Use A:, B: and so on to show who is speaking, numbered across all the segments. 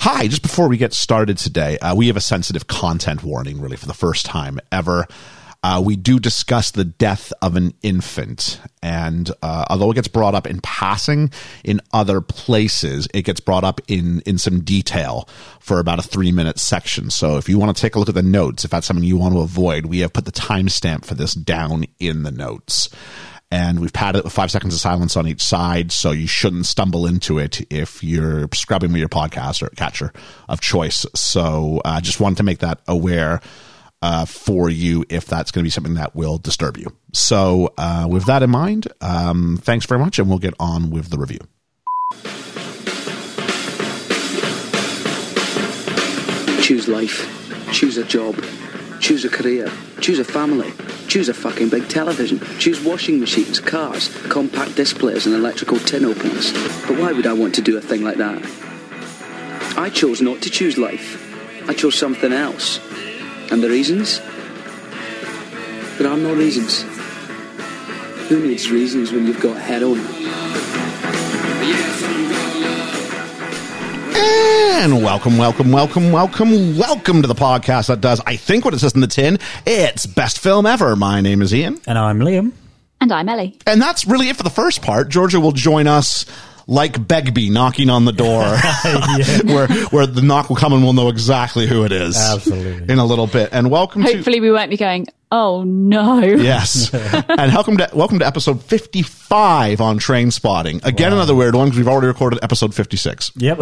A: Hi, just before we get started today, uh, we have a sensitive content warning, really, for the first time ever. Uh, we do discuss the death of an infant. And uh, although it gets brought up in passing in other places, it gets brought up in, in some detail for about a three minute section. So if you want to take a look at the notes, if that's something you want to avoid, we have put the timestamp for this down in the notes. And we've padded it with five seconds of silence on each side, so you shouldn't stumble into it if you're scrubbing with your podcast or catcher of choice. So I uh, just wanted to make that aware uh, for you if that's going to be something that will disturb you. So, uh, with that in mind, um, thanks very much, and we'll get on with the review.
B: Choose life. Choose a job. Choose a career. Choose a family. Choose a fucking big television. Choose washing machines, cars, compact displays, and electrical tin openers. But why would I want to do a thing like that? I chose not to choose life. I chose something else. And the reasons? There are no reasons. Who needs reasons when you've got heroin?
A: And welcome, welcome, welcome, welcome, welcome to the podcast that does, I think, what it says in the tin. It's best film ever. My name is Ian.
C: And I'm Liam.
D: And I'm Ellie.
A: And that's really it for the first part. Georgia will join us like Begbie knocking on the door, where where the knock will come and we'll know exactly who it is.
C: Absolutely.
A: In a little bit. And welcome to
D: Hopefully, we won't be going, oh no.
A: Yes. and welcome to welcome to episode 55 on Train Spotting. Again another weird one because we've already recorded episode 56.
C: Yep.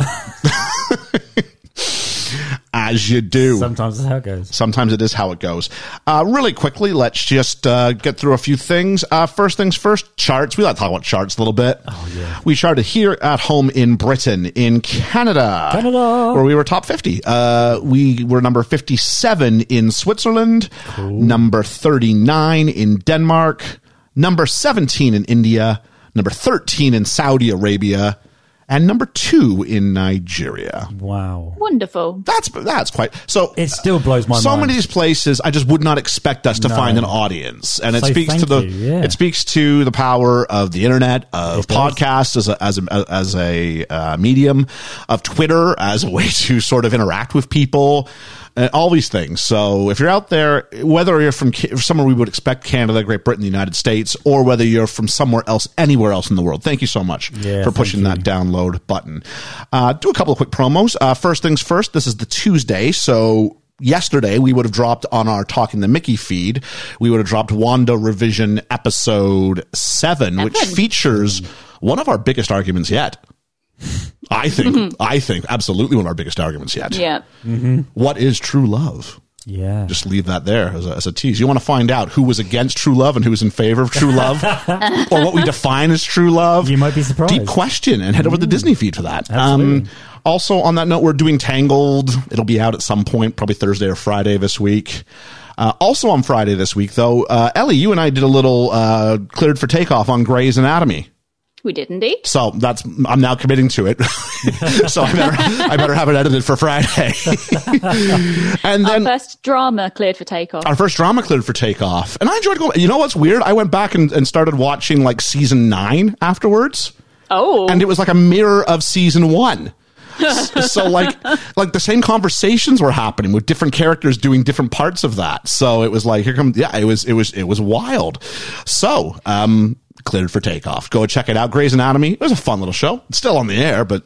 A: As you do.
C: Sometimes that's how it goes.
A: Sometimes it is how it goes. Uh, really quickly, let's just uh, get through a few things. Uh, first things first, charts. We like to talk about charts a little bit. Oh, yeah. We charted here at home in Britain, in Canada.
C: Canada.
A: Where we were top 50. Uh, we were number 57 in Switzerland, number 39 in Denmark, number 17 in India, number 13 in Saudi Arabia, and number two in Nigeria.
C: Wow.
D: Wonderful.
A: That's that's quite so.
C: It still blows my
A: so
C: mind.
A: many of these places I just would not expect us to
C: No.
A: find an audience, and it
C: So
A: speaks to
C: thank
A: the
C: you, yeah.
A: it speaks to the power of the internet, of
C: It does.
A: podcasts as a, as a, as a uh, medium, of Twitter as a way to sort of interact with people. And all these things. So, if you're out there, whether you're from Ca- somewhere we would expect Canada, Great Britain, the United States, or whether you're from somewhere else, anywhere else in the world, thank you so much
C: Yeah,
A: for
C: thank
A: pushing
C: you.
A: that download button. Uh, do a couple of quick promos. Uh, first things first, this is the Tuesday, so yesterday we would have dropped on our Talking the Mickey feed, we would have dropped Wanda Revision episode seven, which
D: Seven.
A: features one of our biggest arguments yet. I think, I think absolutely one of our biggest arguments yet.
D: Yeah.
A: What is true love?
C: yeah.
A: Just leave that there as a, as a tease. You want to find out who was against true love and who was in favor of true love, or what we define as true love.
C: You might be surprised. Mm.
A: Deep question, and head over to the Disney feed for that. Um,
C: Absolutely.
A: also, on that note, we're doing Tangled. It'll be out at some point, probably Thursday or Friday this week. Uh, also on Friday this week, though, uh, Ellie, you and I did a little uh, cleared for takeoff on Grey's Anatomy.
D: We did indeed.
A: So that's I'm now committing to it. so I better I better have it edited for Friday. and then
D: First drama cleared for takeoff.
A: our first drama cleared for takeoff and i enjoyed going you know what's weird i went back and, and started watching like season nine afterwards
D: oh.
A: and it was like a mirror of season one S- so like like the same conversations were happening with different characters doing different parts of that so it was like here comes yeah it was it was it was wild so um cleared for takeoff go check it out Grey's anatomy it was a fun little show it's still on the air but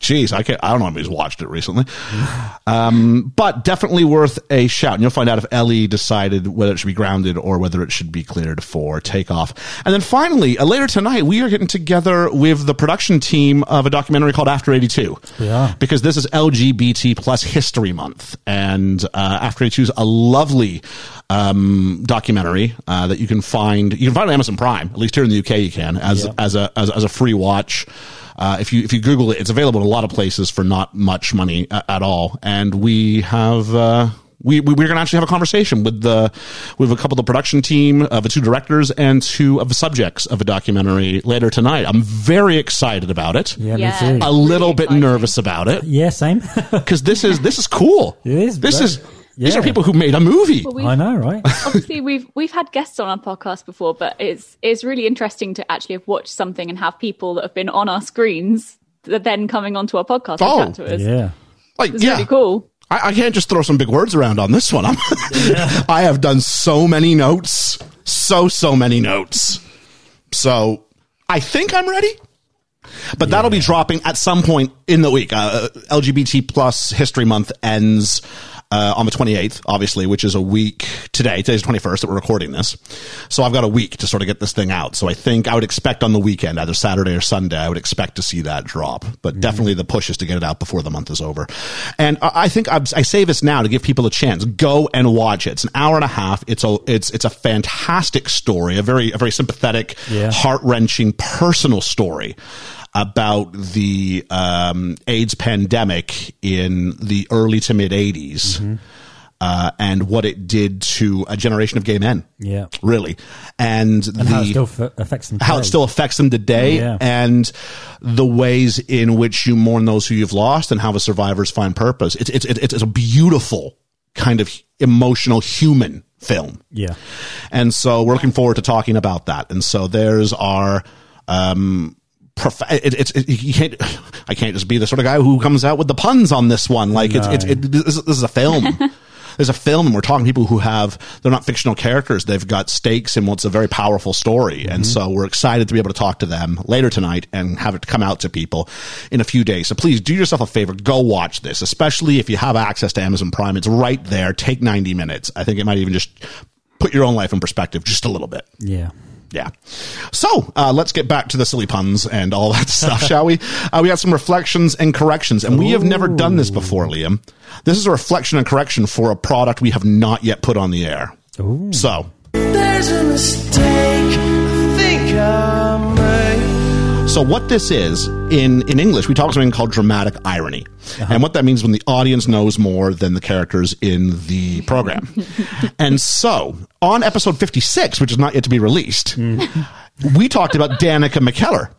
A: Jeez, I can't, I don't know if he's watched it recently, um, but definitely worth a shout. And you'll find out if Ellie decided whether it should be grounded or whether it should be cleared for takeoff. And then finally, uh, later tonight, we are getting together with the production team of a documentary called After 82.
C: We are.
A: Because this is LGBT plus History Month. And uh, After 82 is a lovely um, documentary uh, that you can find. You can find it on Amazon Prime, at least here in the UK, you can, as,
C: Yeah.
A: as, a, as, as a free watch. Uh, if you if you Google it, it's available in a lot of places for not much money a- at all. And we have uh, we, we we're going to actually have a conversation with the with a couple of the production team of the two directors and two of the subjects of a documentary later tonight. I'm very excited about it
C: yeah,
D: Yeah.
C: me too.
A: a little bit
D: exciting.
A: nervous about it
C: yeah, same.
A: because this is this is cool.
C: It is,
A: This
C: but-
A: is these
C: yeah.
A: are people who made a movie.
D: Well,
C: I
D: we've,
C: know, right?
D: obviously, we've we've had guests on our podcast before, but it's it's really interesting to actually have watched something and have people that have been on our screens that are then coming onto our podcast to
A: Oh.
D: chat to us.
C: yeah.
A: Like,
D: It's
A: yeah,
D: really cool.
A: I, I can't just throw some big words around on this one. I'm I have done so many notes, so so many notes. So I think I'm ready. But that'll be dropping at some point in the week. Uh, LGBT plus History Month ends uh, on the 28th, obviously, which is a week today. Today's the 21st that we're recording this. So I've got a week to sort of get this thing out. So I think I would expect on the weekend, either Saturday or Sunday, I would expect to see that drop. But definitely the push is to get it out before the month is over. And I, I think I'm, I say this now to give people a chance. Go and watch it. It's an hour and a half. It's a it's it's a fantastic story. A very a very sympathetic,
C: Yeah.
A: heart wrenching, personal story about the um, AIDS pandemic in the early to mid 80s uh, and what it did to a generation of gay men.
C: Yeah.
A: Really. And, the,
C: And how it still f- affects them.
A: how it
C: today.
A: still affects them today
C: Yeah.
A: and the ways in which you mourn those who you've lost and how the survivors find purpose. It's, it's, it's, it's a beautiful kind of emotional human film.
C: Yeah.
A: And so we're looking forward to talking about that. And so there's our, um, prof- it, it's it, you can't, I can't just be the sort of guy who comes out with the puns on this one. Like it's, it's, it, this, is- this is a film. There's a film, and we're talking to people who have, they're not fictional characters. They've got stakes in what's a very powerful story. And so we're excited to be able to talk to them later tonight and have it come out to people in a few days. So please do yourself a favor. Go watch this, especially if you have access to Amazon Prime. It's right there. Take 90 minutes. I think it might even just put your own life in perspective just a little bit.
C: Yeah.
A: Yeah. So uh, let's get back to the silly puns and all that stuff, shall we? Uh, we have some reflections and corrections, and we have never done this before, Liam. This is a reflection and correction for a product we have not yet put on the air.
C: Ooh.
A: So,
E: There's a mistake I think I made.
A: so what this is in in English, we talk something called dramatic irony, and what that means when the audience knows more than the characters in the program. and so, on episode fifty six, which is not yet to be released, we talked about Danica McKellar.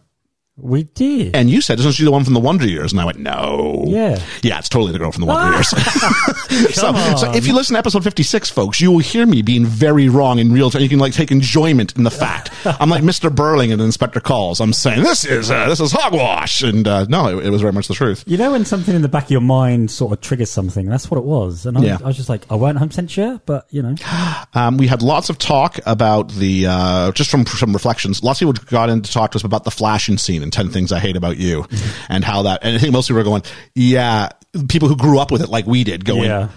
C: We did.
A: And you said, isn't she the one from the Wonder Years? And I went, no.
C: Yeah. Ah.
A: Yeah, it's totally the girl from the Wonder Years. so,
C: Come
A: so
C: on.
A: if you listen to episode 56, folks, you will hear me being very wrong in real time. You can like take enjoyment in the fact. I'm like Mr. Burling and Inspector Calls. I'm saying, this is, uh, this is hogwash. And, uh, no, it, it was very much the truth.
C: You know when something in the back of your mind sort of triggers something? That's what it was. And I,
A: Yeah.
C: was, I was just like, I weren't 100% sure, but, you know.
A: Um, we had lots of talk about the, uh, just from some reflections, lots of people got in to talk to us about the flashing scene and 10 Things I Hate About You and how that, and I think most people were going, yeah, people who grew up with it like we did going,
C: Yeah.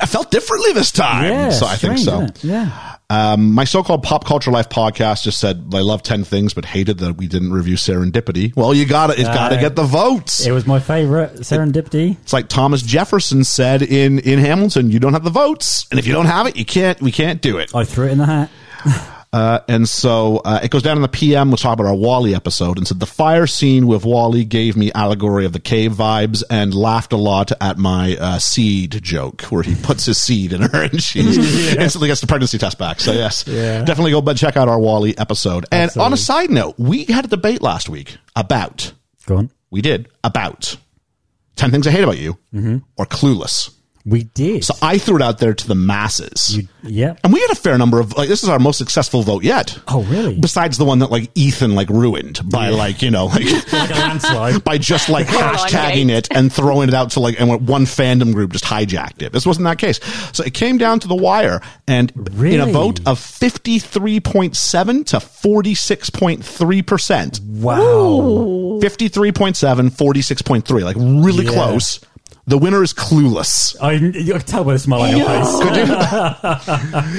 A: I felt differently this time.
C: Yeah.
A: so I think
C: strange,
A: so.
C: isn't it? Yeah.
A: Um, my so-called pop culture life podcast just said, I love 10 things, but hated that we didn't review serendipity. Well, you got to, it's got to
C: Uh,
A: get the votes.
C: It was my favorite. Serendipity.
A: It's like Thomas Jefferson said in, in Hamilton, you don't have the votes. And if you don't have it, you can't, we can't do it.
C: I threw it in the hat.
A: And so uh, it goes down in the PM. We'll talk about our Wally episode and said the fire scene with Wally gave me allegory of the cave vibes and laughed a lot at my uh, seed joke where he puts his seed in her and she instantly gets the pregnancy test back. So yes,
C: Yeah.
A: definitely go but check out our Wally episode. And on a
C: Absolutely.
A: side note, we had a debate last week about
C: Go on.
A: we did about ten things I hate about you or clueless.
C: We did.
A: So I threw it out there to the masses.
C: yeah.
A: and we had a fair number of like this is our most successful vote yet
C: Oh, really?
A: besides the one that like Ethan like ruined by like you know like
C: like a landslide.
A: by just like
D: I
A: hashtagging
D: hate.
A: it and throwing it out to like and what one fandom group just hijacked it. This wasn't that case. So it came down to the wire and in a
C: Really?
A: vote of 53.7 to 46.3%.
C: Wow.
A: 53.7, 46.3, like really
C: Yeah.
A: close. The winner is clueless.
C: I, you can tell by the smile on your face.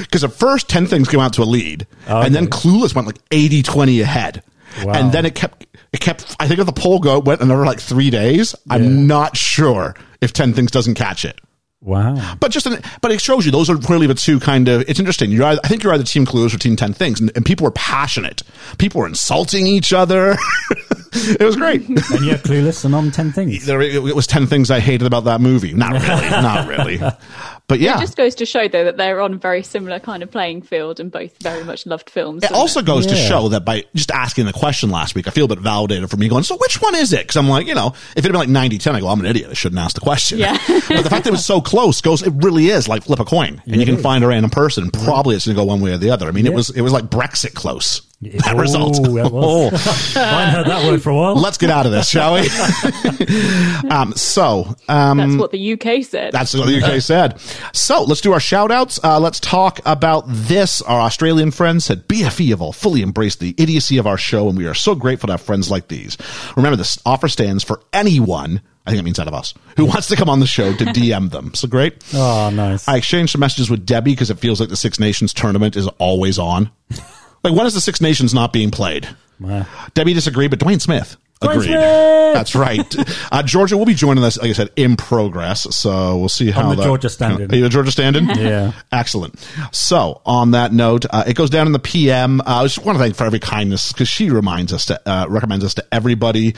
A: Because at first, 10 things came out to a lead, and then Clueless went like 80 20 ahead.
C: Wow.
A: And then it kept, it kept, I think if the poll go went another like three days, I'm not sure if 10 things doesn't catch it.
C: Wow.
A: But just, an, but it shows you those are clearly the two kind of, it's interesting. You're either, I think you're either Team Clueless or Team 10 Things, and, and people were passionate. People were insulting each other. it was great.
C: And you're clueless and I'm 10 things.
A: there, it, was 10 things I hated about that movie. Not really, not really. But yeah.
D: It just goes to show, though, that they're on very similar kind of playing field and both very much loved films.
A: It
D: doesn't
A: also
D: it?
A: goes to
C: Yeah.
A: show that by just asking the question last week, I feel a bit validated for me going, so which one is it? Because I'm like, you know, if it had been like 90 10, I go, I'm an idiot. I shouldn't ask the question.
D: Yeah.
A: but the fact that it was so close goes, it really is like flip a coin. And you
C: Yeah.
A: can find a random person. Probably it's going to go one way or the other. I mean, it
C: Yeah.
A: was it was like Brexit close. That result.
C: Oh, that was. Mine heard that word for a while.
A: Let's get out of this, shall we? um, so um,
D: That's what the UK said.
A: that's what the UK said. So let's do our shout outs. Uh, let's talk about this. Our Australian friends said BFE have all fully embraced the idiocy of our show, and we are so grateful to have friends like these. Remember, this offer stands for anyone. I think it means out of us who wants to come on the show to DM them. So great.
C: oh, nice.
A: I exchanged some messages with Debbie because it feels like the Six Nations tournament is always on. like, when is the Six Nations not being played?
C: Wow.
A: Debbie disagreed, but Dwayne Smith
C: Dwayne
A: agreed.
C: Smith!
A: That's right. Uh, Georgia will be joining us, like I said, in progress. So we'll see how
C: the
A: that-
C: Georgia stand-in.
A: Are you the Georgia stand-in?
C: Yeah.
A: Excellent. So on that note, uh, it goes down in the PM. Uh, I just want to thank for every kindness because she reminds us to uh, recommends us to everybody,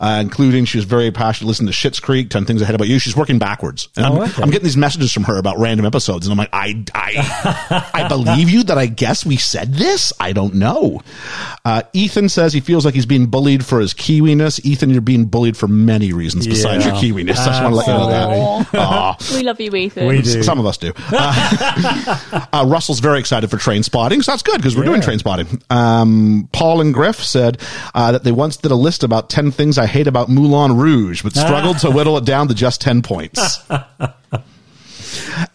A: uh, including she was very passionate. Listen to Shit's Creek, Ten Things I Hate About You. She's working backwards, and I'm,
C: Oh, okay.
A: I'm getting these messages from her about random episodes, and I'm like, I I I believe you. That I guess we said this. I don't know. Uh, Ethan says he feels like he's being bullied for his Kiwiness. Ethan, you're being bullied for many reasons besides
C: Yeah.
A: your Kiwiness. I just want to let you know that. Aw.
D: we love you, Ethan.
C: We do.
A: Some of us do. Uh, uh, Russell's very excited for train spotting, so that's good because we're doing
C: Yeah.
A: train spotting. Um, Paul and Griff said uh, that they once did a list about 10 things I hate about Moulin Rouge, but struggled to whittle it down to just 10 points.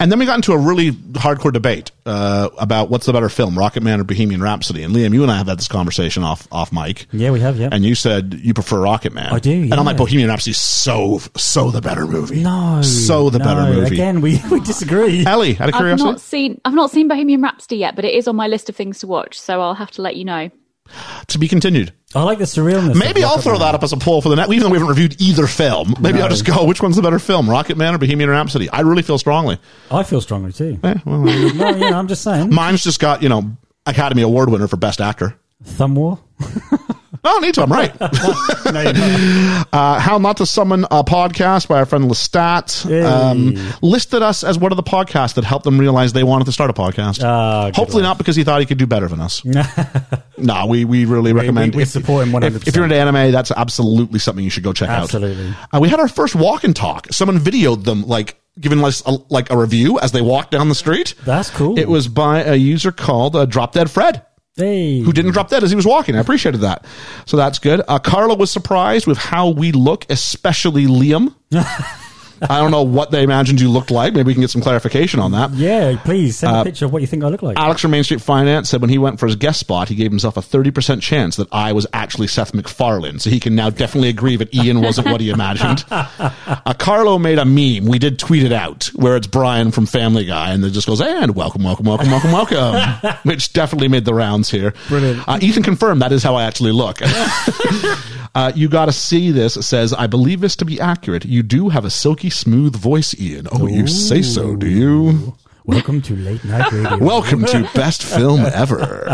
A: And then we got into a really hardcore debate uh, about what's the better film, Rocket Man or Bohemian Rhapsody. And Liam, you and I have had this conversation off off mic.
C: Yeah, we have, yeah.
A: And you said you prefer Rocket Man.
C: I do,
A: And I'm like,
C: yeah.
A: Bohemian Rhapsody is so so the better movie.
C: no.
A: so the better
C: no.
A: movie.
C: Again, we, we disagree.
A: Ellie, out of
D: I've
A: curiosity,
D: not seen I've not seen Bohemian Rhapsody yet, but it is on my list of things to watch, so I'll have to let you know.
A: to be continued.
C: I like the surrealness. of
A: Maybe I'll
C: Rocket
A: throw
C: Man.
A: that up as a poll for the net. Even though we haven't reviewed either film, maybe I'll just go. Which one's the better film, Rocket Man or Bohemian Rhapsody? I really feel strongly.
C: I feel strongly too. no, yeah, I'm just saying.
A: Mine's just got you know Academy Award winner for Best Actor.
C: Thumb war.
A: No need to. I'm right. uh, How not to summon a podcast by our friend Lestat
C: Hey.
A: um, listed us as one of the podcasts that helped them realize they wanted to start a podcast.
C: Ah, good
A: Hopefully
C: one.
A: not because he thought he could do better than us. no, we we really recommend.
C: we
A: if-
C: support him
A: If, if you're into anime, that's absolutely something you should go check out.
C: Absolutely.
A: Uh, we had our first walk and talk. Someone videoed them, like giving us a, like a review as they walked down the street.
C: That's cool.
A: It was by a user called uh, Drop Dead Fred
C: Hey.
A: who didn't drop dead as he was walking. I appreciated that. So that's good. Uh, Carla was surprised with how we look, especially Liam. I don't know what they imagined you looked like. Maybe we can get some clarification on that.
C: Yeah, please send
A: Uh,
C: a picture of what you think I look like.
A: Alex from Main Street Finance said when he went for his guest spot, he gave himself a 30% chance that I was actually Seth MacFarlane. So he can now definitely agree that Ian wasn't what he imagined. Uh, Carlo made a meme. We did tweet it out where it's Brian from Family Guy and it just goes, and welcome, welcome, welcome, welcome, welcome, which definitely made the rounds here.
C: Brilliant.
A: Uh, Ethan confirmed that is how I actually look. Uh, you got to see this. It says, I believe this to be accurate. You do have a silky smooth voice, Ian. Oh, you say so, do you?
C: Welcome to late night radio.
A: Welcome to best film ever.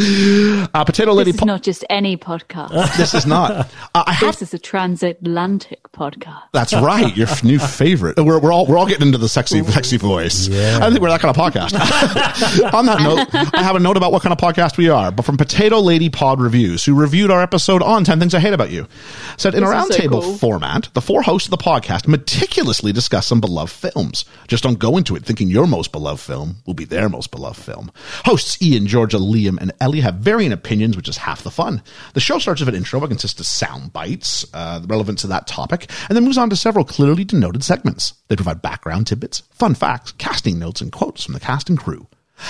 A: uh, Potato Lady.
D: This is
A: Po-
D: not just any podcast.
A: this is not. Uh, I have.
D: this is a transatlantic podcast.
A: That's right. Your f- new favorite. We're, we're all we're all getting into the sexy sexy voice. I don't think we're that kind of podcast. on that note, I have a note about what kind of podcast we are. But from Potato Lady Pod Reviews, who reviewed our episode on Ten Things I Hate About You, said in a
D: This is so
A: roundtable
D: cool.
A: format, the four hosts of the podcast meticulously discuss some beloved films. Just don't go into it thinking your most beloved film will be their most beloved film. Hosts Ian, Georgia, Liam, and Ellie have varying opinions, which is half the fun. The show starts with an intro that consists of sound bites uh, relevant to that topic, and then moves on to several clearly denoted segments. They provide background tidbits, fun facts, casting notes, and quotes from the cast and crew.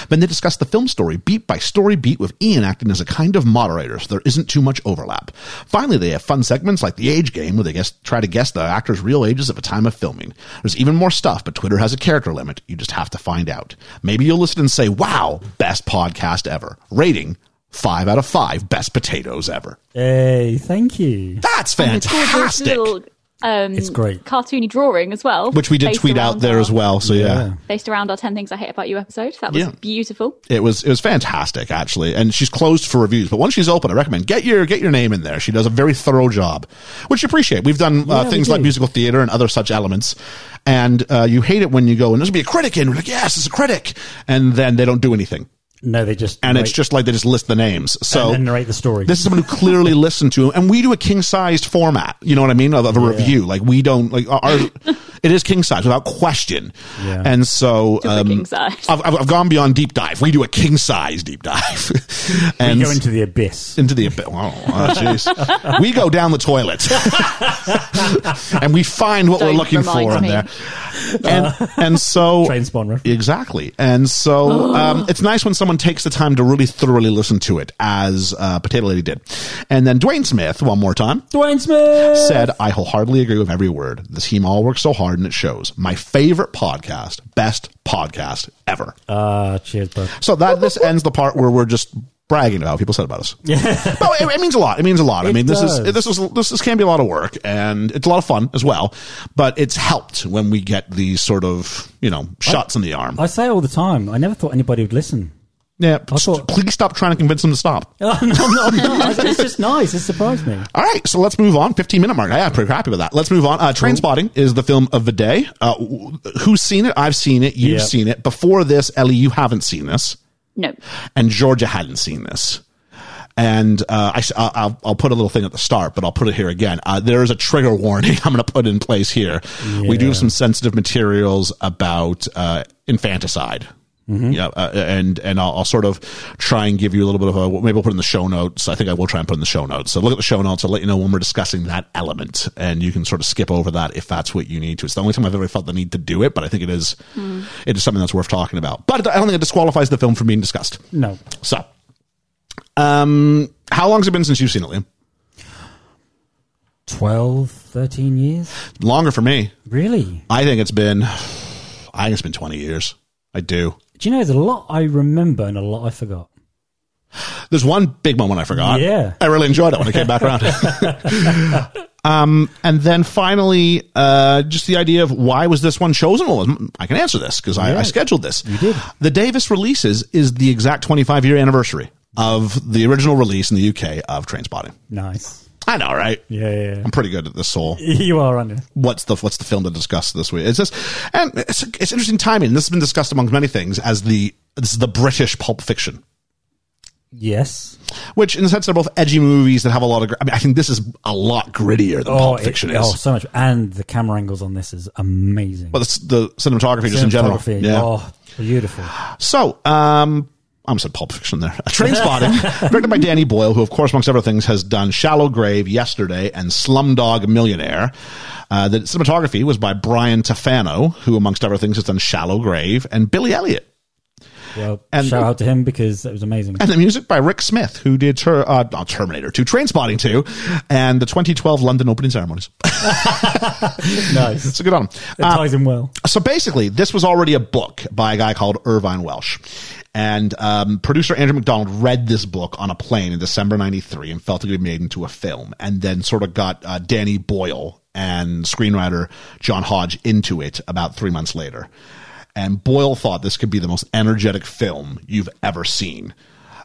A: Then they discuss the film story beat by story beat with Ian acting as a kind of moderator so there isn't too much overlap. Finally, they have fun segments like the age game where they guess, try to guess the actor's real ages at the time of filming. There's even more stuff, but Twitter has a character limit. You just have to find out. Maybe you'll listen and say, wow, best podcast ever. Rating, five out of five best potatoes ever.
C: Hey, thank you.
A: That's
D: It's gorgeous
A: fantastic.
D: little, um,
C: It's great.
D: cartoony drawing as well,
A: Which we did
D: based
A: tweet out
D: around
A: there
D: our-
A: as well. So yeah.
D: based around our 10 things i hate about you episode that was
A: Yeah.
D: beautiful
A: it was it was fantastic actually and she's closed for reviews but once she's open i recommend get your get your name in there she does a very thorough job which you appreciate we've done uh,
C: Yeah,
A: things
C: we
A: like
C: do.
A: musical theater and other such elements and uh, you hate it when you go and there's gonna be a critic in we're like yes it's a critic and then they don't do anything
C: No, they just
A: and it's
C: wait
A: just like they just list the names so
C: and narrate the story.
A: this is someone who clearly listened to him, and we do a king sized format. You know what I mean of, of a review. Like we don't like our. It is king size without question.
C: Yeah.
A: And so um,
D: Do a king size.
A: I've, I've I've gone beyond deep dive. We do a king size deep dive. and
C: go into the abyss.
A: into the abyss. Oh, oh, jeez. we go down the toilet and we find what
D: Don't
A: we're looking
D: remind
A: for in
D: me.
A: there. And, and so.
C: Train spawn reference.
A: Exactly. And so um, it's nice when someone takes the time to really thoroughly listen to it, as uh, Potato Lady did. And then Dwayne Smith, one more time,
C: Dwayne Smith
A: said, I wholeheartedly agree with every word. The team all works so hard and it shows. My favorite podcast, best podcast ever.
C: Uh, cheers, bro.
A: So that this ends the part where we're just bragging about what people said about us. but it, it means a lot. It means a lot. I
C: It
A: mean, this is
C: does.
A: this is this, this can be a lot of work and it's a lot of fun as well. But it's helped when we get these sort of you know shots in the arm.
C: I say all the time, I never thought anybody would listen.
A: yeah.
C: I thought-
A: please stop trying to convince them to stop.
C: no, no, no. It's just nice. It surprised me.
A: All right, so let's move on. 15 minute mark. Yeah, I'm pretty happy with that. Let's move on. Uh, Train Spotting is the film of the day. Uh, w- who's seen it? I've seen it. You've
C: Yeah.
A: seen it. Before this, Ellie, you haven't seen this.
D: No.
A: and Georgia hadn't seen this. And uh, I, will I'll put a little thing at the start, but I'll put it here again. Uh, there is a trigger warning I'm going to put in place here. We do have some sensitive materials about uh, infanticide. Yeah, uh, and and I'll, I'll sort of try and give you a little bit of a maybe I'll put it in the show notes. I think I will try and put it in the show notes. So look at the show notes. I'll let you know when we're discussing that element, and you can sort of skip over that if that's what you need to. It's the only time I've ever felt the need to do it, but I think it is it is something that's worth talking about. But I don't think it disqualifies the film from being discussed.
C: No.
A: So, um, how long's it been since you've seen it, Liam?
C: 12, 13 years?
A: Longer for me.
C: Really?
A: I think it's been. I think it's been twenty years. I do.
C: Do you know, there's a lot I remember and a lot I forgot.
A: There's one big moment I forgot.
C: Yeah.
A: I really enjoyed it when it came back around. um, and then finally, uh, just the idea of why was this one chosen? Well, I can answer this because I, I
C: Yeah.
A: scheduled this.
C: You did.
A: The Davis releases is the exact 25 year anniversary of the original release in the UK of Trainspotting.
C: Nice.
A: I know, right?
C: Yeah, yeah,
A: I'm pretty good at this soul.
C: yeah. You are, aren't you?
A: what's the what's the film to discuss this week? It's just and it's, it's interesting timing. This has been discussed amongst many things as the this is the British Pulp Fiction,
C: Yes.
A: which in the sense they're both edgy movies that have a lot of. gr- I mean, I think this is a lot grittier than Pulp
C: it-
A: Fiction
C: oh,
A: is.
C: so much. And the camera angles on this is amazing.
A: But the, the cinematography, just in general,
C: Cinematography,
A: yeah.
C: Oh, beautiful.
A: So, um, I almost said Pulp Fiction there. Train Spotting, directed by Danny Boyle, who, of course, amongst other things, has done Shallow Grave, Yesterday, and Slumdog Millionaire. Uh, the cinematography was by Brian Tafano, who, amongst other things, has done Shallow Grave and Billy Elliot.
C: Well,
A: And-
C: shout out to him because that was amazing.
A: And the music by Rick Smith, who did ter- uh, not Terminator 2, Train Spotting 2, and the 2012 London opening ceremonies.
C: nice.
A: It's a good on him.
C: It ties in well.
A: so basically, this was already a book by a guy called Irvine Welsh. And um, producer Andrew McDonald read this book on a plane in December 93 and felt it could be made into a film, and then sort of got uh, Danny Boyle and screenwriter John Hodge into it about three months later. And Boyle thought this could be the most energetic film you've ever seen.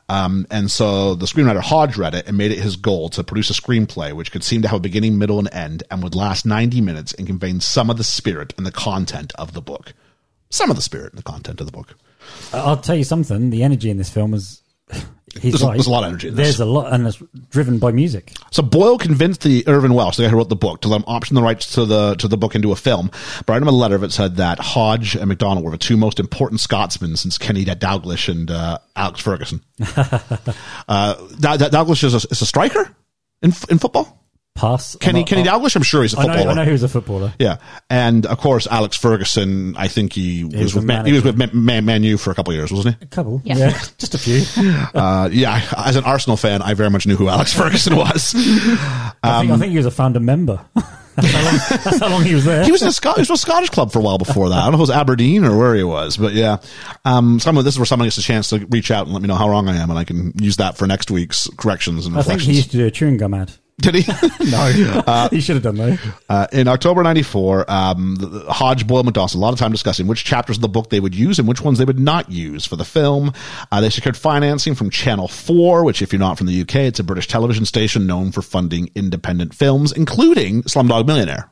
A: Um, and so the screenwriter Hodge read it and made it his goal to produce a screenplay which could seem to have a beginning, middle, and end and would last 90 minutes and convey some of the spirit and the content of the book. Some of the spirit and the content of the book.
C: I- I'll tell you something. The energy in this film is. He's
A: There's a-
C: right.
A: there's a lot of energy in this.
C: There's a lot, and it's driven by music.
A: So Boyle convinced the Irvin Welsh, the guy who wrote the book, to let him option the rights to the to the book into a film. But I him a letter that said that Hodge and MacDonald were the two most important Scotsmen since Kenny Dalglish and uh, Alex Ferguson. uh, Dal- Dal- Dalglish is a, is a striker in f- in football.
C: Pass.
A: Kenny
C: I'm not-
A: Kenny Dalglish, I'm sure he's a
C: I
A: footballer.
C: know, I know who's a footballer.
A: Yeah, and of course Alex Ferguson. I think he was,
C: was
A: with
C: the
A: Man, he was with
C: manager.
A: Man, Man, Man U for a couple of years, wasn't he?
C: A couple.
D: Yeah.
C: yeah. Just a few.
A: Uh, yeah, as an Arsenal fan, I very much knew who Alex Ferguson was. Um,
C: I, think, I think he was a founder member. that's, how long, that's how long he was there.
A: he was in a Scot- he was with a Scottish club for a while before that. I don't know if it was Aberdeen or where he was, but yeah. Um, some of this is where someone gets a chance to reach out and let me know how wrong I am, and I can use that for next week's corrections and
C: I think he
A: reflections.
C: used to do a chewing gum ad.
A: Did he?
C: No, he should have done though.
A: Uh, in October 94, um, the- the Hodge, Boyle, and McDonald spent a lot of time discussing which chapters of the book they would use and which ones they would not use for the film. Uh, they secured financing from Channel 4, which, if you're not from the UK, it's a British television station known for funding independent films, including Slumdog Millionaire.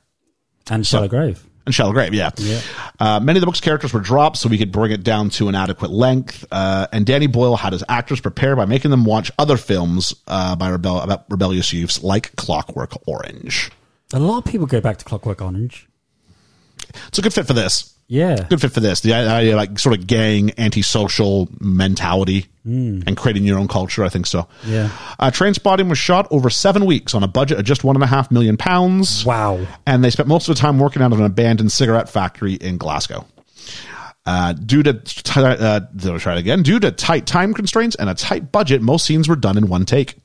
C: And Shallow Grave.
A: And Shallow Grave, yeah.
C: Yeah.
A: Uh, many of the book's characters were dropped so we could bring it down to an adequate length. Uh, and Danny Boyle had his actors prepare by making them watch other films uh, by rebel- about rebellious youths like Clockwork Orange.
C: A lot of people go back to Clockwork Orange.
A: it's a good fit for this.
C: Yeah.
A: Good fit for this. The i- idea of like sort of gang antisocial mentality and creating your own culture. I think so.
C: Hmm. Yeah.
A: Uh, Trainspotting was shot over seven weeks on a budget of just one and a half million pounds.
C: Wow.
A: And they spent most of the time working out of an abandoned cigarette factory in Glasgow. Uh, due to t- uh, let me try it again. Due to tight time constraints and a tight budget, most scenes were done in one take.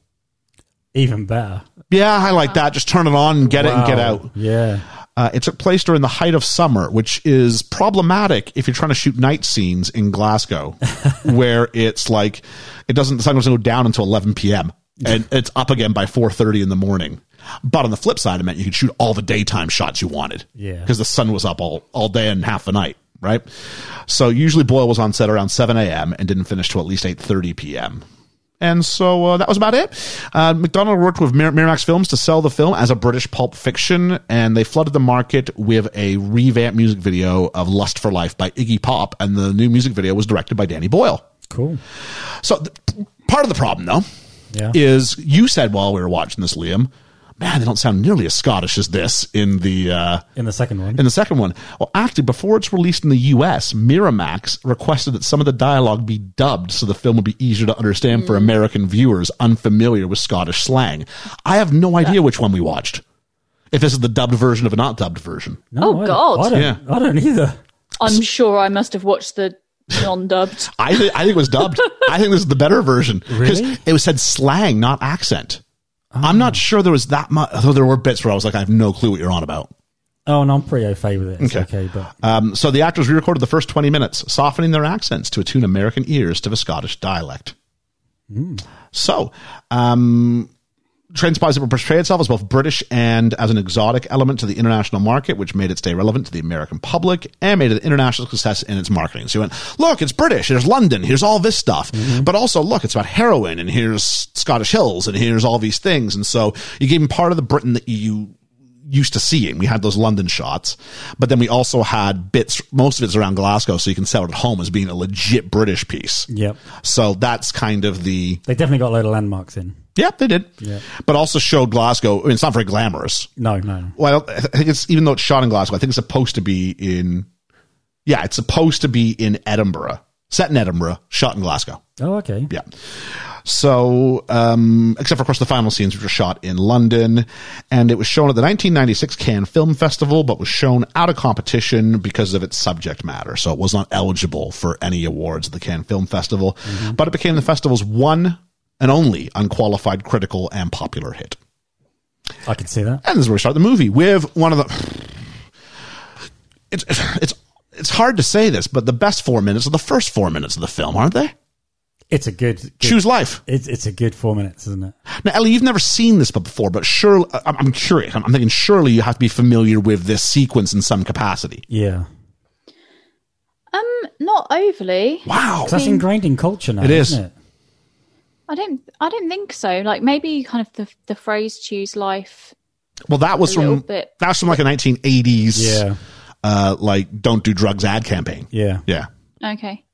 C: Even better.
A: Yeah, I like that. Just turn it on, and get it, and get
C: Wow.
A: out.
C: Yeah.
A: Uh, it took place during the height of summer, which is problematic if you're trying to shoot night scenes in Glasgow, where it's like it doesn't the sun doesn't go down until 11 p.m. and it's up again by 4:30 in the morning. But on the flip side, it meant you could shoot all the daytime shots you wanted,
C: Yeah.
A: because the sun was up all all day and half the night, right? So usually Boyle was on set around 7 a.m. and didn't finish till at least 8:30 p.m. And so uh, that was about it. Uh, McDonald worked with Mir- Miramax Films to sell the film as a British pulp fiction, and they flooded the market with a revamped music video of Lust for Life by Iggy Pop, and the new music video was directed by Danny Boyle.
C: Cool.
A: So th- part of the problem, though,
C: Yeah.
A: is you said while we were watching this, Liam, man, they don't sound nearly as Scottish as this in the. Uh,
C: In the second one.
A: in the second one. Well, actually, before it's released in the US, Miramax requested that some of the dialogue be dubbed so the film would be easier to understand for American viewers unfamiliar with Scottish slang. I have no idea which one we watched. If this is the dubbed version of a not dubbed version.
C: No,
D: Oh,
C: I don't-
D: God.
C: I don't,
A: Yeah.
C: I don't either.
D: I'm sure I must have watched the non-dubbed.
A: I, thi- I think it was dubbed. I think this is the better version. Because
C: Really?
A: it was said slang, not accent. I'm not sure there was that much, though there were bits where I was like, I have no clue what you're on about.
C: Oh, and I'm pretty au fait with it. It's okay. but
A: Um, so the actors re recorded the first 20 minutes, softening their accents to attune American ears to the Scottish dialect. So, um, Trainspotting will portray itself as both British and as an exotic element to the international market, which made it stay relevant to the American public and made it an international success in its marketing. So you went, look, it's British. Here's London. Here's all this stuff. But also, look, it's about heroin and here's Scottish Hills and here's all these things. And so you gave them part of the Britain that you used to seeing. We had those London shots, but then we also had bits, most of it's around Glasgow. So you can sell it at home as being a legit British piece.
C: Yep.
A: So that's kind of the,
C: they definitely got a load of landmarks in.
A: yeah, they did.
C: Yeah.
A: But also showed Glasgow. I mean, it's not very glamorous.
C: No, no.
A: Well, I think it's even though it's shot in Glasgow, I think it's supposed to be in. Yeah, it's supposed to be in Edinburgh, set in Edinburgh, shot in Glasgow.
C: Oh, okay.
A: Yeah. So, um, except for, of course, the final scenes, which were shot in London. And it was shown at the 1996 Cannes Film Festival, but was shown out of competition because of its subject matter. So it was not eligible for any awards at the Cannes Film Festival. But it became the festival's one and only unqualified critical and popular hit.
C: I can see that.
A: And this is where we start the movie with one of the. It's, it's, it's hard to say this, but the best four minutes are the first four minutes of the film, aren't they?
C: It's a good. good
A: Choose life.
C: It's, it's a good four minutes, isn't it?
A: Now, Ellie, you've never seen this before, but surely I'm, I'm curious. I'm, I'm thinking surely you have to be familiar with this sequence in some capacity.
C: Yeah.
D: Um, not overly.
A: Wow,
C: 'Cause that's
D: mean-
C: ingrained in culture now.
A: It is.
C: Isn't it?
D: I don't. I don't think so. Like maybe kind of the the phrase "choose life."
A: well, that was
D: a little
A: from
D: bit.
A: that's from like a 1980s,
C: Yeah.
A: uh, like "Don't do drugs" ad campaign.
C: Yeah.
A: yeah,
D: Okay.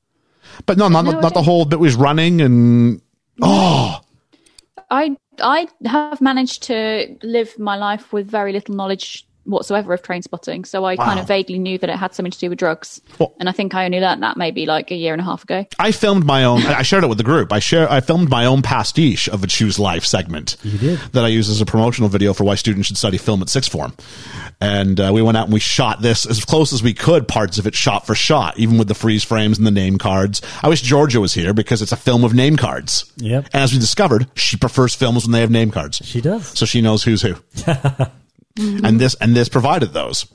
A: but no, not
D: No,
A: not
D: I
A: the
D: don't-
A: whole bit was running and oh,
D: I I have managed to live my life with very little knowledge whatsoever of train spotting, so I kind
A: Wow.
D: of vaguely knew that it had something to do with drugs,
A: Well-
D: and I think I only learnt that maybe like a year and a half ago.
A: I filmed my own. I shared it with the group. I share. I filmed my own pastiche of a Choose Life segment
C: You did.
A: that I used as a promotional video for why students should study film at sixth form. And uh, we went out and we shot this as close as we could. Parts of it shot for shot, even with the freeze frames and the name cards. I wish Georgia was here because it's a film with name cards.
C: Yep.
A: And as we discovered, she prefers films when they have name cards
C: She does.
A: so she knows who's who. and this and this provided those.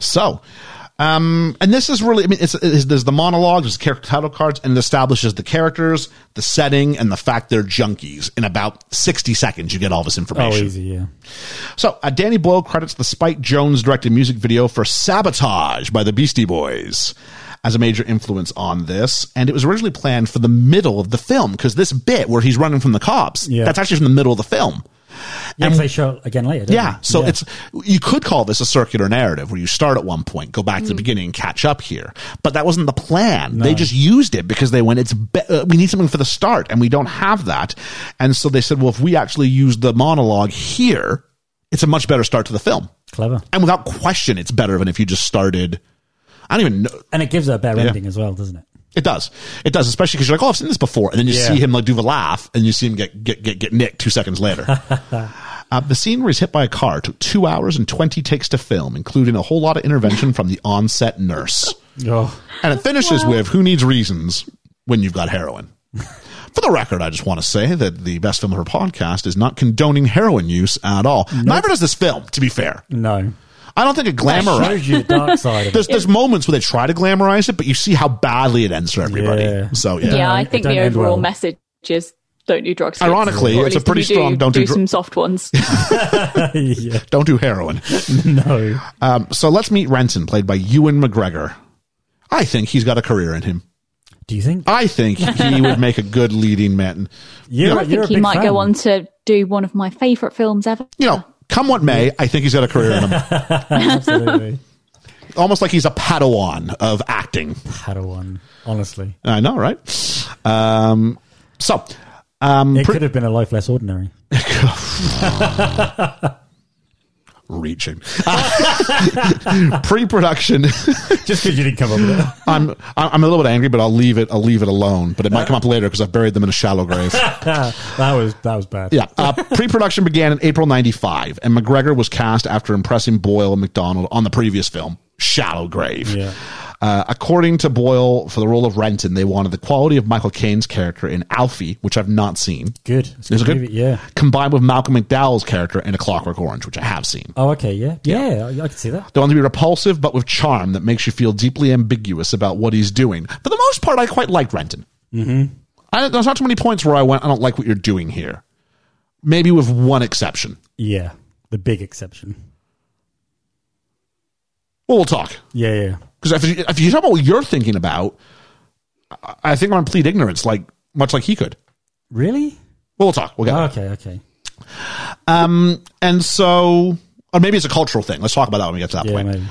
A: So, um, and this is really, I mean, it's, it's, there's the monologues, there's character title cards, and it establishes the characters, the setting, and the fact they're junkies. In about 60 seconds, you get all this
C: Oh,
A: information.
C: easy. Yeah.
A: So, uh, Danny Boyle credits the Spike Jones directed music video for Sabotage by the Beastie Boys as a major influence on this. And it was originally planned for the middle of the film because this bit where he's running from the cops,
C: Yeah.
A: that's actually from the middle of the film.
C: Yeah, 'cause they show it again later. don't
A: Yeah.
C: they?
A: So it's you could call this a circular narrative where you start at one point, go back to the beginning, and catch up here. But that wasn't the plan. They just used it because they went, "It's be- uh, we need something for the start, and we don't have that." And so they said, "Well, if we actually use the monologue here." it's a much better start to the film.
C: Clever.
A: And without question, it's better than if you just started. I don't even know.
C: And it gives it a better
A: Yeah.
C: ending as well, doesn't it?
A: It does. It does, especially because you're like, oh, I've seen this before, and then you
C: Yeah.
A: see him like do the laugh, and you see him get get get, get nicked two seconds later. uh, the scene where he's hit by a car took two hours and twenty takes to film, including a whole lot of intervention from the onset nurse,
C: Oh,
A: and it finishes with "Who needs reasons when you've got heroin." For the record, I just want to say that the best film of her podcast is not condoning heroin use at all. Neither does this film, to be fair.
C: no.
A: I don't think it
C: That
A: glamorizes
C: shows you the dark side of it.
A: there's there's moments where they try to glamorize it, but you see how badly it ends for everybody.
C: Yeah.
A: So
D: Yeah,
A: yeah.
D: I
C: it
D: think
C: don't
D: the
C: end
D: overall
C: well.
D: message is don't do drugs. kids.
A: Ironically,
D: Or at
A: it's a
D: least if
A: pretty
D: you
A: strong don't do
D: do
A: dr-
D: some soft ones.
C: yeah,
A: Don't do heroin.
C: no.
A: Um, so let's meet Renton, played by Ewan McGregor. I think he's got a career in him.
C: Do you think?
A: I think he would make a good leading man.
C: You're,
D: I
C: you're
D: think
C: a
D: he
C: big
D: might
C: fan.
D: go on to do one of my favourite films ever.
A: You know, come what may, I think he's got a career in him.
C: Absolutely.
A: Almost like he's a padawan of acting.
C: Padawan, honestly.
A: I know, right? Um, so, um,
C: It
A: pre-
C: could have been a life less ordinary.
A: reaching. pre-production.
C: Just because you didn't come up with it.
A: I'm I- I'm a little bit angry, but I'll leave it. I'll leave it alone. But it might come up later because I've buried them in a shallow grave.
C: that was that was bad.
A: yeah. Uh, pre-production began in April '95, and McGregor was cast after impressing Boyle and McDonald on the previous film, Shallow Grave.
C: Yeah.
A: Uh, according to Boyle, for the role of Renton, they wanted the quality of Michael Caine's character in Alfie, which I've not seen,
C: Good. It's
A: Is it good?
C: movie, Yeah.
A: combined with Malcolm McDowell's character in A Clockwork Orange, which I have seen.
C: Oh, okay. Yeah. Yeah. I, I can see that.
A: They want to be repulsive, but with charm that makes you feel deeply ambiguous about what he's doing. For the most part, I quite liked Renton. Mm-hmm. I, there's not too many points where I went, I don't like what you're doing here. Maybe with one exception.
C: Yeah. The big exception.
A: Well, we'll talk.
C: Yeah. Yeah.
A: Because if, you- if you talk about what you're thinking about, I, I think I'm on plead ignorance, like much like he could.
C: Really? Oh,
A: Well, we'll talk. We'll get there.
C: Okay. Okay.
A: And so, or maybe it's a cultural thing. Let's talk about that when we get to that
C: Yeah.
A: point.
C: Maybe.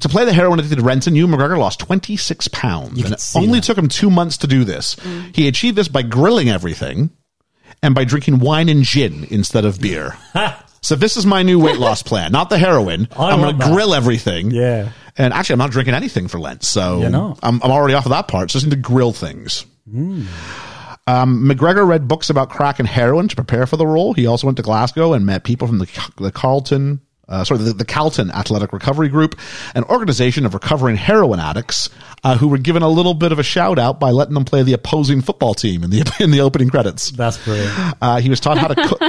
A: to play the heroin addicted Renton, Hugh McGregor lost 26 pounds.
C: can
A: And it
C: see
A: only
C: that.
A: took him two months to do this. He achieved this by grilling everything and by drinking wine and gin instead of beer. so this is my new weight loss plan, not the heroin.
C: I
A: I'm
C: want
A: going to
C: that.
A: grill everything.
C: Yeah.
A: And actually, I'm not drinking anything for Lent. So
C: You're not.
A: I'm, I'm already off of that part. So just need to grill things. Um, McGregor read books about crack and heroin to prepare for the role. He also went to Glasgow and met people from the, the Carlton, uh, sorry, the, the Calton Athletic Recovery Group, an organization of recovering heroin addicts uh, who were given a little bit of a shout out by letting them play the opposing football team in the in the opening credits.
C: That's brilliant.
A: Uh, he was taught how to cook.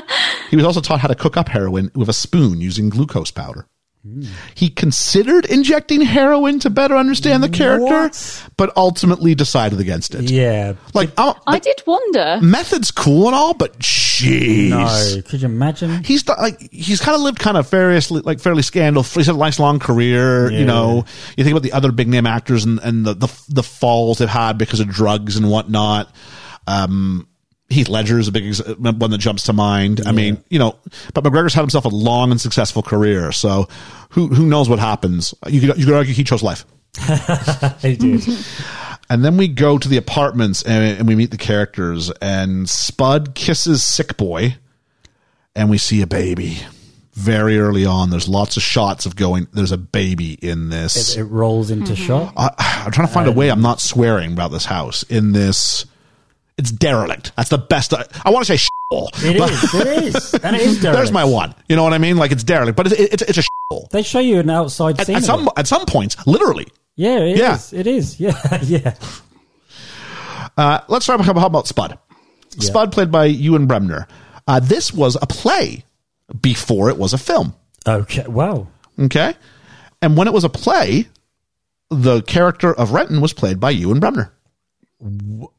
A: he was also taught how to cook up heroin with a spoon using glucose powder.
C: Hmm.
A: He considered injecting heroin to better understand the character,
C: What?
A: but ultimately decided against it.
C: Yeah.
A: Like, I'm,
D: I did wonder.
A: method's cool and all, but jeez.
C: No. Could you imagine?
A: He's th- like he's kind of lived kind of variously like fairly scandal. He's had a nice long career, you
C: Yeah.
A: know. You think about the other big name actors and, and the, the the falls they've had because of drugs and whatnot. Um, Heath Ledger is a big ex- one that jumps to mind. I mean, you know, but McGregor's had himself a long and successful career, so who who knows what happens? You could you could argue he chose life.
C: He did.
A: And then we go to the apartments and, and we meet the characters. And Spud kisses Sick Boy, and we see a baby very early on. There's lots of shots of going. There's a baby in this.
C: it Um, rolls into
A: Mm-hmm.
C: shot.
A: I, am trying to find a way. I'm not swearing about this house. In this, it's derelict. That's the best. I, I want to say shithole.
C: It
A: but
C: is. It is. And it is
A: There's
C: derelict.
A: my one. You know what I mean? Like it's derelict, but it's it's, it's a shithole.
C: They show you an outside
A: At,
C: scene.
A: at
C: of
A: some
C: it.
A: at some points, literally.
C: Yeah, it is.
A: Yeah.
C: It is. Yeah, yeah.
A: Uh, let's talk about, how about Spud. Spud, played by Ewan Bremner. Uh, this was a play before it was a film.
C: Okay. Wow.
A: Okay. And when it was a play, the character of Renton was played by Ewan Bremner.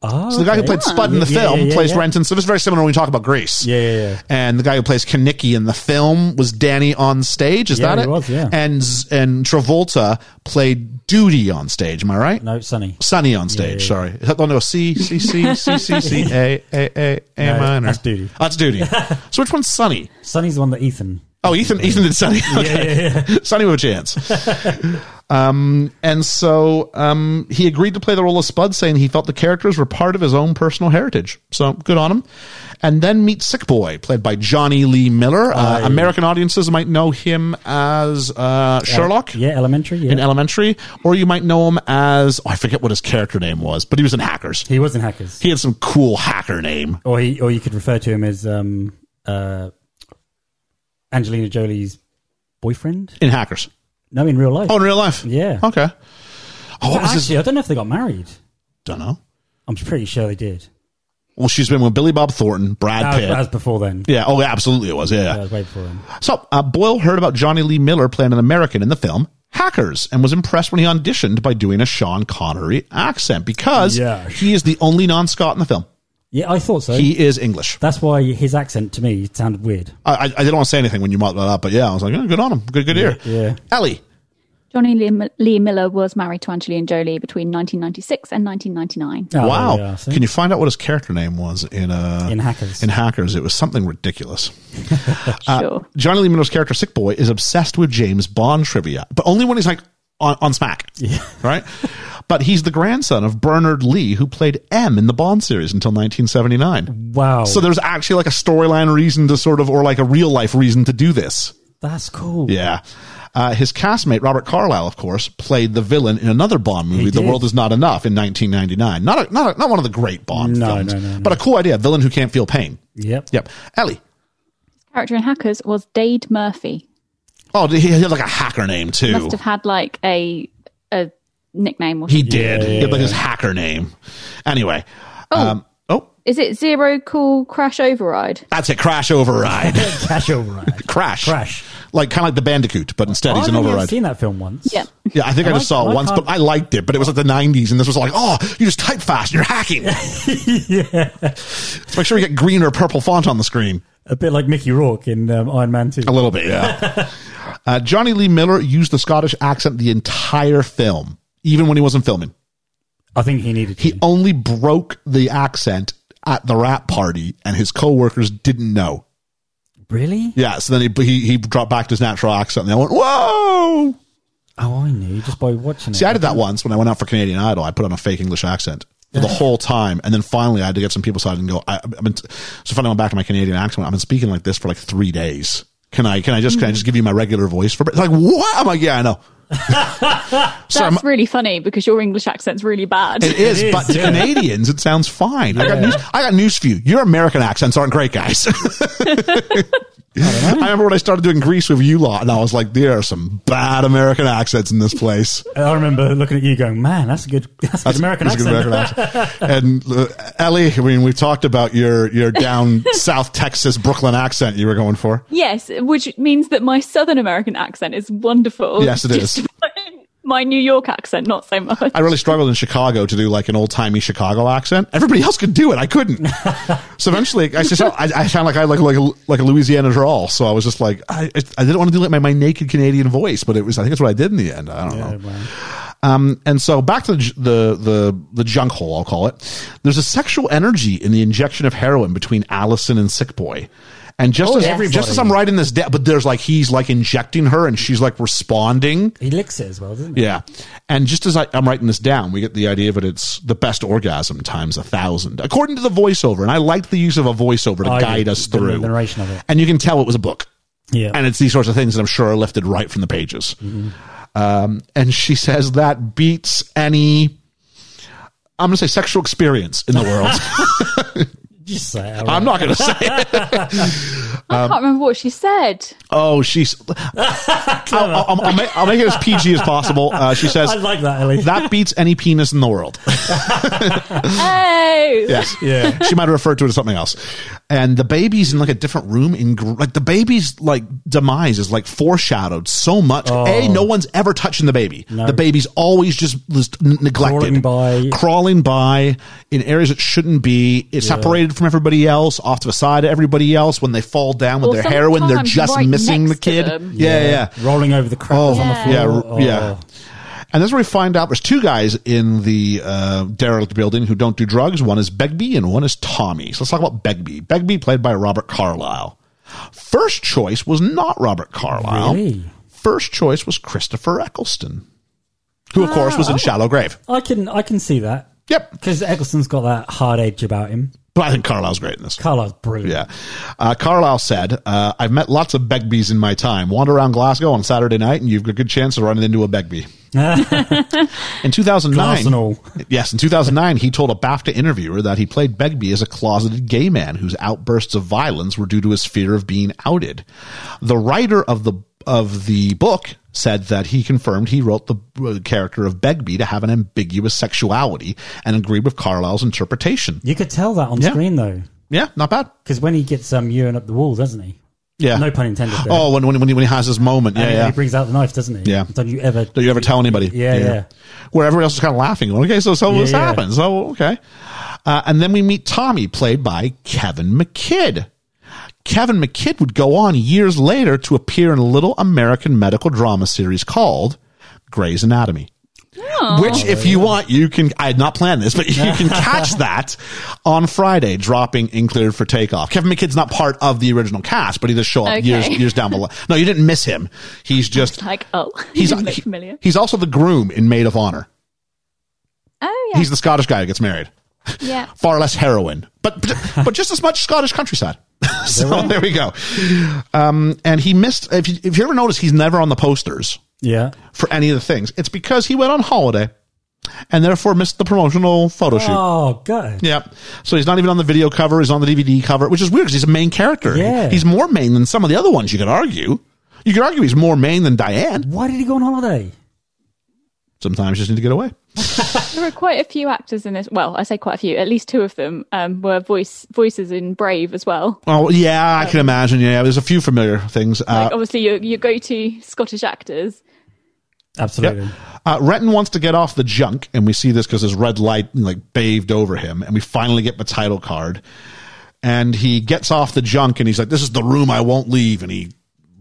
C: Oh,
A: So the guy who played Spud in the
C: Ah, Yeah,
A: film
C: yeah, yeah,
A: plays
C: yeah.
A: Renton. So this is very similar when we talk about Greece.
C: Yeah, yeah, yeah.
A: And the guy who plays Kanicki in the film was Danny on stage. Is
C: Yeah,
A: that
C: he
A: it?
C: was, yeah.
A: And and Travolta played Duty on stage. Am I right?
C: No, Sonny.
A: Sunny on stage. Sorry, Is that- oh no, C C C C C C A A A A
C: No,
A: minor.
C: that's Duty.
A: Oh, that's duty. so which one's Sunny?
C: Sonny's the one that Ethan.
A: Oh, Ethan. Ethan did Sunny. Okay.
C: Yeah, yeah, yeah.
A: Sunny with a chance. Um, and so um, he agreed to play the role of Spud, saying he felt the characters were part of his own personal heritage. So good on him. And then meet Sick Boy, played by Johnny Lee
C: Oh,
A: Miller. Uh, American audiences might know him as uh, Sherlock
C: Yeah, elementary. Yeah.
A: in Elementary, or you might know him as oh, I forget what his character name was, but he was in Hackers.
C: he was in Hackers.
A: He had some cool hacker name.
C: or he, or you could refer to him as um, uh, Angelina Jolie's boyfriend.
A: in Hackers.
C: No, in real life.
A: Oh, in real life.
C: Yeah.
A: Okay. Oh, what was
C: Actually,
A: his?
C: I don't know if they got married.
A: Don't know.
C: I'm pretty sure they did.
A: Well, she's been with Billy Bob Thornton,
C: That
A: Brad
C: was,
A: Pitt.
C: that was before then.
A: yeah. Oh, yeah, absolutely. It was. Yeah.
C: That was way before then.
A: So uh, Boyle heard about Johnny Lee Miller playing an American in the film Hackers and was impressed when he auditioned by doing a Sean Connery accent because
C: Yeah.
A: he is the only non-Scot in the film.
C: Yeah, I thought so.
A: He is English.
C: That's why his accent to me sounded weird.
A: I, I, I didn't want to say anything when you brought that up, but yeah, I was like, oh, good on him. Good, good ear.
C: yeah.
A: Ellie.
D: Johnny Lee, Lee Miller was married to Angelina Jolie between 1996 and 1999.
C: Oh,
A: wow.
C: yeah, see?
A: Can you find out what his character name was in uh,
C: In Hackers.
A: In Hackers, it was something ridiculous. Uh,
D: sure.
A: Johnny Lee Miller's character Sick Boy is obsessed with James Bond trivia, but only when he's like on, on smack, right? But he's the grandson of Bernard Lee, who played M in the Bond series until 1979.
C: wow.
A: So there's actually like a storyline reason to sort of, or like a real life reason to do this.
C: That's cool.
A: Yeah. Uh, his castmate Robert Carlyle, of course, played the villain in another Bond movie,
C: He
A: "The
C: did.
A: World Is Not Enough," in 1999. Not a, not a, not one of the great Bond
C: No,
A: films,
C: no, no, no.
A: but a cool idea. Villain who can't feel pain.
C: Yep.
A: Yep. Ellie.
D: Character in Hackers was Dade Murphy.
A: Oh, he had like a hacker name too.
D: Must have had like a a nickname or
A: He
D: something.
A: did. He had like his hacker name. Anyway. Oh. Um, oh,
D: Is it Zero Cool Crash Override?
A: that's it. Crash Override.
C: Cash override.
A: Crash.
C: Crash.
A: Like kind of like the Bandicoot, but instead he's
C: I've
A: an
C: only
A: override.
C: seen that film once.
D: Yeah.
A: Yeah, I think I,
C: I
A: just
C: like-
A: saw
C: I
A: it once,
C: can't-
A: but I liked it. But it was like the '90s, and this was like, oh, you just type fast, you're hacking. yeah. Let's make sure we get green or purple font on the screen.
C: A bit like Mickey Rourke in um, Iron Man 2.
A: A little bit, yeah. uh, Johnny Lee Miller used the Scottish accent the entire film, even when he wasn't filming.
C: I think he needed
A: He oh
C: to.
A: only broke the accent at the rap party, and his coworkers didn't know.
C: Really?
A: Yeah, so then he he, he dropped back to his natural accent, and I went, "Whoa!"
C: Oh, I knew just by watching
A: See,
C: it.
A: I did that once when I went out for Canadian Idol. I put on a fake English accent for the whole time, and then finally I had to get some people so I didn't go. I, I've been, so finally I went back to my Canadian accent. I've been speaking like this for like three days. Can I? Can I just? Can I just give you my regular voice for? a bit? It's like what? I'm like, yeah, I know. Sorry, I'm-
D: That's really funny because your English accent's really bad.
A: It is,
C: It
A: but
C: is,
A: to
C: yeah.
A: Canadians, it sounds fine. I got news. I got news for you. Your American accents aren't great, guys. I remember when I started doing Greece with you lot, and I was like, "There are some bad American accents in this place."
C: I remember looking at you going, man, that's a good, that's a good American
A: That's a
C: accent.
A: good American accent. and uh, Ellie, I mean, we talked about your your down South Texas Brooklyn accent you were going for.
D: yes, which means that my Southern American accent is wonderful.
A: Yes, it
D: Just
A: is. Um,
D: My New York accent, not so much.
A: I really struggled in Chicago to do like an old timey Chicago accent. Everybody else could do it. I couldn't. so eventually, I just I, I sound like I like like a, like a Louisiana drawl. So I was just like I I didn't want to do like my, my naked Canadian voice, but it was I think that's what I did in the end. I don't
C: Oh,
A: know. Um, and so back to the, j- the the the junk hole, I'll call it. There's a sexual energy in the injection of heroin between Allison and Sick Boy. And just as
C: Oh, everybody.
A: just as I'm writing this down, but there's like he's like injecting her and she's like responding.
C: He licks it as well, doesn't he?
A: Yeah. And just as I, I'm writing this down, we get the idea that it's the best orgasm times a thousand, according to the voiceover. And I liked the use of a voiceover to
C: Oh, I
A: guide
C: did.
A: us
C: The
A: through
C: narration of it.
A: And you can tell it was a book.
C: Yeah.
A: And it's these sorts of things that I'm sure are lifted right from the pages. Um, and she says that beats any, I'm going to say sexual experience in the world.
C: Just say it, all
A: I'm
C: right.
A: not going to say it.
D: I can't remember what she said.
A: Oh, she's. I'll, I'll- I'll make, I'll make it as PG as possible. Uh, she says
C: I like that, Ellie.
A: that beats any penis in the world.
D: Oh,
A: Yes.
C: Yeah.
A: she might have referred to it as something else. And the baby's in like a different room. In gr- like the baby's like demise is like foreshadowed so much. A,
C: Oh.
A: no one's ever touching the baby. The baby's always just was n- neglected,
C: Crawling by.
A: crawling by in areas it shouldn't be. It's separated from everybody else, off to the side of everybody else. When they fall down with
D: Or
A: their heroin, they're
D: sometimes
A: just
D: right
A: missing the
D: next to
A: kid.
D: them.
A: Yeah, yeah. yeah.
C: Rolling over the cracks
A: Oh,
C: on the
A: yeah,
C: floor.
A: r- yeah. Oh. And that's where we find out there's two guys in the uh, derelict building who don't do drugs. One is Begbie and one is Tommy. So let's talk about Begbie. Begbie, played by Robert Carlyle. First choice was not Robert Carlyle.
C: Oh, Really?
A: First choice was Christopher Eccleston. who of course was in Shallow Grave.
C: I can I can see that
A: Yep.
C: because Eggleston's got that hard edge about him.
A: But I think Carlisle's great in this.
C: Carlisle's brilliant.
A: Yeah. Uh, Carlisle said, uh, I've met lots of Begbys in my time. Wander around Glasgow on Saturday night and you've got a good chance of running into a Begbie. in 2009,
C: Arsenal.
A: yes, in 2009, he told a BAFTA interviewer that he played Begbie as a closeted gay man whose outbursts of violence were due to his fear of being outed. The writer of the of the book said that he confirmed he wrote the uh, character of Begbie to have an ambiguous sexuality and agreed with Carlyle's interpretation.
C: You could tell that on
A: Yeah.
C: screen though,
A: Yeah, not bad.
C: because when he gets um urine up the wall, doesn't he?
A: Yeah.
C: No pun intended. There.
A: Oh, when, when, when he when he has his moment.
C: And
A: Yeah,
C: he-
A: yeah.
C: He brings out the knife, doesn't he?
A: Yeah.
C: Don't you ever?
A: Don't you ever tell anybody?
C: Yeah, yeah.
A: Where everyone else is kind of laughing. Okay, so so
C: Yeah,
A: this
C: yeah.
A: happens. Oh, okay. Uh, and then we meet Tommy, played by Kevin McKidd. Kevin McKidd would go on years later to appear in a little American medical drama series called Grey's Anatomy.
D: oh.
C: Oh,
A: Which, if you want, you can. I had not planned this, but you can catch that on Friday, dropping in cleared for takeoff. Kevin McKidd's not part of the original cast, but he just show up
D: Okay.
A: years years down below. No, you didn't miss him. He's just
D: Like, oh,
A: he's
D: he's a bit
A: he-
D: familiar.
A: he's also the groom in Maid of Honor.
D: oh, yeah.
A: He's the Scottish guy who gets married.
D: yeah.
A: Far less heroin, but but, but just as much Scottish countryside. so there we go. Um, and he missed. If you, if you ever notice, he's never on the posters
C: Yeah.
A: for any of the things. It's because he went on holiday, and therefore missed the promotional photo shoot.
C: Oh god.
A: Yeah, so he's not even on the video cover. He's on the DVD cover, which is weird because he's a main character.
C: Yeah.
A: he's more main than some of the other ones. You could argue. You could argue he's more main than Diane.
C: Why did he go on holiday?
A: Sometimes you just need to get away.
D: There were quite a few actors in this. Well, I say quite a few. At least two of them um, were voice voices in Brave as well.
A: Oh yeah, I can imagine. Yeah, there's a few familiar things. Uh,
D: Like, obviously, your your go to Scottish actors.
C: Absolutely.
A: uh, Renton wants to get off the junk, and we see this because his red light like bathed over him, and we finally get the title card, and he gets off the junk, and he's like, "This is the room I won't leave," and he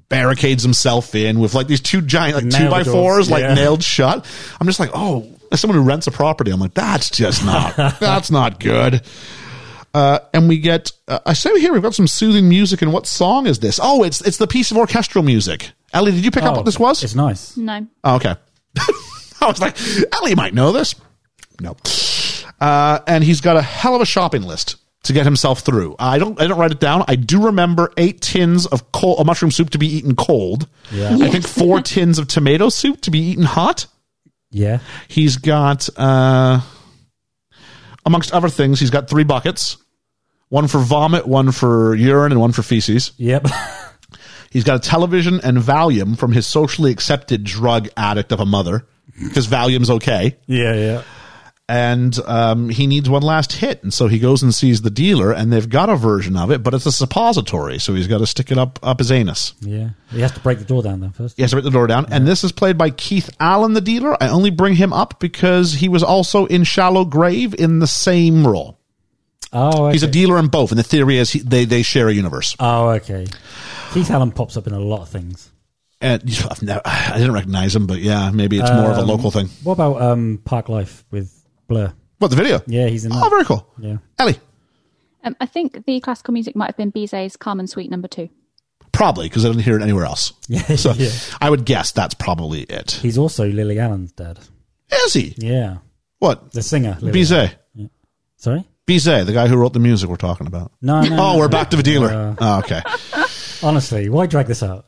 A: barricades himself in with like these two giant like two
C: Nailed
A: by
C: doors,
A: fours like
C: yeah.
A: nailed shut. I'm just like, oh, as someone who rents a property, I'm like, that's just not that's not good. Uh, and we get uh, I say here we've got some soothing music and what song is this? Oh, it's it's the piece of orchestral music. Ellie, did you pick up
C: Oh,
A: what this was?
C: It's nice.
D: No.
A: Oh, okay. I was like, Ellie might know this. No. Uh, and he's got a hell of a shopping list to get himself through. I don't I don't write it down. I do remember eight tins of col- uh, mushroom soup to be eaten cold.
C: Yeah.
A: I think four tins of tomato soup to be eaten hot.
C: Yeah.
A: He's got uh, amongst other things, he's got three buckets. One for vomit, one for urine, and one for feces.
C: Yep.
A: He's got a television and Valium from his socially accepted drug addict of a mother because Valium's okay.
C: yeah. Yeah.
A: And um, he needs one last hit. And so he goes and sees the dealer, and they've got a version of it, but it's a suppository. So he's got to stick it up, up his anus.
C: Yeah. He has to break the door down though first.
A: He has to break the door down. And this is played by Keith Allen, the dealer. I only bring him up because he was also in Shallow Grave in the same role.
C: Oh. Okay.
A: He's a dealer in both. And the theory is he, they, they share a universe.
C: Oh, okay. Keith Allen pops up in a lot of things.
A: And I've never, I didn't recognize him, but yeah, maybe it's
C: Um,
A: more of a local thing.
C: What about um, Park Life with Blur?
A: What, the video?
C: Yeah, he's in.
A: Oh,
C: That.
A: very cool.
C: Yeah.
A: Ellie,
D: Um, I think the classical music might have been Bizet's Carmen Suite number two.
A: probably because I didn't hear it anywhere else.
C: Yeah,
A: So
C: yeah.
A: I would guess that's probably it.
C: He's also Lily Allen's dad.
A: Is he?
C: Yeah.
A: What?
C: The singer. Lily Allen.
A: Bizet.
C: Sorry.
A: Bizet, the guy who wrote the music we're talking about.
C: No. no
A: Oh,
C: no,
A: we're
C: no.
A: back to the dealer.
C: Uh,
A: Oh, okay.
C: honestly, why drag this out?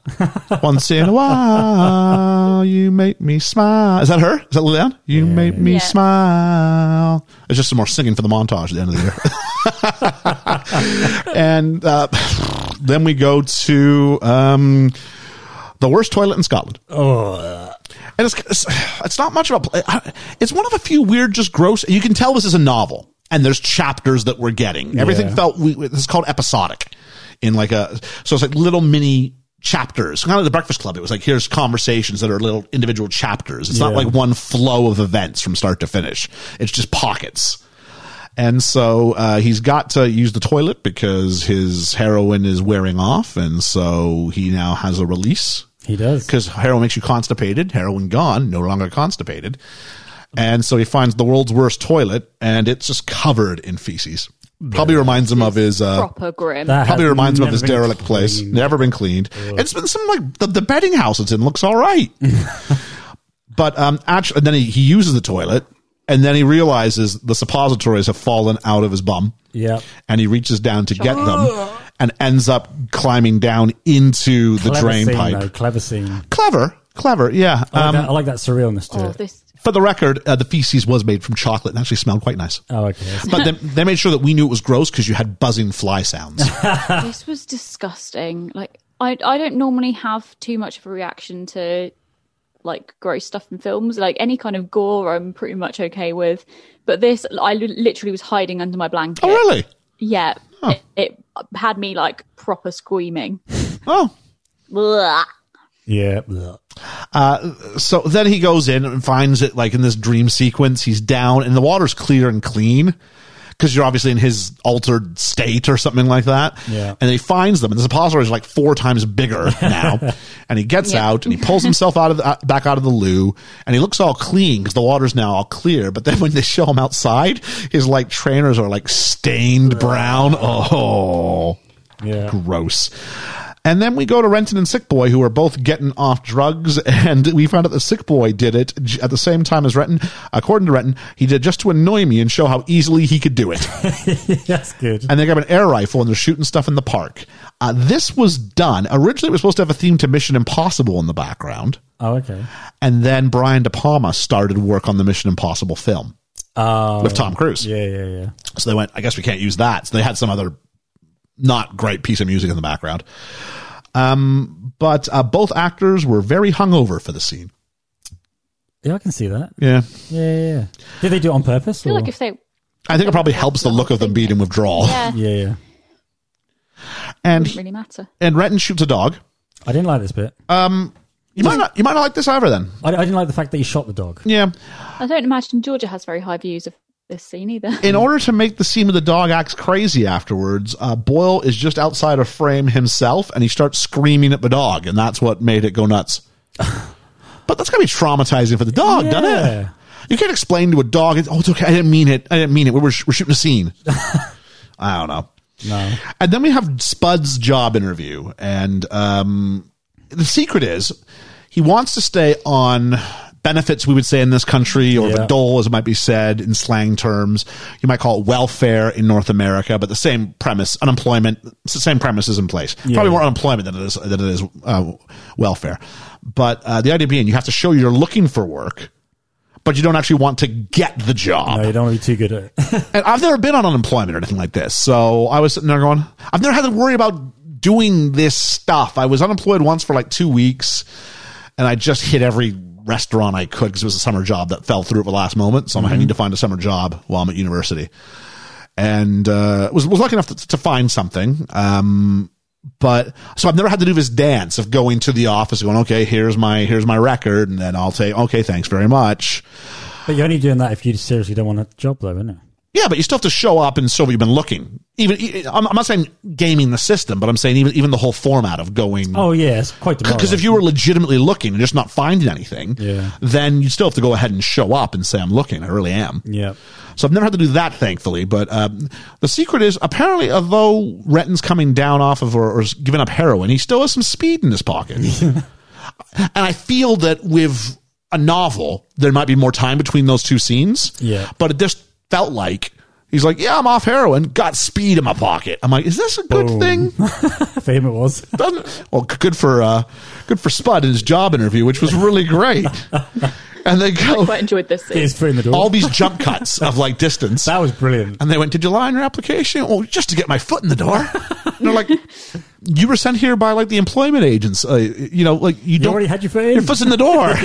A: Once in a while, you make me smile. Is that her? Is that Lillian? You make me
D: Yeah.
A: smile. It's just some more singing for the montage at the end of the year. and uh, then we go to um, the worst toilet in Scotland.
C: oh.
A: and it's, it's it's not much of a it's one of a few weird just gross you can tell this is a novel and there's chapters that we're getting everything
C: Yeah.
A: felt we it's called episodic in like a so it's like little mini chapters kind of the breakfast club it was like here's conversations that are little individual chapters it's not
C: Yeah.
A: like one flow of events from start to finish it's just pockets and so uh, he's got to use the toilet because his heroin is wearing off and so he now has a release
C: He does.
A: because heroin makes you constipated. Heroin gone, no longer constipated. And so he finds the world's worst toilet, and it's just covered in feces. Probably reminds him of his. Uh,
D: Proper grim.
C: That
A: Probably
C: has
A: reminds him of
C: never
A: his
C: been
A: derelict place.
C: cleaned.
A: Never been cleaned. It's been some like the, the bedding house it's in looks all right. But um, actually, and then he, he uses the toilet, and then he realizes the suppositories have fallen out of his bum,
C: Yeah.
A: and he reaches down to get them, and ends up climbing down into the
C: Clever
A: drain
C: scene,
A: pipe.
C: Though, clever scene.
A: Clever, clever, yeah.
C: I, like
A: Um,
C: that, I like that surrealness to
D: Oh,
C: it.
D: this.
A: for the record, uh, the feces was made from chocolate and actually smelled quite nice.
C: Oh, okay. that's-
A: But they, they made sure that we knew it was gross because you had buzzing fly sounds.
D: this was disgusting. Like I I don't normally have too much of a reaction to like gross stuff in films. Like any kind of gore I'm pretty much okay with. But this I li- literally was hiding under my blanket.
A: oh, really?
D: Yeah. It, it had me like proper screaming.
A: Oh.
D: Blah.
C: Yeah. bleh.
A: So then he goes in and finds it like in this dream sequence. He's down and the water's clear and clean because you're obviously in his altered state or something like that.
C: Yeah.
A: And he finds them and the suppository is like four times bigger now. and he gets
D: Yeah.
A: out and he pulls himself out of the, uh, back out of the loo and he looks all clean because the water's now all clear. But then when they show him outside, his like trainers are like stained brown. Oh
C: Yeah.
A: gross. And then we go to Renton and Sick Boy, who are both getting off drugs, and we found out that Sick Boy did it j- at the same time as Renton. According to Renton, he did just to annoy me and show how easily he could do it.
C: That's good.
A: and they grab an air rifle and they're shooting stuff in the park. Uh, this was done originally. It was supposed to have a theme to Mission Impossible in the background,
C: Oh, okay.
A: and then Brian De Palma started work on the Mission Impossible film
C: Oh.
A: with Tom Cruise.
C: Yeah, yeah, yeah.
A: So they went, I guess we can't use that. So they had some other not great piece of music in the background. Um, but uh, both actors were very hungover for the scene.
C: Yeah, I can see that.
A: Yeah.
C: Yeah, yeah, yeah. Did they do it on purpose?
D: I feel
C: or?
D: like if they
A: I think it probably helps the look of them being in withdrawal.
D: yeah,
C: yeah, yeah.
D: doesn't
A: And
D: really matter.
A: and Renton shoots a dog.
C: I didn't like this bit.
A: You might not you might not like this either then.
C: I, I didn't like the fact that he shot the dog.
A: Yeah.
D: I don't imagine Georgia has very high views of this scene either.
A: In order to make the scene of the dog acts crazy afterwards, uh, Boyle is just outside of frame himself and he starts screaming at the dog, and that's what made it go nuts. but that's gotta be traumatizing for the dog, doesn't it?
C: Yeah.
A: You can't explain to a dog, it's, oh, it's okay. I didn't mean it. I didn't mean it. We were, sh- we're shooting a scene. I don't know.
C: No.
A: And then we have Spud's job interview. And um, the secret is he wants to stay on benefits, we would say in this country, or
C: Yeah.
A: the dole, as it might be said in slang terms. You might call it welfare in North America, but the same premise, unemployment, it's the same premise is in place. Probably more unemployment than it is, than it is uh, welfare. But uh, the idea being you have to show you're looking for work. But you don't actually want to get the job.
C: No, you don't want to be too good at it.
A: And I've never been on unemployment or anything like this. So I was sitting there going, I've never had to worry about doing this stuff. I was unemployed once for like two weeks and I just hit every restaurant I could because it was a summer job that fell through at the last moment. So I'm like, I need to find a summer job while I'm at university. And uh, was, was lucky enough to, to find something. Um, but so I've never had to do this dance of going to the office and going, okay, here's my, here's my record. And then I'll say, okay, thanks very much.
C: But you're only doing that if you seriously don't want a job, though, isn't it?
A: Yeah, but you still have to show up and show what you've been looking. Even e- I'm I'm not saying gaming the system, but I'm saying even even the whole format of going.
C: Oh, yeah, it's quite demoralizing.
A: because if you were legitimately looking and just not finding anything,
C: Yeah.
A: then you still have to go ahead and show up and say, "I'm looking. I really am."
C: Yeah.
A: So I've never had to do that, thankfully. But um, the secret is apparently, although Renton's coming down off of or, or is giving up heroin, he still has some speed in his pocket. and I feel that with a novel, there might be more time between those two scenes.
C: Yeah.
A: But it just felt like he's like, yeah, I'm off heroin, got speed in my pocket. I'm like, is this a good thing?
C: For him, it was.
A: Doesn't well, g- good for uh, good for Spud in his job interview, which was really great. and they go
D: Quite enjoyed this scene.
C: His foot in the door.
A: all these jump cuts of like distance.
C: that was brilliant.
A: And they went, Did you lie on your application? Well, just to get my foot in the door. and they're like, You were sent here by like the employment agents. Uh, you know, like you,
C: You
A: don't
C: already had your foot in?
A: your foot's in the door.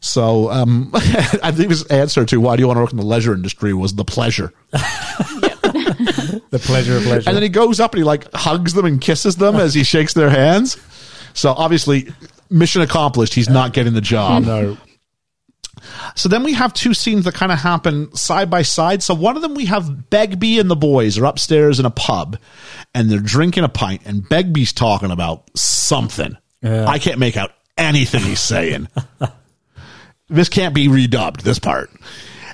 A: So um, I think his answer to why do you want to work in the leisure industry was the pleasure.
C: the pleasure of leisure.
A: And then he goes up and he like hugs them and kisses them as he shakes their hands. So obviously, mission accomplished. He's not getting the job.
C: no.
A: So then we have two scenes that kind of happen side by side. So one of them we have Begbie and the boys are upstairs in a pub and they're drinking a pint and Begbie's talking about something.
C: Yeah.
A: I can't make out anything he's saying. this can't be redubbed, this part.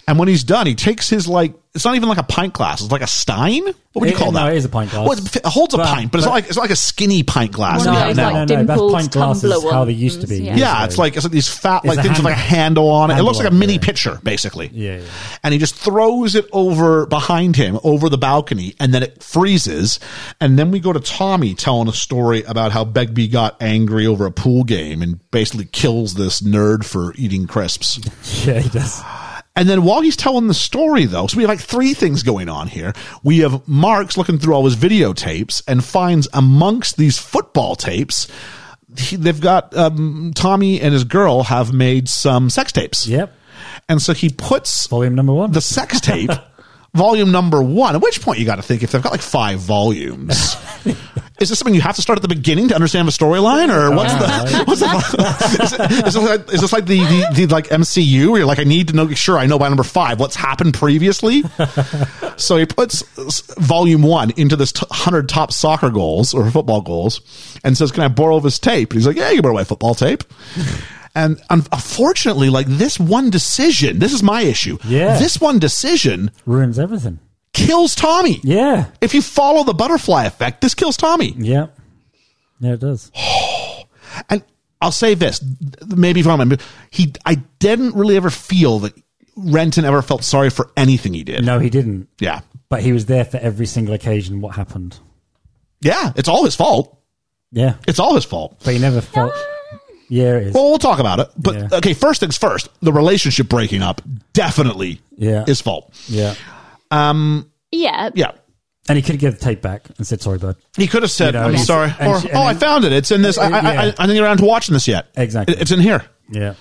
A: And when he's done, he takes his like it's not even like a pint glass; it's like a stein. What would you
C: It-
A: call
C: no,
A: that?
C: it is a pint glass.
A: Well, it holds a
C: But-
A: pint, but, it's
C: but-
A: not like it's not like a skinny pint glass.
D: One
A: we
D: of
A: have
D: those,
A: now.
D: like,
C: No, no, that's
D: dimples,
C: pint glasses,
D: tumbler
C: how they used to
D: ones,
C: be.
D: yeah.
A: yeah, it's like it's like these fat like
C: a
A: things with like a handle on it. it
C: handle
A: looks like a
C: on it,
A: mini
C: yeah.
A: pitcher, basically.
C: Yeah, yeah.
A: And he just throws it over behind him, over the balcony, and then it freezes. And then we go to Tommy telling a story about how Begbie got angry over a pool game and basically kills this nerd for eating crisps.
C: Yeah, he does.
A: And then while he's telling the story, though, so we have like three things going on here. We have Mark's looking through all his videotapes and finds amongst these football tapes, he, they've got um, Tommy and his girl have made some sex tapes.
C: Yep.
A: And so he puts
C: Volume number one.
A: the sex tape, volume number one, at which point you got to think if they've got like five volumes. Is this something you have to start at the beginning to understand the storyline, or what's the what's the is, it, is, this like, is this like the, the the like MCU where you're like I need to know sure I know by number five what's happened previously? so he puts s- volume one into this t- hundred top soccer goals or football goals, and says, "Can I borrow this tape?" And he's like, "Yeah, you can borrow my football tape." And un- unfortunately, like this one decision, this is my issue.
C: Yeah.
A: This one decision
C: Ruins everything.
A: kills Tommy.
C: Yeah.
A: If you follow the butterfly effect, this kills Tommy.
C: Yeah. Yeah, it does.
A: And I'll say this, th- maybe if I'm he I didn't really ever feel that Renton ever felt sorry for anything he did.
C: No, he didn't.
A: Yeah.
C: But he was there for every single occasion what happened.
A: Yeah, it's all his fault.
C: Yeah.
A: It's all his fault.
C: But he never felt. Yeah, it is.
A: Well, we'll talk about it. But
C: Yeah.
A: okay, first things first, the relationship breaking up definitely
C: Yeah.
A: his fault.
C: Yeah.
D: Yeah.
A: Yeah.
C: And he could get the tape back and said, sorry, bud.
A: He could have said,
C: You know,
A: "I'm
C: he's-
A: sorry,"
C: and
A: or
C: she- and
A: "Oh, I
C: then-
A: found it. It's in this. I, I, I,
C: Yeah.
A: I didn't get around to watching this yet.
C: Exactly.
A: It- It's in here."
C: Yeah.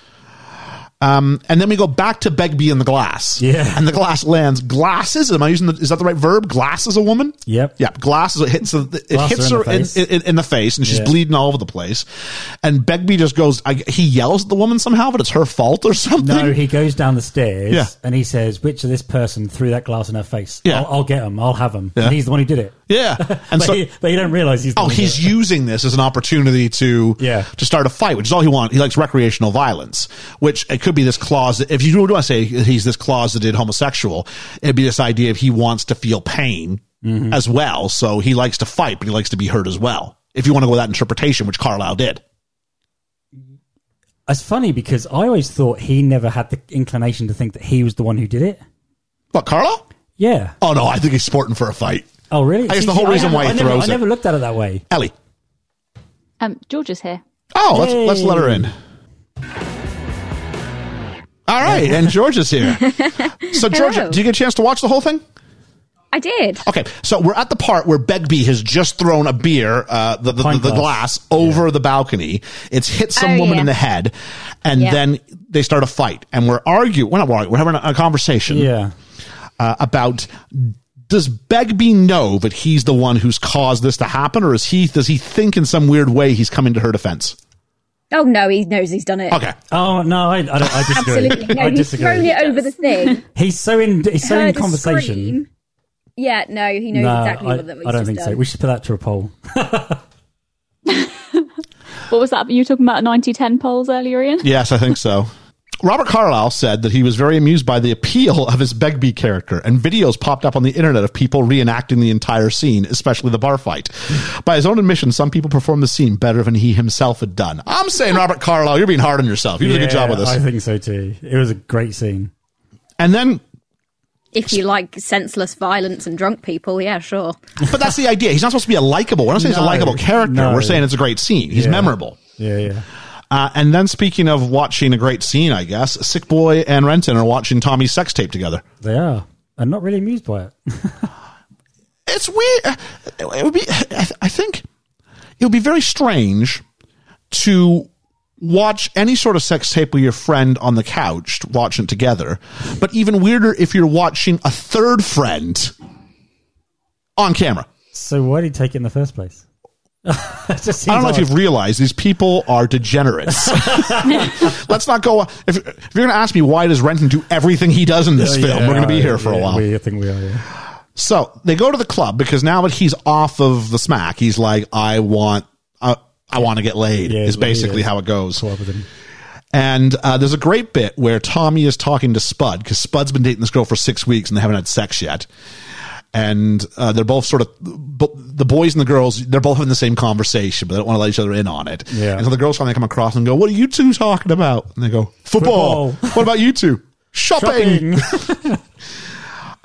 A: Um, and then we go back to Begbie and the glass.
C: Yeah.
A: and the glass lands. Glasses. Am I using the? Is that the right verb? Glasses. A woman.
C: Yep.
A: Yeah. Glasses. It hits. The, it
C: Blasts
A: hits
C: her
A: her
C: in the
A: in,
C: face.
A: in, in the face, and she's
C: Yeah.
A: bleeding all over the place. And Begbie just goes. I, he yells at the woman somehow, but it's her fault or something.
C: No, he goes down the stairs
A: Yeah.
C: and he says, which of this person threw that glass in her face?
A: Yeah.
C: I'll, I'll get him. I'll have him.
A: Yeah.
C: And he's the one who did it.
A: yeah. And
C: but,
A: so
C: he, but you don't realize he's. The
A: Oh,
C: one who
A: he's
C: did it.
A: using this as an opportunity to
C: Yeah.
A: to start a fight, which is all he wants. He likes recreational violence, which it could be this closet. If you do want to say he's this closeted homosexual, it'd be this idea of he wants to feel pain
C: Mm-hmm.
A: as well. So he likes to fight, but he likes to be hurt as well. If you want to go with that interpretation, which Carlyle did.
C: It's funny because I always thought he never had the inclination to think that he was the one who did it.
A: What, Carlyle?
C: Yeah.
A: Oh, no, I think he's sporting for a fight.
C: Oh, really?
A: I guess
C: See,
A: the whole
C: see, I
A: reason
C: never-
A: why he
C: I never,
A: throws
C: I
A: it-
C: never looked at it that way.
A: Ellie.
D: Um, George is here.
A: Oh, let's, let's let her in. All right, and George is here. So, Georgia,
F: Hello.
A: do you get a chance to watch the whole thing?
F: I did.
A: Okay, so we're at the part where Begbie has just thrown a beer, uh, the, the, the,
C: Pint
A: the
C: glass.
A: glass, over the balcony. It's hit some
F: Oh,
A: woman
F: yeah.
A: in the head, and
F: Yeah.
A: then they start a fight. And we're arguing, we're not arguing, we're having a, a conversation
C: Yeah.
A: uh, about does Begbie know that he's the one who's caused this to happen, or is he, does he think in some weird way he's coming to her defense?
F: Oh no, he knows he's done it.
A: Okay.
C: Oh no, I, I, don't, I disagree.
F: Absolutely. No,
C: I
F: he's thrown
C: disagree.
F: it over the thing.
C: He's so in. He's so in
F: heard a
C: conversation.
F: scream. Yeah, no, he knows
C: No,
F: exactly
C: I,
F: what that was.
C: I don't
F: just
C: think so.
F: done.
C: We should put that to a poll.
D: What was that? You were talking about 90 10 polls earlier, Ian?
A: Yes, I think so. Robert Carlyle said that he was very amused by the appeal of his Begbie character, and videos popped up on the internet of people reenacting the entire scene, especially the bar fight. By his own admission, some people performed the scene better than he himself had done. I'm saying, Robert Carlyle, you're being hard on yourself. You did a good job with this.
C: I think so too. It was a great scene.
A: and then,
F: If you like senseless violence and drunk people, yeah, sure.
A: but that's the idea. He's not supposed to be a likable. We're not saying he's a
C: No,
A: likable character.
C: no.
A: We're saying it's a great scene. He's
C: Yeah.
A: memorable.
C: Yeah, yeah.
A: Uh, and then, speaking of watching a great scene, I guess, Sick Boy and Renton are watching Tommy's sex tape together.
C: They are. I'm not really amused by it.
A: it's weird. Uh, It would be. I th- I think it would be very strange to watch any sort of sex tape with your friend on the couch, watching it together. But even weirder if you're watching a third friend on camera.
C: So why did he take it in the first place? It just seems
A: I don't know if
C: odd.
A: you've realized these people are degenerates. Let's not go. If, if you're going to ask me why does Renton do everything he does in this
C: Yeah,
A: film,
C: yeah,
A: we're going to be
C: Oh, yeah,
A: here for a
C: yeah,
A: while.
C: We, I think we are. Yeah.
A: So they go to the club because now that he's off of the smack, he's like, I want, I, I want to get laid.
C: Yeah,
A: is
C: yeah,
A: basically
C: yeah.
A: how it goes.
C: Caught up with him.
A: And uh, there's a great bit where Tommy is talking to Spud because Spud's been dating this girl for six weeks and they haven't had sex yet. And uh, they're both sort of bo- the boys and the girls. They're both having the same conversation, but they don't want to let each other in on it.
C: Yeah.
A: And so the girls finally come across and go, "What are you two talking about?" And they go, "Football."
C: Football.
A: what about you two? Shopping.
C: Shopping.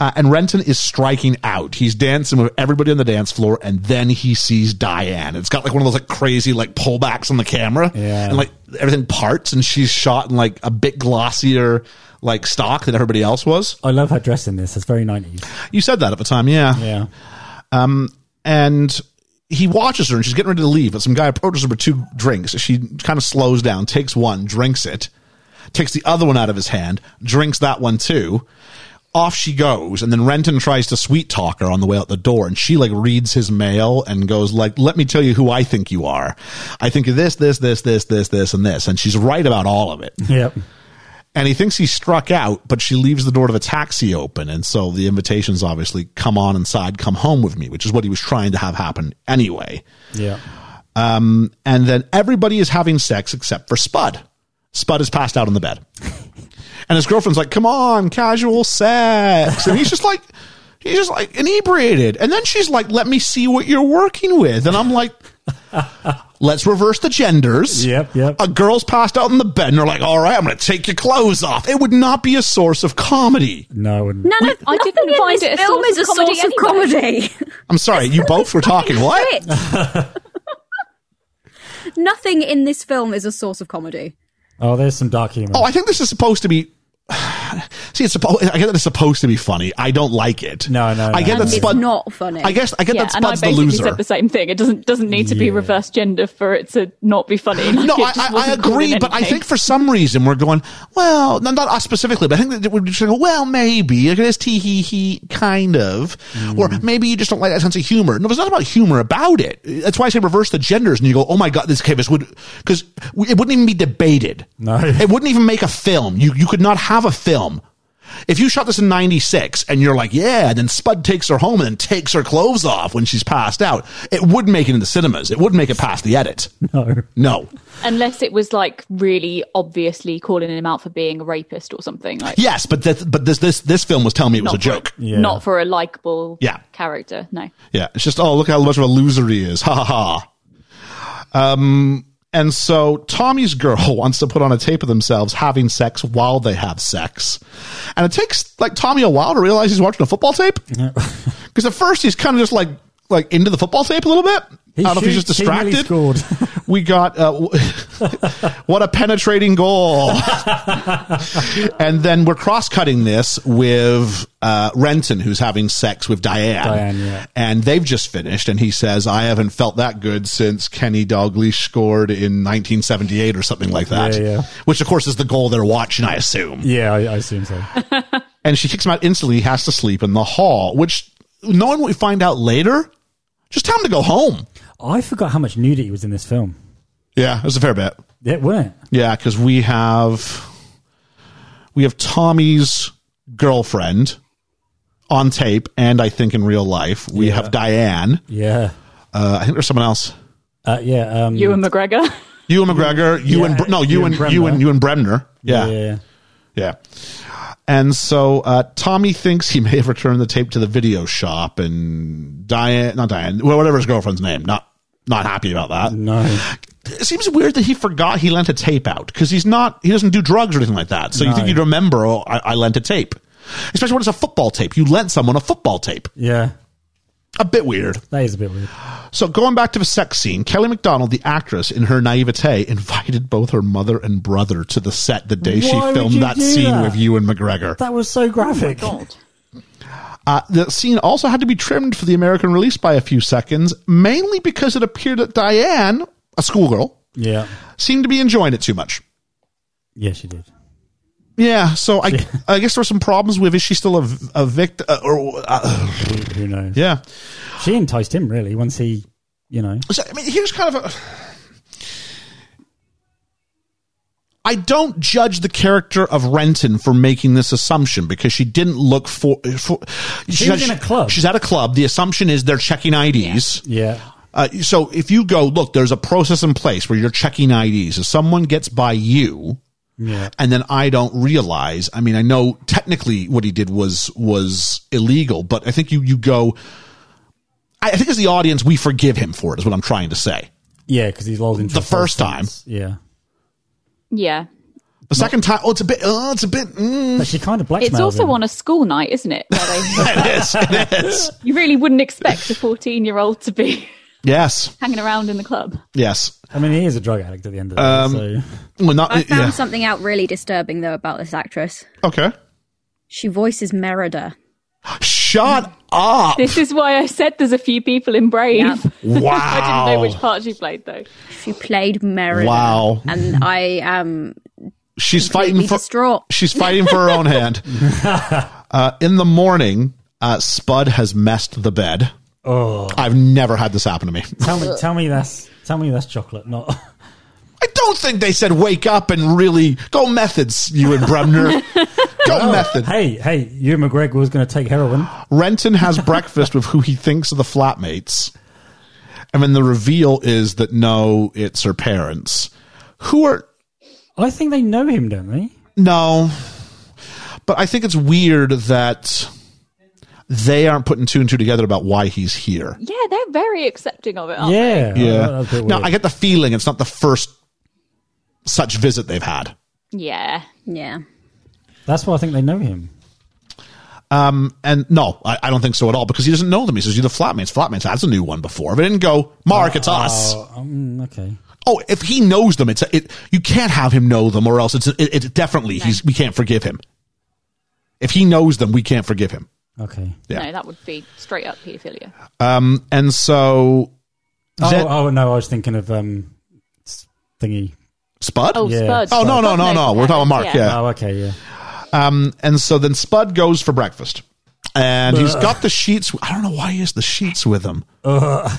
A: Uh, and Renton is striking out. He's dancing with everybody on the dance floor, and then he sees Diane. It's got like one of those like crazy like pullbacks on the camera,
C: Yeah.
A: and like everything parts, and she's shot in like a bit glossier like stock than everybody else was.
C: I love her dress in this. It's very 90s.
A: You said that at the time, yeah.
C: Yeah.
A: And he watches her, and she's getting ready to leave, but some guy approaches her with two drinks. She kind of slows down, takes one, drinks it, takes the other one out of his hand, drinks that one too. Off she goes, and then Renton tries to sweet talk her on the way out the door, and she like reads his mail and goes like, "Let me tell you who I think you are. I think you're this, this, this, this, this, this, and this." And she's right about all of it.
C: Yep.
A: And he thinks he's struck out, but she leaves the door to the taxi open, and so the invitation's obviously "Come on inside, come home with me," which is what he was trying to have happen anyway
C: Yeah.
A: and then everybody is having sex except for Spud. Spud is passed out on the bed. And his girlfriend's like, come on, casual sex. And he's just like, he's just like inebriated. And then she's like, let me see what you're working with. And I'm like, let's reverse the genders.
C: Yep, yep.
A: A girl's passed out on the bed and they're like, all right, I'm going to take your clothes off. It would not be a source of comedy.
C: No, and
F: None of,
D: I
F: nothing
D: didn't
F: in
D: find
F: this
D: it a
F: film
D: source
F: is a
D: of comedy
F: source of
D: anyway.
F: comedy.
A: I'm sorry, you both were talking. What?
F: Shit. nothing in this film is a source of comedy.
C: oh, there's some dark humor.
A: Oh, I think this is supposed to be. See, it's supposed. I get that it's supposed to be funny. I don't like it.
C: No, no,
A: I
C: no,
A: get
C: no.
A: that
F: It's
A: Spud.
F: not funny.
A: I guess I get
D: yeah,
A: that
D: and I
A: Spud's the
D: basically
A: loser.
D: said the same thing. It doesn't doesn't need to be
C: Yeah.
D: reverse gender for it to not be funny. Like,
A: No,
D: it
A: I,
D: just
A: I, I
D: wasn't called
A: agree,
D: in
A: but I
D: anything.
A: think for some reason we're going. Well, no, not us specifically, but I think that we're just going. Well, maybe like it is tee hee hee kind of, or
D: Mm.
A: maybe you just don't like that sense of humor. No, it's not about humor about it. That's why I say reverse the genders, and you go, oh my god, this okay, this would because it wouldn't even be debated.
C: No.
A: it wouldn't even make a film. You you could not have a film If you shot this in 96 and you're like, yeah, then Spud takes her home and then takes her clothes off when she's passed out, it would make it into cinemas. It would make it past the edit.
C: no.
A: No.
D: unless it was like really obviously calling him out for being a rapist or something. Like
A: Yes, but that, but this this this film was telling me it was a joke.
D: For, Not for a likable
A: Yeah.
D: character. No.
A: Yeah, it's just oh look how much of a loser he is. Ha ha ha. Um, and so Tommy's girl wants to put on a tape of themselves having sex while they have sex, and it takes like Tommy a while to realize he's watching a football tape because at first he's kind of just like like into the football tape a little bit.
C: He
A: I don't know if he's just
C: shoots- he nearly
A: distracted.
C: scored.
A: we got uh, what a penetrating goal. and then we're cross cutting this with uh, Renton, who's having sex with Diane.
C: Diane, yeah.
A: And they've just finished, and he says, I haven't felt that good since Kenny Dalglish scored in 1978 or something like that.
C: Yeah, yeah.
A: Which, of course, is the goal they're watching, I assume.
C: Yeah, I, I assume so.
A: And she kicks him out instantly. He has to sleep in the hall, which, knowing what we find out later, just tell him to go home.
C: I forgot how much nudity was in this film.
A: Yeah, it was a fair bit.
C: It weren't.
A: Yeah, because we have we have Tommy's girlfriend on tape, and I think in real life we have Diane.
C: Yeah.
A: Uh, I think there's someone else.
C: Uh, yeah. Um,
D: Ewan McGregor.
A: You and McGregor, you and
C: Yeah,
A: Bre- no, you
C: Ewan
A: and you and
C: Bremner.
A: you and Bremner. Yeah, yeah.
C: yeah.
A: And so uh, Tommy thinks he may have returned the tape to the video shop, and Diane, not Diane, well, whatever his girlfriend's name, not not happy about that.
C: No.
A: it seems weird that he forgot he lent a tape out because he's not he doesn't do drugs or anything like that. So you think you'd remember? Oh, I, I lent a tape, especially when it's a football tape. You lent someone a football tape.
C: Yeah.
A: A bit weird.
C: That is a bit weird.
A: So going back to the sex scene, Kelly McDonald, the actress, in her naivete, invited both her mother and brother to the set the day she
C: Why would
A: filmed
C: you
A: that
C: do
A: scene
C: that?
A: with you and McGregor.
C: That was so
A: Oh
C: graphic.
D: God.
A: Uh, the scene also had to be trimmed for the American release by a few seconds, mainly because it appeared that Diane, a schoolgirl,
C: yeah.
A: seemed to be enjoying it too much.
C: Yeah, she did.
A: Yeah, so I I guess there were some problems with is she still a, a victim uh, or uh,
C: Who, who knows?
A: yeah?
C: She enticed him, really, once he, you know.
A: So, I mean, here's kind of a. I don't judge the character of Renton for making this assumption because she didn't look for. for she's
C: was in a club.
A: She's at a club. The assumption is they're checking IDs.
C: Yeah.
A: Uh, so if you go, look, there's a process in place where you're checking IDs. If someone gets by you, and then I don't realize. I mean, I know technically what he did was was illegal, but I think you you go. I I think as the audience, we forgive him for it. Is what I'm trying to say.
C: Yeah, because he's lulled into
A: The
C: a false
A: first time.
C: sense. Yeah,
D: Yeah.
A: The second time, oh, it's a bit, oh, it's a bit. Mm.
C: but she kind of blackmails.
D: It's also
C: him.
D: on a school night, isn't it? Where they,
A: It is. It is.
D: you really wouldn't expect a 14 year old to be
A: Yes.
D: hanging around in the club.
A: Yes.
C: I mean, he is a drug addict at the end of the
A: Um,
C: day.
A: Well, not
C: uh,
F: I found
A: yeah.
F: something out really disturbing though about this actress.
A: okay.
F: She voices Merida.
A: Shut up!
D: This is why I said there's a few people in Brave.
F: Yeah.
A: Wow.
D: I didn't know which part she played though.
F: She played Merida.
A: Wow.
F: And I um, am
A: She's fighting
F: completely
A: for
F: distraught.
A: she's fighting for her own hand. Uh, in the morning, uh, Spud has messed the bed. Oh. I've never had this happen to me.
C: So tell me, tell me that's tell me that's chocolate, not
A: I don't think they said wake up and really go methods, you and Bremner. go method.
C: Hey, hey, you McGregor was going to take heroin.
A: Renton has breakfast with who he thinks are the flatmates. And then the reveal is that no, it's her parents. Who are
C: I think they know him, don't they?
A: No. But I think it's weird that they aren't putting two and two together about why he's here.
D: Yeah, they're very accepting of it. Oh, Aren't
C: Yeah, Oh,
A: Yeah. No,
C: no,
A: I get the feeling it's not the first such visit they've had.
D: They? Yeah.
F: Yeah.
C: that's why I think they know him.
A: And no, I, I don't think so at all because he doesn't know them. He says, You're the flatmates, flatmates. That's a new one before. If it didn't go, Mark, it's us.
C: Mm, okay,
A: Oh, if he knows them, it's a, it. You can't have him know them, or else it's it, it definitely he's we can't forgive him. If he knows them, we can't forgive him.
C: okay.
A: Yeah.
D: No, that would be straight up paedophilia.
A: And so,
C: Oh,
A: Zen-
C: oh no, I was thinking of um s- thingy.
A: Spud.
D: Oh,
C: Yeah.
D: Spud.
A: Oh no no
D: God
A: no
D: knows
A: no!
D: what
A: We're talking about
D: happened.
A: Mark. Yeah.
C: Oh, okay, yeah.
A: And so then Spud goes for breakfast, and he's
C: Uh.
A: got the sheets. I don't know why he has the sheets with him.
C: Uh.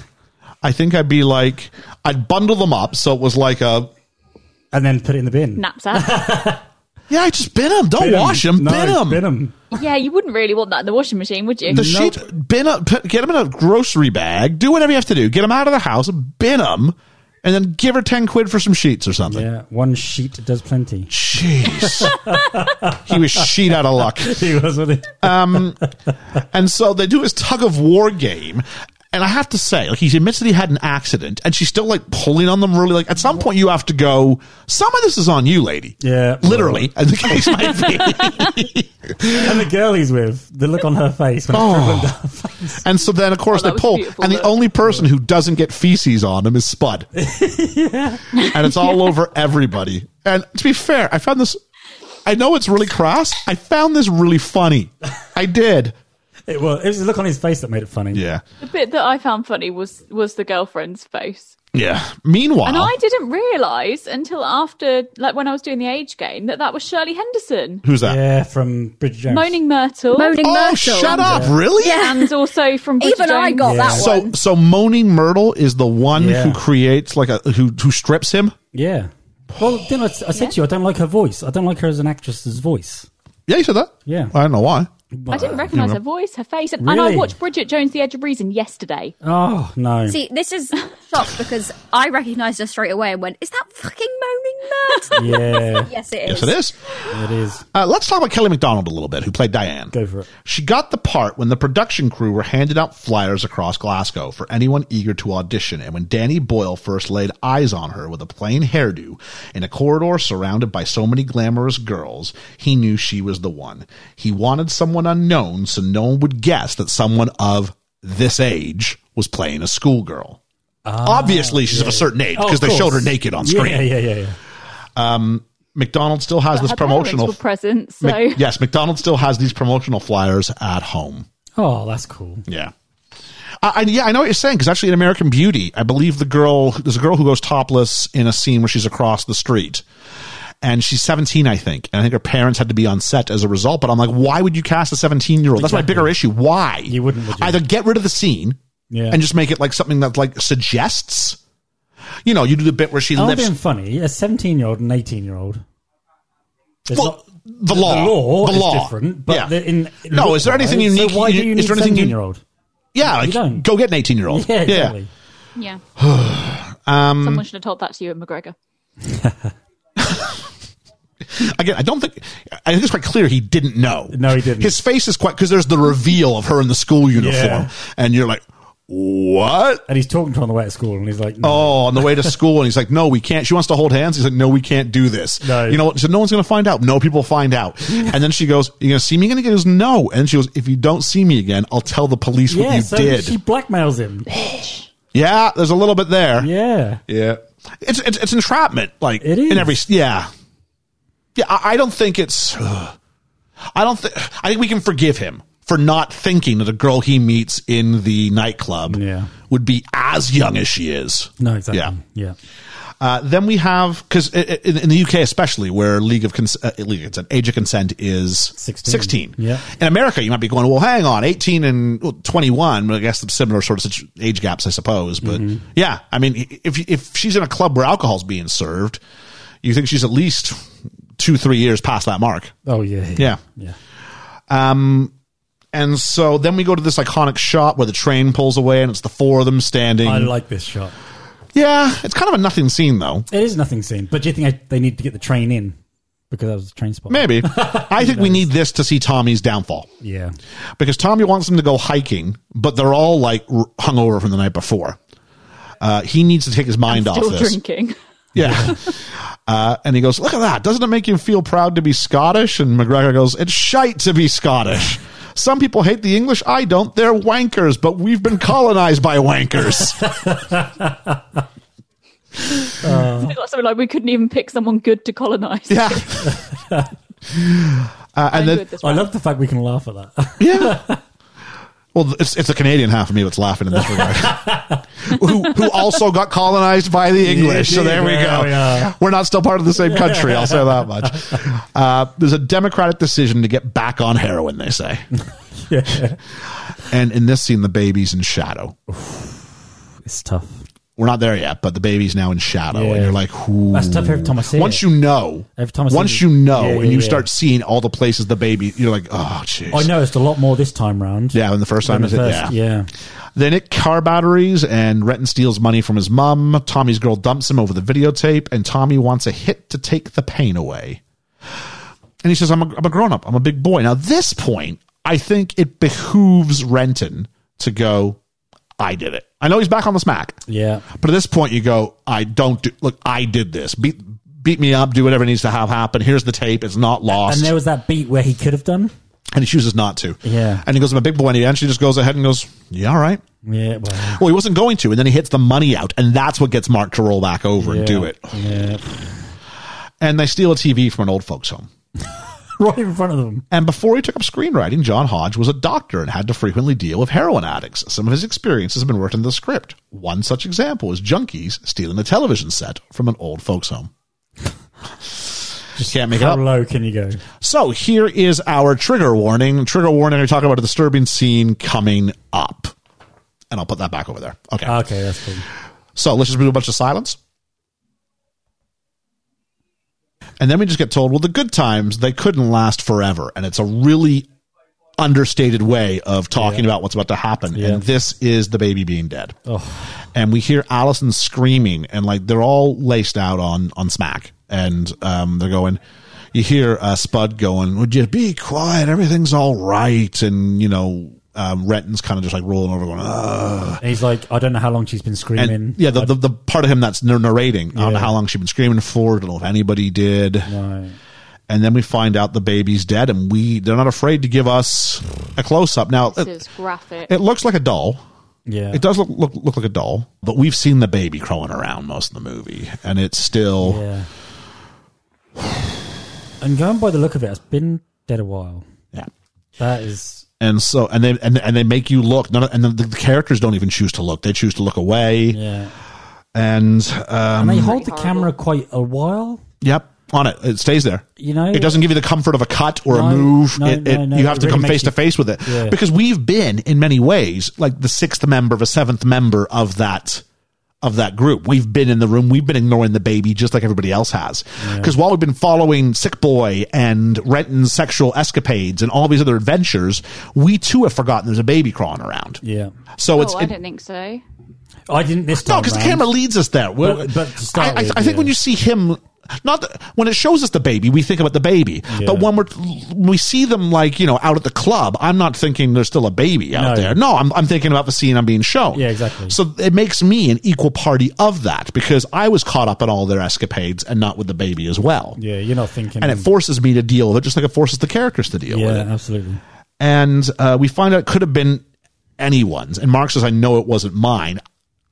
A: I think I'd be like, I'd bundle them up so it was like a
C: And then put it in the bin.
D: Knapsack.
A: yeah. I just bin them. Don't
C: Bin Oh, 'em.
A: wash them.
C: No,
A: bin them.
C: Bin him.
D: yeah, you wouldn't really want that in the washing machine, would you?
A: The sheet. Bin up. Put, get them in a grocery bag. Do whatever you have to do. Get them out of the house. Bin them, and then give her ten quid for some sheets or something.
C: Yeah, one sheet does plenty.
A: Jeez, he was sheet out of luck.
C: He was with it.
A: And so they do his tug of war game. And I have to say, like, he admits that he had an accident and she's still like pulling on them really. Like, at some point, you have to go, some of this is on you, lady.
C: Yeah.
A: Literally, as the case might be.
C: and the girl he's with, the look on her face when it's dribbling down her face.
A: and so then, of course,
D: Oh, that
A: they
D: was
A: pull.
D: beautiful,
A: And the
D: though.
A: only person who doesn't get feces on him is Spud. And it's all over everybody. And to be fair, I found this, I know it's really crass. I found this really funny. I did.
C: It was, it was the look on his face that made it funny.
A: Yeah.
D: The bit that I found funny was was the girlfriend's face.
A: Yeah. Meanwhile.
D: And I didn't realise until after, like when I was doing the age game, that that was Shirley Henderson,
A: Who's that?
C: Yeah, from Bridget Jones.
D: Moaning Myrtle,
F: Moaning
A: Oh,
F: Myrtle.
A: shut up! Really?
D: and also from Bridget
F: Even I
D: Jones.
F: got that one.
A: So, so Moaning Myrtle is the one
C: Yeah.
A: who creates like a who who strips him.
C: Yeah. Well, then I, I said to you, I don't like her voice. I don't like her as an actress's voice.
A: Yeah, you said that.
C: Yeah.
A: I don't know why.
D: I
A: uh,
D: didn't recognise her voice, her face, and, and I
C: Really?
D: watched Bridget Jones: The Edge of Reason yesterday.
C: Oh, no.
F: See, this is shocked because I recognised her straight away and went, "Is that fucking moaning Myrtle?"
C: yeah,
F: yes, it is.
A: Yes, it is.
C: it is.
A: Uh, let's talk about Kelly McDonald a little bit, who played Diane.
C: Go for it.
A: She got the part when the production crew were handing out flyers across Glasgow for anyone eager to audition, and when Danny Boyle first laid eyes on her with a plain hairdo in a corridor surrounded by so many glamorous girls, he knew she was the one. He wanted someone unknown so no one would guess that someone of this age was playing a schoolgirl. Obviously, she's of a certain age
C: Ah, Oh,
A: because
C: of
A: they showed her
C: course.
A: naked on
C: Yeah,
A: screen. Um,
C: Yeah, yeah, yeah, yeah.
A: McDonald still has this
D: Her parents
A: promotional.
D: were present, so
A: Mc- yes, McDonald still has these promotional flyers at home.
C: Oh, that's cool.
A: Yeah. I, I, yeah, I know what you're saying because actually, in American Beauty, I believe the girl there's a girl who goes topless in a scene where she's across the street, and she's 17, I think, and I think her parents had to be on set as a result. But I'm like, why would you cast a 17 year old? That's my
C: Exactly.
A: bigger issue. Why
C: You wouldn't, would you?
A: either get rid of the scene
C: Yeah.
A: and just make it like something that like suggests. You know, you do the bit where she
C: I'm
A: lifts
C: Oh, being funny. A 17 year old and 18 year old. There's
A: Well,
C: not-
A: the law.
C: The law,
A: The
C: is
A: law.
C: different, but
A: Yeah.
C: the, in
A: No, is there anything
C: look-wise,
A: unique-
C: So why do
A: is
C: you need
A: there anything
C: 17
A: you-
C: year old?
A: Yeah,
C: You
A: like,
C: don't.
A: go get an 18 year old.
C: Yeah, exactly.
D: yeah.
A: Um,
D: Someone should have told that to you at McGregor.
A: Again, I don't think I think it's quite clear he didn't know.
C: No, he didn't.
A: His face is quite because there's the reveal of her in the school uniform,
C: Yeah.
A: and you're like, what?
C: And he's talking to her on the way to school, and he's like, no.
A: Oh, on the way to school, and he's like, "No, we can't." She wants to hold hands. He's like, "No, we can't do this."
C: No.
A: You know what? So no one's going to find out. No, people find out. And then she goes, "You're going to see me again?" He goes, "No." And she goes, "If you don't see me again, I'll tell the police what
C: yeah,
A: you
C: so
A: did."
C: she blackmails him.
A: yeah, there's a little bit there.
C: Yeah.
A: Yeah. It's it's, it's entrapment. Like
C: It
A: in
C: is.
A: every yeah. Yeah, I, I don't think it's I don't think I think we can forgive him for not thinking that a girl he meets in the nightclub
C: Yeah.
A: would be as young as she is.
C: No, exactly.
A: Yeah.
C: yeah.
A: Uh, then we have because in, in the UK especially where League of Cons- uh, League of Consent age of consent is 16.
C: 16. Yeah.
A: In America, you might be going, well, hang on, eighteen and well, twenty-one. I guess the similar sort of situ- age gaps, I suppose. But
C: Mm-hmm.
A: yeah, I mean, if if she's in a club where alcohol's being served, you think she's at least two, three years past that mark.
C: Oh yeah,
A: Yeah.
C: yeah.
A: And so then we go to this iconic shot where the train pulls away, and it's the four of them standing.
C: I like this shot.
A: yeah, it's kind of a nothing scene though.
C: It is nothing seen, but do you think I, they need to get the train in because that was the train spot?
A: Maybe. I think we need this to see Tommy's downfall.
C: Yeah,
A: because Tommy wants them to go hiking, but they're all like r- hungover from the night before. Uh, he needs to take his mind off
D: Still
A: this.
D: drinking.
A: Yeah. uh, and he goes, Look at that. Doesn't it make you feel proud to be Scottish? And McGregor goes, It's shite to be Scottish. Some people hate the English. I don't. They're wankers, but we've been colonized by wankers.
D: It's got something like we couldn't even pick someone good to colonize.
A: yeah. uh, and then,
C: I love the fact we can laugh at that.
A: Yeah. Well, it's, it's the Canadian half of me that's laughing in this regard, who, who also got colonized by the English. so there we
C: there
A: go.
C: we are.
A: We're not still part of the same country. I'll say that much. Uh, there's a democratic decision to get back on heroin, they say.
C: yeah,
A: And in this scene, the baby's in shadow.
C: it's tough.
A: We're not there yet, but the baby's now in shadow,
C: Yeah.
A: and you're like, "Ooh."
C: That's tough every time I see
A: Once
C: it.
A: you know,
C: Every time I see
A: once
C: it-
A: you know,
C: Yeah,
A: and
C: yeah,
A: you
C: yeah.
A: start seeing all the places the baby, you're like, "Oh, jeez."
C: I noticed a lot more this time round.
A: Yeah, when the first time is
C: than the
A: it,
C: first. Yeah,
A: They nick car batteries, and Renton steals money from his mum. Tommy's girl dumps him over the videotape, and Tommy wants a hit to take the pain away. And he says, I'm a, I'm a grown up. I'm a big boy. Now, this point, I think it behooves Renton to go, I did it. I know he's back on the smack,
C: yeah,
A: but at this point, you go, I don't do, look, I did this. Beat, beat me up, do whatever needs to have happen. Here's the tape. It's not lost.
C: And there was that beat where he could have done.
A: And he chooses not to.
C: Yeah.
A: And he goes, I'm a big boy. And he actually just goes ahead and goes, Yeah, all right.
C: Yeah, well,
A: Well, he wasn't going to, and then he hits the money out, and that's what gets Mark to roll back over
C: yeah,
A: and do it.
C: Yeah,
A: And they steal a TV from an old folks' home.
C: right in front of them.
A: And before he took up screenwriting, John Hodge was a doctor and had to frequently deal with heroin addicts. Some of his experiences have been written in the script. One such example is junkies stealing a television set from an old folks' home. Just can't make it
C: How
A: up.
C: low can you go?
A: So here is our trigger warning. Trigger warning, we talk about a disturbing scene coming up. And I'll put that back over there. Okay.
C: Okay, that's cool.
A: So let's just do a bunch of silence. And then we just get told, well, the good times, they couldn't last forever. And it's a really understated way of talking about what's about to happen.
C: Yeah.
A: And this is the baby being dead.
C: Oh,
A: And we hear Allison screaming, and like they're all laced out on, on smack. And um, they're going, you hear uh, Spud going, would you be quiet? Everything's all right. And, you know, um, Renton's kind of just like rolling over, going, ugh.
C: and he's like, I don't know how long she's been screaming.
A: And yeah, the, the the part of him that's nar- narrating. I don't know
C: Yeah.
A: how long she'd been screaming for. Don't know if anybody did.
C: Right.
A: And then we find out the baby's dead, and we they're not afraid to give us a close up. Now
D: This
A: it,
D: is graphic.
A: it looks like a doll.
C: yeah,
A: It does look, look look like a doll, but we've seen the baby crawling around most of the movie, and it's still
C: Yeah. And going by the look of it, it's been dead a while.
A: yeah.
C: That is
A: And so and they and, and they make you look. None of, and the, the characters don't even choose to look; they choose to look away.
C: yeah.
A: And um,
C: And they hold the
D: Pretty
C: camera quite a while.
A: yep, on it it stays there.
C: You know,
A: it doesn't give you the comfort of a cut or a
C: No,
A: move.
C: no,
A: it,
C: no,
A: it,
C: no,
A: you
C: it
A: have to
C: really
A: come
C: makes
A: face
C: you-
A: to face with it
C: Yeah.
A: because we've been in many ways like the sixth member of a seventh member of that of that group. We've been in the room. We've been ignoring the baby just like everybody else has. Because while we've been following Sick Boy and Renton's sexual escapades and all these other adventures, we too have forgotten there's a baby crawling around.
C: Yeah,
A: So
D: oh,
A: it's
D: I
A: it-
D: don't think so.
C: I didn't this time.
A: no, because the
C: round.
A: camera leads us there. Well,
C: But- but to start
A: I, I,
C: with,
A: I think
C: yeah.
A: when you see him not that, when it shows us the baby, we think about the baby. But when we're when we see them like you know out at the club, I'm not thinking there's still a baby out
C: No.
A: there. No, I'm I'm thinking about the scene I'm being shown.
C: Yeah, exactly.
A: So it makes me an equal party of that because I was caught up in all their escapades and not with the baby as well.
C: Yeah, you're not thinking.
A: And it forces me to deal with it, just like it forces the characters to deal
C: yeah,
A: with it
C: absolutely.
A: and uh, we find out it could have been anyone's. And Mark says, "I know it wasn't mine."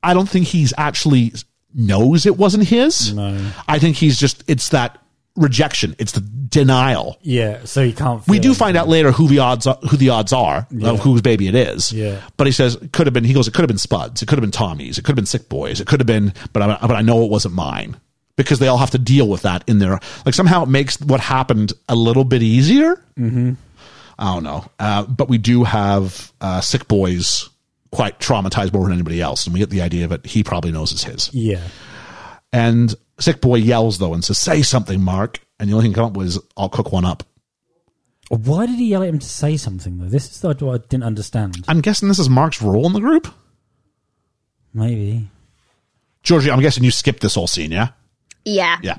A: I don't think he's actually knows it wasn't his.
C: No.
A: I think he's just it's that rejection, it's the denial.
C: Yeah, so you can't.
A: We
C: feel
A: do
C: it.
A: find out later who the odds are, who the odds are of whose baby it is.
C: Yeah.
A: But he says it could have been. He goes, it could have been Spuds. It could have been Tommy's. It could have been Sick Boys. It could have been. But I, but I know it wasn't mine because they all have to deal with that in their like somehow it makes what happened a little bit easier. Mm-hmm. I don't know. Uh, but we do have uh, Sick Boys quite traumatized more than anybody else, and we get the idea that he probably knows it's his.
C: Yeah,
A: And Sick Boy yells though and says, "Say something, Mark." And the only thing he can come up with is, "I'll cook one up."
C: why did he yell at him to say something though? This is what I didn't understand.
A: I'm guessing this is Mark's role in the group.
C: Maybe.
A: Georgie, I'm guessing you skipped this whole scene, yeah?
F: Yeah.
A: Yeah.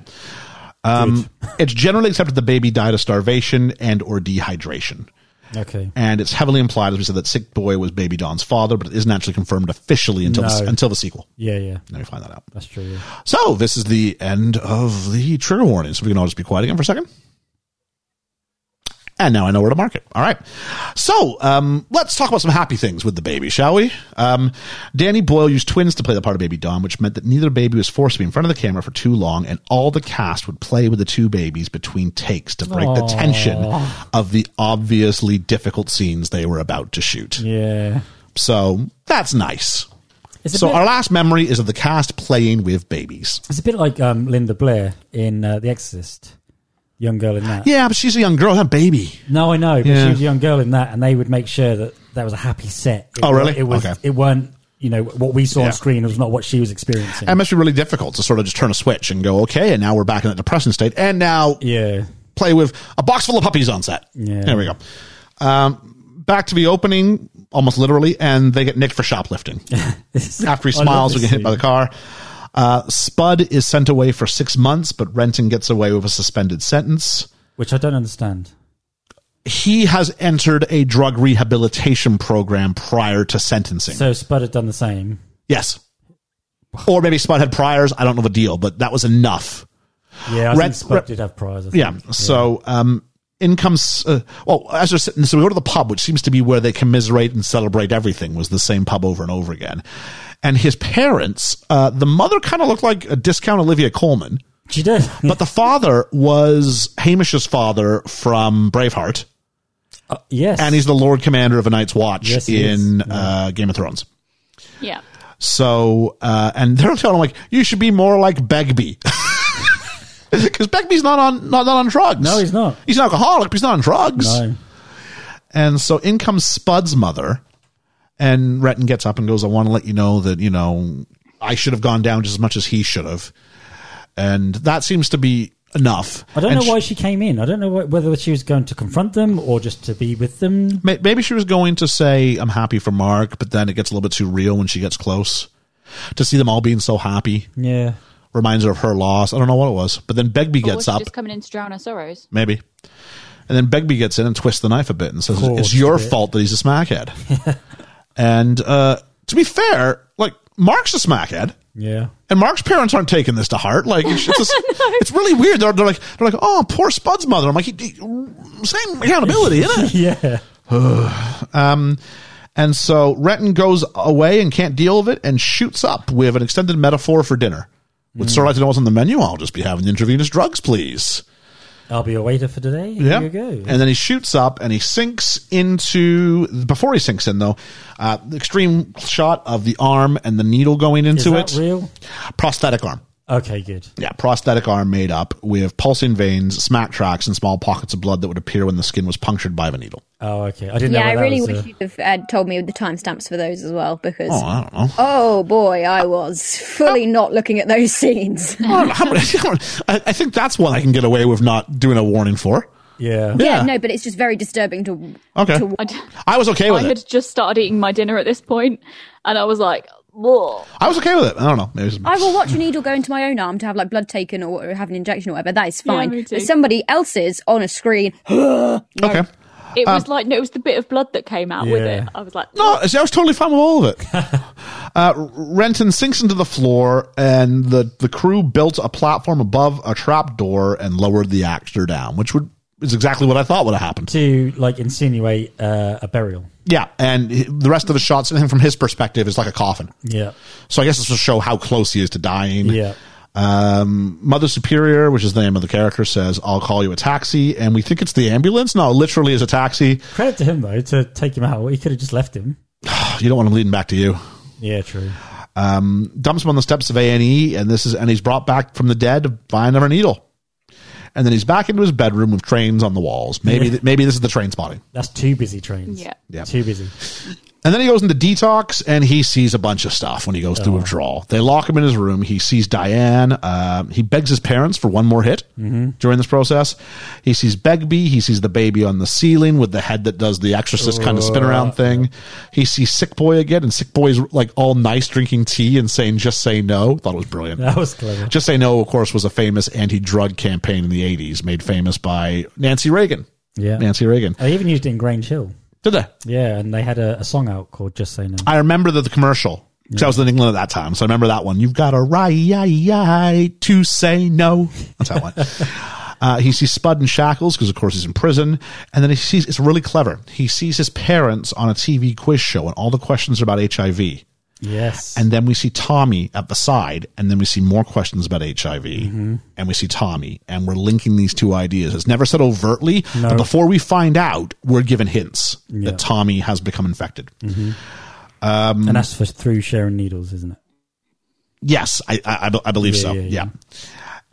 A: Um, it's generally accepted the baby died of starvation and or dehydration.
C: Okay.
A: And it's heavily implied, as we said, that Sick Boy was Baby Don's father, but it isn't actually confirmed officially until, the,
C: No.
A: until the sequel.
C: Yeah, yeah,
A: Let me find that out.
C: that's true. yeah.
A: So this is the end of the trigger warning. So we can all just be quiet again for a second. And now I know where to mark it. All right. So um, let's talk about some happy things with the baby, shall we? Um, Danny Boyle used twins to play the part of Baby Dawn, which meant that neither baby was forced to be in front of the camera for too long, and all the cast would play with the two babies between takes to break the tension of the obviously difficult scenes they were about to shoot.
C: Yeah.
A: So that's nice.
C: It's a
A: So
C: bit,
A: our last memory is of the cast playing with babies.
C: it's a bit like um, Linda Blair in uh, The Exorcist, young girl in that.
A: Yeah, but she's a young girl, not a baby.
C: No, I know, but
A: Yeah.
C: she was a young girl in that, and they would make sure that that was a happy set. It
A: Oh,
C: wa-
A: really?
C: It was.
A: Okay.
C: It weren't. You know what we saw
A: Yeah.
C: on screen was not what she was experiencing.
A: It must be really difficult to sort of just turn a switch and go, okay, and now we're back in that depressing state, and now
C: yeah.
A: play with a box full of puppies on set.
C: Yeah.
A: There we go. Um, back to the opening, almost literally, and they get nicked for shoplifting. After he
C: I love
A: smiles, we
C: this
A: get hit by the
C: scene.
A: car. Uh, Spud is sent away for six months, but Renton gets away with a suspended sentence.
C: which I don't understand.
A: He has entered a drug rehabilitation program prior to sentencing.
C: So Spud had done the same.
A: yes. Or maybe Spud had priors. I don't know the deal, but that was enough.
C: Yeah, I
A: Red-
C: think Spud
A: red-
C: did have priors. I think.
A: Yeah. So, um, in comes, uh, well, as they're sitting, so we go to the pub, which seems to be where they commiserate and celebrate everything, was the same pub over and over again. And his parents, uh, the mother kind of looked like a discount Olivia Coleman,
C: she did.
A: but the father was Hamish's father from Braveheart,
C: yes,
A: and he's the Lord Commander of a Night's Watch
C: Yes, he
A: in
C: is.
A: uh, Game of Thrones.
D: Yeah.
A: So, uh, and they're telling him like, you should be more like Begbie. Because Begbie's not on not, not on drugs.
C: No, he's not.
A: He's an alcoholic, but he's not on drugs.
C: no.
A: And so in comes Spud's mother, and Retton gets up and goes, I want to let you know that, you know, I should have gone down just as much as he should have. And that seems to be enough.
C: I don't
A: And
C: know why she came in. I don't know wh- whether she was going to confront them or just to be with them.
A: May- Maybe she was going to say, I'm happy for Mark, but then it gets a little bit too real when she gets close. To see them all being so happy
C: Yeah,
A: reminds her of her loss. I don't know what it was. But then Begbie
D: Or was
A: gets
D: she
A: up.
D: just coming in to drown our sorrows?
A: maybe. And then Begbie gets in and twists the knife a bit and says,
C: course,
A: "It's your
C: yeah.
A: fault that he's a smackhead." and uh, to be fair, like Mark's a smackhead,
C: yeah.
A: and Mark's parents aren't taking this to heart. Like it's, it's, just- it's really weird. They're, they're like, they're like, "Oh, poor Spud's mother." I'm like, he, he- "Same accountability, isn't it?"
C: Yeah,
A: And so Renton goes away and can't deal with it and shoots up with an extended metaphor for dinner. Would sir like to know what's on the menu? I'll just be having intravenous drugs, please.
C: I'll be a waiter for today.
A: Yeah.
C: Here you go.
A: And then he shoots up and he sinks into. Before he sinks in, though, uh, the extreme shot of the arm and the needle going
C: Is
A: into
C: that
A: it.
C: real?
A: Prosthetic arm.
C: Okay, good.
A: Yeah, prosthetic arm made up with pulsing veins, smack tracks, and small pockets of blood that would appear when the skin was punctured by the needle.
C: Oh, okay. I didn't
F: Yeah,
C: know. whether
F: I
C: that
F: really
C: was,
F: wish
C: uh,
F: you'd have uh, told me the timestamps for those as well because.
A: Oh,
F: Oh.
A: I don't know.
F: boy, I was fully not looking at those scenes.
A: I, don't know how many- I- I think that's one I can get away with not doing a warning for.
C: Yeah.
A: Yeah.
F: yeah, no, but it's just very disturbing to
A: Okay.
F: to
D: I d-
A: I was okay
D: I
A: with it.
D: had just started eating my dinner at this point, and I was like, Whoa.
A: I was okay with it. I don't know. Maybe it was-
F: I will watch a needle go into my own arm to have like blood taken or or have an injection or whatever. That is
D: Yeah,
F: fine.
D: me too.
F: but somebody else's on a screen.
A: okay.
D: It was like no, it was the bit of blood that came out with
C: Yeah.
D: it. I was like,
A: Um, No, see, I was totally fine with all of it. uh, Renton sinks into the floor, and the, the crew built a platform above a trap door and lowered the actor down, which would is exactly what I thought would have happened.
C: to like insinuate uh, a burial.
A: Yeah, and he- the rest of the shots, and from his perspective, is like a coffin.
C: Yeah,
A: So I guess this will show how close he is to dying.
C: yeah.
A: Um, Mother Superior, which is the name of the character, says, "I'll call you a taxi," and we think it's the ambulance. No, it literally is a taxi.
C: Credit to him though to take him out. He could have just left him.
A: You don't want him leading back to you.
C: Yeah, true.
A: dumps him on the steps of A and E, and this is and he's brought back from the dead by another needle, and then he's back into his bedroom with trains on the walls. Maybe
C: Yeah.
A: maybe this is the train spotting.
C: That's two busy trains.
D: Yeah.
A: Yeah.
C: too busy.
A: And then he goes into detox, and he sees a bunch of stuff when he goes through withdrawal. They lock him in his room. He sees Diane. Um, he begs his parents for one more hit during this process. He sees Begbie. He sees the baby on the ceiling with the head that does the exorcist kind of spin around thing. He sees Sick Boy again, and Sick Boy's like all nice drinking tea and saying, just say no. Thought it was brilliant.
C: That was clever.
A: Just Say No, of course, was a famous anti drug campaign in the 80s, made famous by Nancy Reagan.
C: Yeah.
A: Nancy Reagan.
C: Oh, They even used it in Grange Hill.
A: Uh, Did they?
C: Yeah, and they had a, a song out called "Just Say No."
A: I remember the, the commercial. 'cause I was in England at that time, so I remember that one. You've got a right to say no. That's that one. Uh, he sees Spud in shackles because, of course, he's in prison. And then he sees it's really clever. He sees his parents on a TV quiz show, and all the questions are about HIV.
C: yes,
A: And then we see Tommy at the side, and then we see more questions about HIV, and we see Tommy, and we're linking these two ideas. It's never said overtly, but before we find out, we're given hints that Tommy has become infected.
C: and that's for through sharing needles, isn't it?
A: Yes, I, I, I be- I believe
C: Yeah,
A: so.
C: yeah,
A: Yeah,
C: yeah.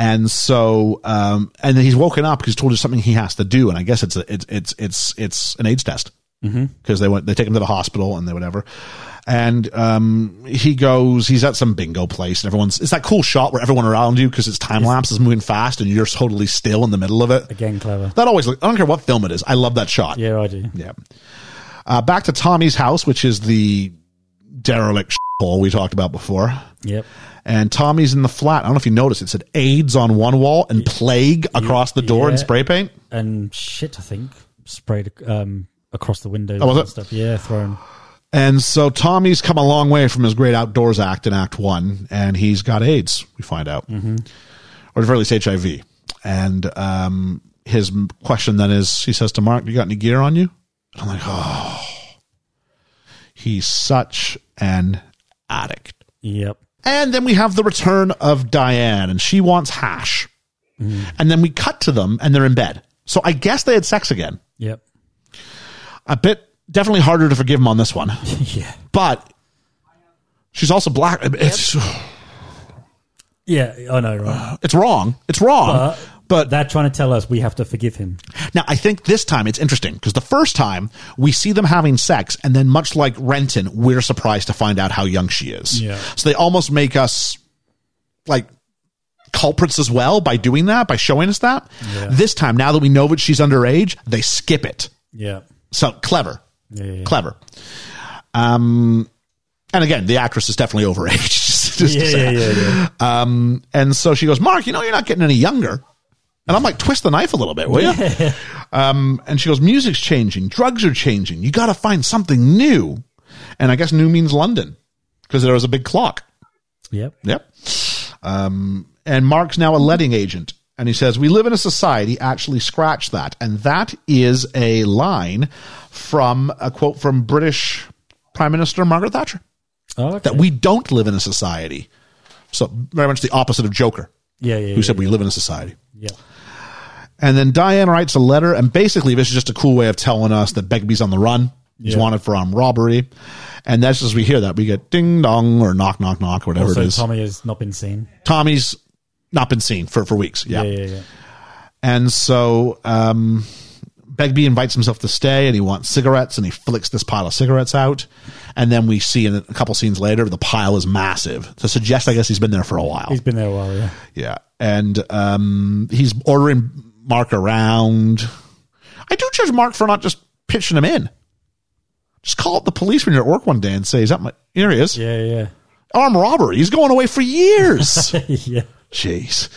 A: And so, um, and then he's woken up because told us something he has to do, and I guess it's a, it's it's it's it's an AIDS test
C: Mm-hmm.
A: because they went they take him to the hospital and they whatever, and um, he goes he's at some bingo place and everyone's it's that cool shot where everyone around you because it's time lapse is moving fast and you're totally still in the middle of it.
C: Again, clever.
A: That always look, I don't care what film it is, I love that shot.
C: Yeah, I do.
A: Yeah. Uh, back to Tommy's house, which is the derelict hole we talked about before
C: Yep.
A: and Tommy's in the flat. I don't know if you noticed, it said AIDS on one wall and plague across the door in
C: yeah.
A: spray paint.
C: And shit, I think sprayed um, across the windows
A: Oh, was
C: and
A: it?
C: stuff. Yeah, thrown.
A: And so Tommy's come a long way from his great outdoors act in Act One, and he's got AIDS, we find out.
C: Mm-hmm.
A: Or at very least HIV. And um, his m- question then is he says to Mark, You got any gear on you? And I'm like, Oh, he's such an addict.
C: Yep.
A: And then we have the return of Diane, and she wants hash. And then we cut to them, and they're in bed. So I guess they had sex again.
C: Yep.
A: A bit, definitely harder to forgive him on this one.
C: Yeah.
A: But she's also black. It's
C: Yeah, I know, right?
A: it's wrong. It's wrong.
C: But-
A: But,
C: They're trying to tell us we have to forgive him.
A: now I think this time it's interesting because the first time we see them having sex, and then much like Renton, we're surprised to find out how young she is.
C: Yeah.
A: So they almost make us like culprits as well by doing that, by showing us that. This time, now that we know that she's underage, they skip it.
C: Yeah.
A: So clever,
C: Yeah. yeah, yeah.
A: clever. Um, and again, the actress is definitely overage. Just to
C: Yeah,
A: say.
C: yeah, yeah, yeah.
A: And so she goes, Mark, you know, you're not getting any younger. And I'm like, twist the knife a little bit, will you? Um, and she goes, music's changing, drugs are changing. You got to find something new. And I guess new means London because there was a big clock.
C: Yep.
A: Yep. Um, and Mark's now a letting agent. And he says, We live in a society, actually, scratch that. And that is a line from a quote from British Prime Minister Margaret Thatcher
C: Oh, okay.
A: that we don't live in a society. So, very much the opposite of Joker,
C: yeah, yeah,
A: who
C: yeah,
A: said, We live in a society.
C: yeah.
A: And then Diane writes a letter, and basically, this is just a cool way of telling us that Begbie's on the run. He's
C: Yeah.
A: wanted for armed robbery. And that's as we hear that, we get ding dong or knock, knock, knock, whatever it
C: Also,
A: is.
C: Tommy has not been seen.
A: Tommy's not been seen for, for weeks. Yeah.
C: Yeah, yeah, yeah.
A: And so um, Begbie invites himself to stay and he wants cigarettes and he flicks this pile of cigarettes out. And then we see in a couple scenes later, the pile is massive to suggest, I guess, he's been there for a while.
C: He's been there a while, yeah.
A: yeah. And um, he's ordering Mark around. I do judge Mark for not just pitching him in. Just call up the police when you're at work one day and say, Is that my. Here he is.
C: Yeah, yeah.
A: Armed robbery. He's going away for years.
C: yeah.
A: Jeez.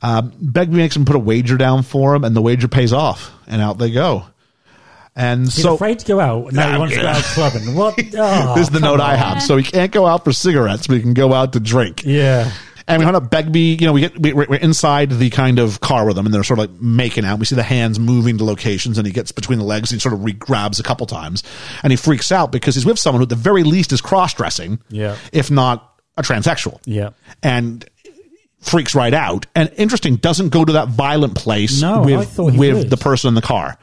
A: Um, Begbie makes him put a wager down for him, and the wager pays off, and out they go. And
C: He's
A: so
C: afraid to go out. No,
A: Nah,
C: he wants to go out clubbing. What? Oh,
A: this is the
C: come
A: note
C: on.
A: I have. So he can't go out for cigarettes, but he can go out to drink.
C: Yeah.
A: And we hunt up Begbie. You know, we get we, we're we're inside the kind of car with them, and they're sort of like making out. We see the hands moving to locations, and he gets between the legs. And he sort of re grabs a couple times, and he freaks out because he's with someone who, at the very least, is cross dressing.
C: Yeah.
A: if not a transsexual.
C: Yeah.
A: and freaks right out. And interesting, doesn't go to that violent place
C: No, I
A: with
C: thought he
A: with
C: would.
A: the person in the car,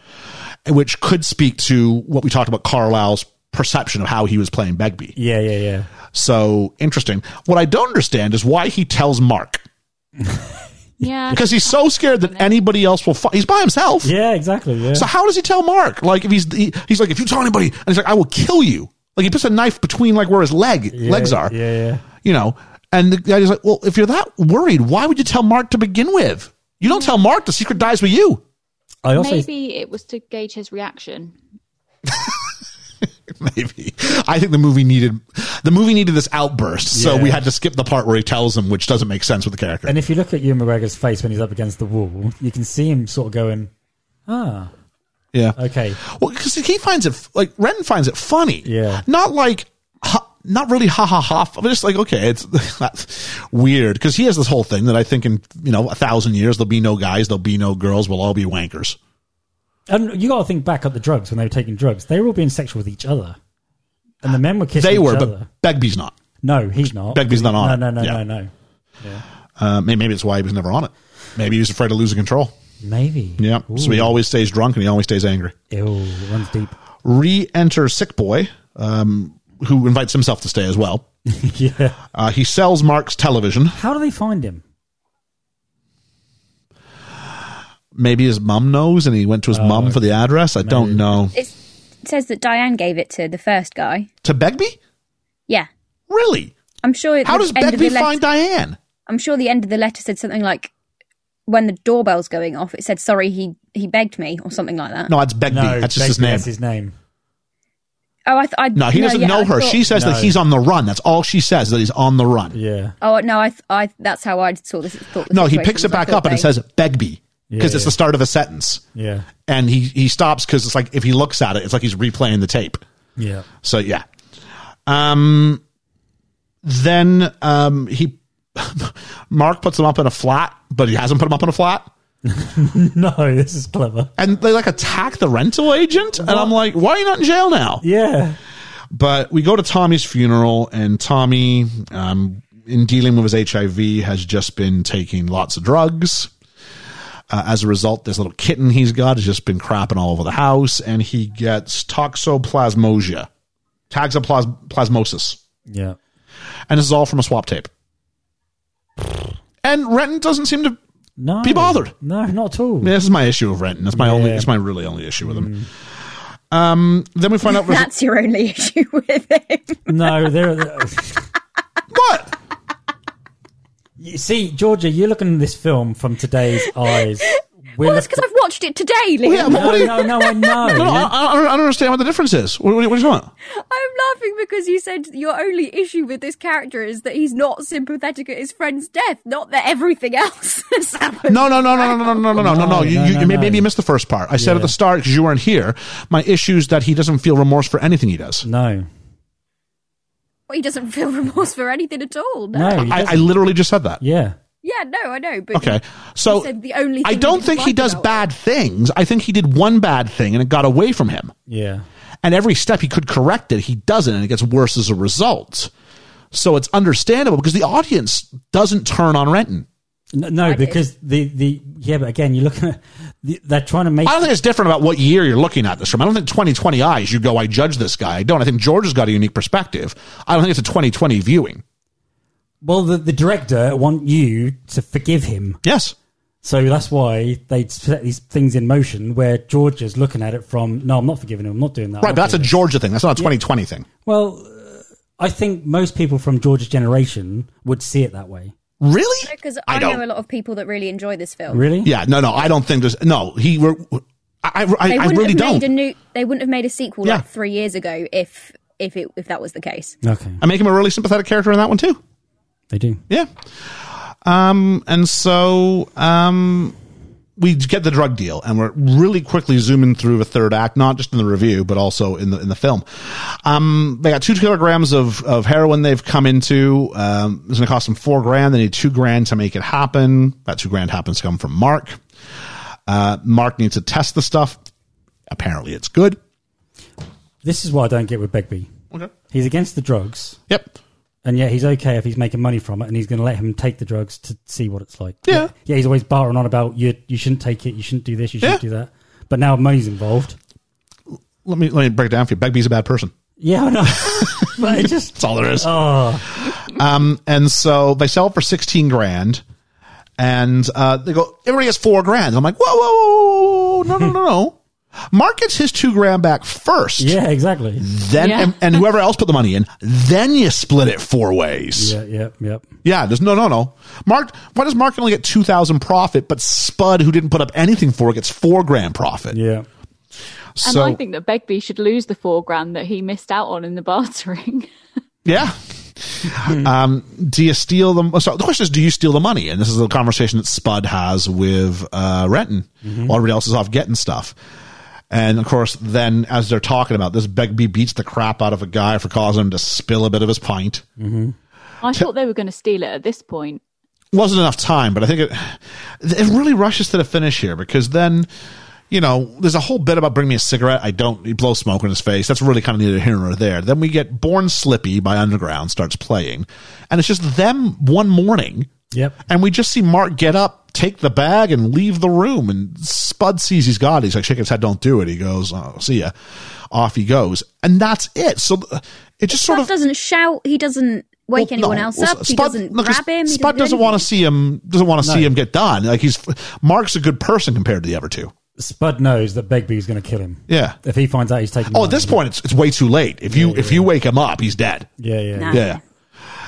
A: which could speak to what we talked about Carlisle's perception of how he was playing Begbie.
C: Yeah, yeah, yeah.
A: So interesting. What I don't understand is why he tells Mark
D: Yeah.
A: because he's so scared that anybody else will. Fi- he's by himself.
C: Yeah, exactly. Yeah.
A: So how does he tell Mark? Like if he's he, he's like if you tell anybody, and he's like I will kill you. Like he puts a knife between like where his leg
C: Yeah,
A: legs are.
C: Yeah, yeah.
A: You know, and the guy's like, well, if you're that worried, why would you tell Mark to begin with? You don't tell Mark. The secret dies with you.
C: I also
D: Maybe it was to gauge his reaction.
A: Maybe I think the movie needed the movie needed this outburst, so
C: Yeah.
A: we had to skip the part where he tells him, which doesn't make sense with the character.
C: And if you look at Ewan McGregor's face when he's up against the wall, you can see him sort of going, ah,
A: yeah.
C: okay.
A: Well, because he finds it f- like Ren finds it funny.
C: Yeah.
A: Not like. Ha, not really ha ha ha but just like okay it's that's weird because he has this whole thing that i think in you know a thousand years there'll be no guys there'll be no girls we'll all be wankers
C: And you got to think back at the drugs when they were taking drugs. They were all being sexual with each other. And the men were kissing
A: they
C: each
A: were
C: other.
A: but begby's not
C: No, he's not.
A: Begbie's not on it.
C: No, no, no,
A: Yeah.
C: no, no.
A: uh, may- maybe it's why he was never on it maybe he was afraid of losing control
C: Maybe.
A: yeah so he
C: Ooh.
A: always stays drunk and he always stays angry
C: Ew, it runs deep.
A: re-enter sick boy um, who invites himself to stay as well
C: yeah.
A: uh, he sells mark's television
C: How do they find him?
A: maybe his mum knows and he went
C: Oh,
A: to his mum for the address i don't know
F: It's, it says that Diane gave it to the first guy.
A: to Begbie?
F: Yeah,
A: Really?
F: I'm sure.
A: How
F: the
A: does
F: end of
A: Begbie
F: the letter-
A: find Diane?
F: I'm sure the end of the letter said something like, "When the doorbell's going off, it said sorry he he begged me or something like that."
A: No, that's Begbie.
C: No,
A: that's just his
C: Begbie,
A: name.
C: That's his name.
F: Oh, I, th- I
A: no, he doesn't
F: yeah,
A: know
F: I
A: her.
F: thought-
A: she says that
C: No.
A: he's on the run. That's all she says that he's on the run.
C: Yeah.
F: Oh no, I th- I that's how I saw this. Thought the
A: No, he
F: situation
A: picks it
F: was. I
A: back
F: thought
A: up and it
F: they-
A: says Begbie
C: Yeah,
A: because it's
C: yeah.
A: the start of a sentence.
C: Yeah.
A: And he, he stops because it's like if he looks at it, it's like he's replaying the tape.
C: Yeah.
A: So yeah. Um then um he Mark puts him up in a flat, but he hasn't put him up in a flat.
C: No, this is clever.
A: And they like attack the rental agent. And I'm like, why are you not in jail now?
C: Yeah.
A: but we go to Tommy's funeral, and Tommy, um, in dealing with his HIV, has just been taking lots of drugs. Uh, as a result, this little kitten he's got has just been crapping all over the house, and he gets toxoplasmosia, toxoplasmosis,
C: Yeah.
A: and this is all from a swap tape. And Renton doesn't seem to.
C: No.
A: Be bothered.
C: No, not at all.
A: I mean, this is my issue with Renton. That's my only.
C: Yeah.
A: It's my really only issue with him. Um. Then we find out
F: that's your only issue with him.
C: No, they're.
A: what.
C: You see, Georgia, you're looking at this film from today's eyes. We're
F: Well, that's
C: look-
F: because I've watched it today, Liam.
A: Oh, Yeah, but what do
C: no,
A: you-
C: no, no, I
A: No, no, I,
C: know.
A: I, I don't understand what the difference is. What, what, do you- what do you want?
F: I'm laughing because you said your only issue with this character is that he's not sympathetic at his friend's death, not that everything else has happened.
A: No, no, no, no, no, no, no, no, no, no, no.
C: No,
A: You,
C: no,
A: you,
C: no,
A: you may-
C: no.
A: maybe you missed the first part. I said at the start because you weren't here. My issue is that he doesn't feel remorse for anything he does.
C: No,
F: Well, he doesn't feel remorse for anything at all. No.
C: no. he
A: I, I
C: doesn't.
A: literally just said that.
C: yeah,
F: Yeah, no, I know. But
A: Okay, so
F: You said the only
A: I
F: thing
A: don't
F: you
A: think he
F: like
A: does
F: about
A: bad things. I think he did one bad thing and it got away from him.
C: yeah.
A: And every step he could correct it, he doesn't, and it gets worse as a result. So it's understandable because the audience doesn't turn on Renton.
C: No, no because the, the yeah, but again, you're looking at the, they're trying to make
A: I don't think it's different about what year you're looking at this from. I don't think 2020 eyes, you go, I judge this guy. I don't. I think George has got a unique perspective. I don't think it's a 2020 viewing.
C: well, the, the director want you to forgive him,
A: Yes.
C: so that's why they set these things in motion where Georgia's looking at it from. No, I'm not forgiving him. I'm not doing that.
A: Right,
C: I'm
A: but
C: not
A: that's a
C: doing this."
A: Georgia thing. That's not a 2020 thing.
C: well. uh, I think most people from Georgia's generation would see it that way.
A: Really?
F: Because
A: I
F: I,
A: don't.
F: know a lot of people that really enjoy this film.
C: Really?
A: Yeah, no, no, I don't think there's. No, he. were- I, I, I,
F: They
A: I
F: wouldn't
A: really
F: have
A: don't.
F: made a new. They wouldn't have made a sequel
A: Yeah.
F: like three years ago if if it if that was the case.
C: Okay.
A: I make him a really sympathetic character in that one too.
C: They do.
A: Yeah. Um, and so um, we get the drug deal, and we're really quickly zooming through the third act, not just in the review, but also in the in the film. Um, they got two kilograms of of heroin they've come into. Um, it's going to cost them four grand. They need two grand to make it happen. That two grand happens to come from Mark. Uh, Mark needs to test the stuff. Apparently, it's good.
C: This is what I don't get with Begbie.
A: Okay.
C: He's against the drugs,
A: Yep.
C: and yet he's okay if he's making money from it, and he's going to let him take the drugs to see what it's like.
A: Yeah.
C: Yeah, he's always bartering on about you. You shouldn't take it. You shouldn't do this. You shouldn't
A: Yeah.
C: do that. But now money's involved.
A: Let me let me break it down for you. Begbie's a bad person.
C: Yeah, I know. but it just
A: That's all there is. Um,
C: oh,
A: and so they sell it for 16 grand and uh, they go everybody has four grand i'm like whoa whoa whoa, whoa, whoa, no no no no mark gets his two grand back first
C: yeah, exactly.
A: then
D: Yeah.
A: and, and whoever else put the money in then you split it four ways yeah,
C: Yeah, yep, yep.
A: there's no no no mark why does mark only get 2000 profit but spud who didn't put up anything for it gets four grand profit
C: Yeah.
D: And
A: so
D: I think that Begbie should lose the four grand that he missed out on in the bartering.
A: yeah um, do you steal them? So the question is, do you steal the money? And this is the conversation that Spud has with uh, Renton while everybody else is off getting stuff. And of course, then as they're talking about this, Begbie beats the crap out of a guy for causing him to spill a bit of his pint.
D: I thought they were going to steal it at this point.
A: Wasn't enough time, but I think it it really rushes to the finish here because then. You know, there's a whole bit about bring me a cigarette. I don't. He blows smoke in his face. That's really kind of neither here nor there. Then we get Born Slippy by Underground starts playing, and it's just them one morning
C: Yep.
A: and we just see Mark get up, take the bag, and leave the room. And Spud sees he's got it. He's like, shake his head, don't do it. He goes, oh, see ya. Off he goes. And that's it. So uh, it just sort
F: Spud
A: of.
F: doesn't shout. He doesn't wake
A: well,
F: anyone
A: no.
F: else
A: Well,
F: up. he doesn't
A: look,
F: grab him. he
A: Spud
F: do
A: doesn't want to
F: anything.
A: see him. Doesn't want to see him get done. Like he's Mark's a good person compared to the other two.
C: Spud knows that Begbie's going to kill him.
A: Yeah.
C: If he finds out he's taking.
A: Oh,
C: money.
A: at this point, it's, it's way too late. If you if you wake him up, he's dead.
C: Yeah, yeah.
F: Nah.
A: Yeah.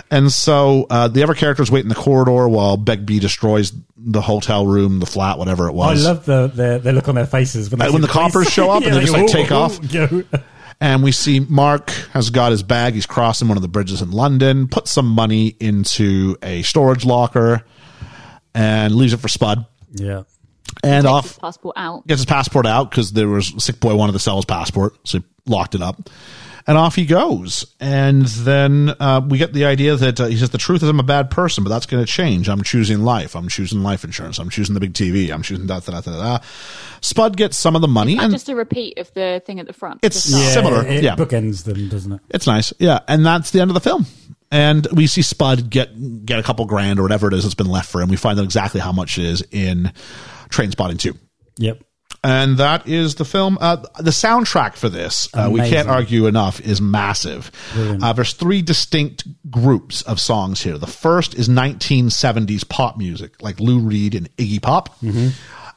A: And so uh, the other characters wait in the corridor while Begbie destroys the hotel room, the flat, whatever it
C: Oh, I
A: was.
C: love the, the the look on their faces when, they
A: Like,
C: see
A: when the
C: police.
A: coppers show up and they just, like, take off.
C: go.
A: and we see Mark has got his bag. He's crossing one of the bridges in London, puts some money into a storage locker, and leaves it for Spud.
C: Yeah.
A: And
D: His
A: off
D: passport out.
A: gets his passport out because there was sick boy wanted to sell his passport, so he locked it up. And off he goes. And then uh, we get the idea that uh, he says the truth is I'm a bad person, but that's going to change. I'm choosing life. I'm choosing life insurance. I'm choosing the big TV. I'm choosing da da da da. da. Spud gets some of the money,
D: That's
A: and
D: just a repeat of the thing at the front.
A: It's-
D: Just that.
A: Similar,
C: It
A: yeah.
C: bookends them, doesn't it?
A: It's nice. Yeah. And that's the end of the film. And we see Spud get get a couple grand or whatever it is that's been left for him. We find out exactly how much it is in Train Spotting 2.
C: Yep.
A: And that is the film. Uh, the soundtrack for this, uh, we
C: Amazing.
A: can't argue enough, is massive. Uh, there's three distinct groups of songs here. The first is 1970s pop music, like Lou Reed and Iggy Pop, because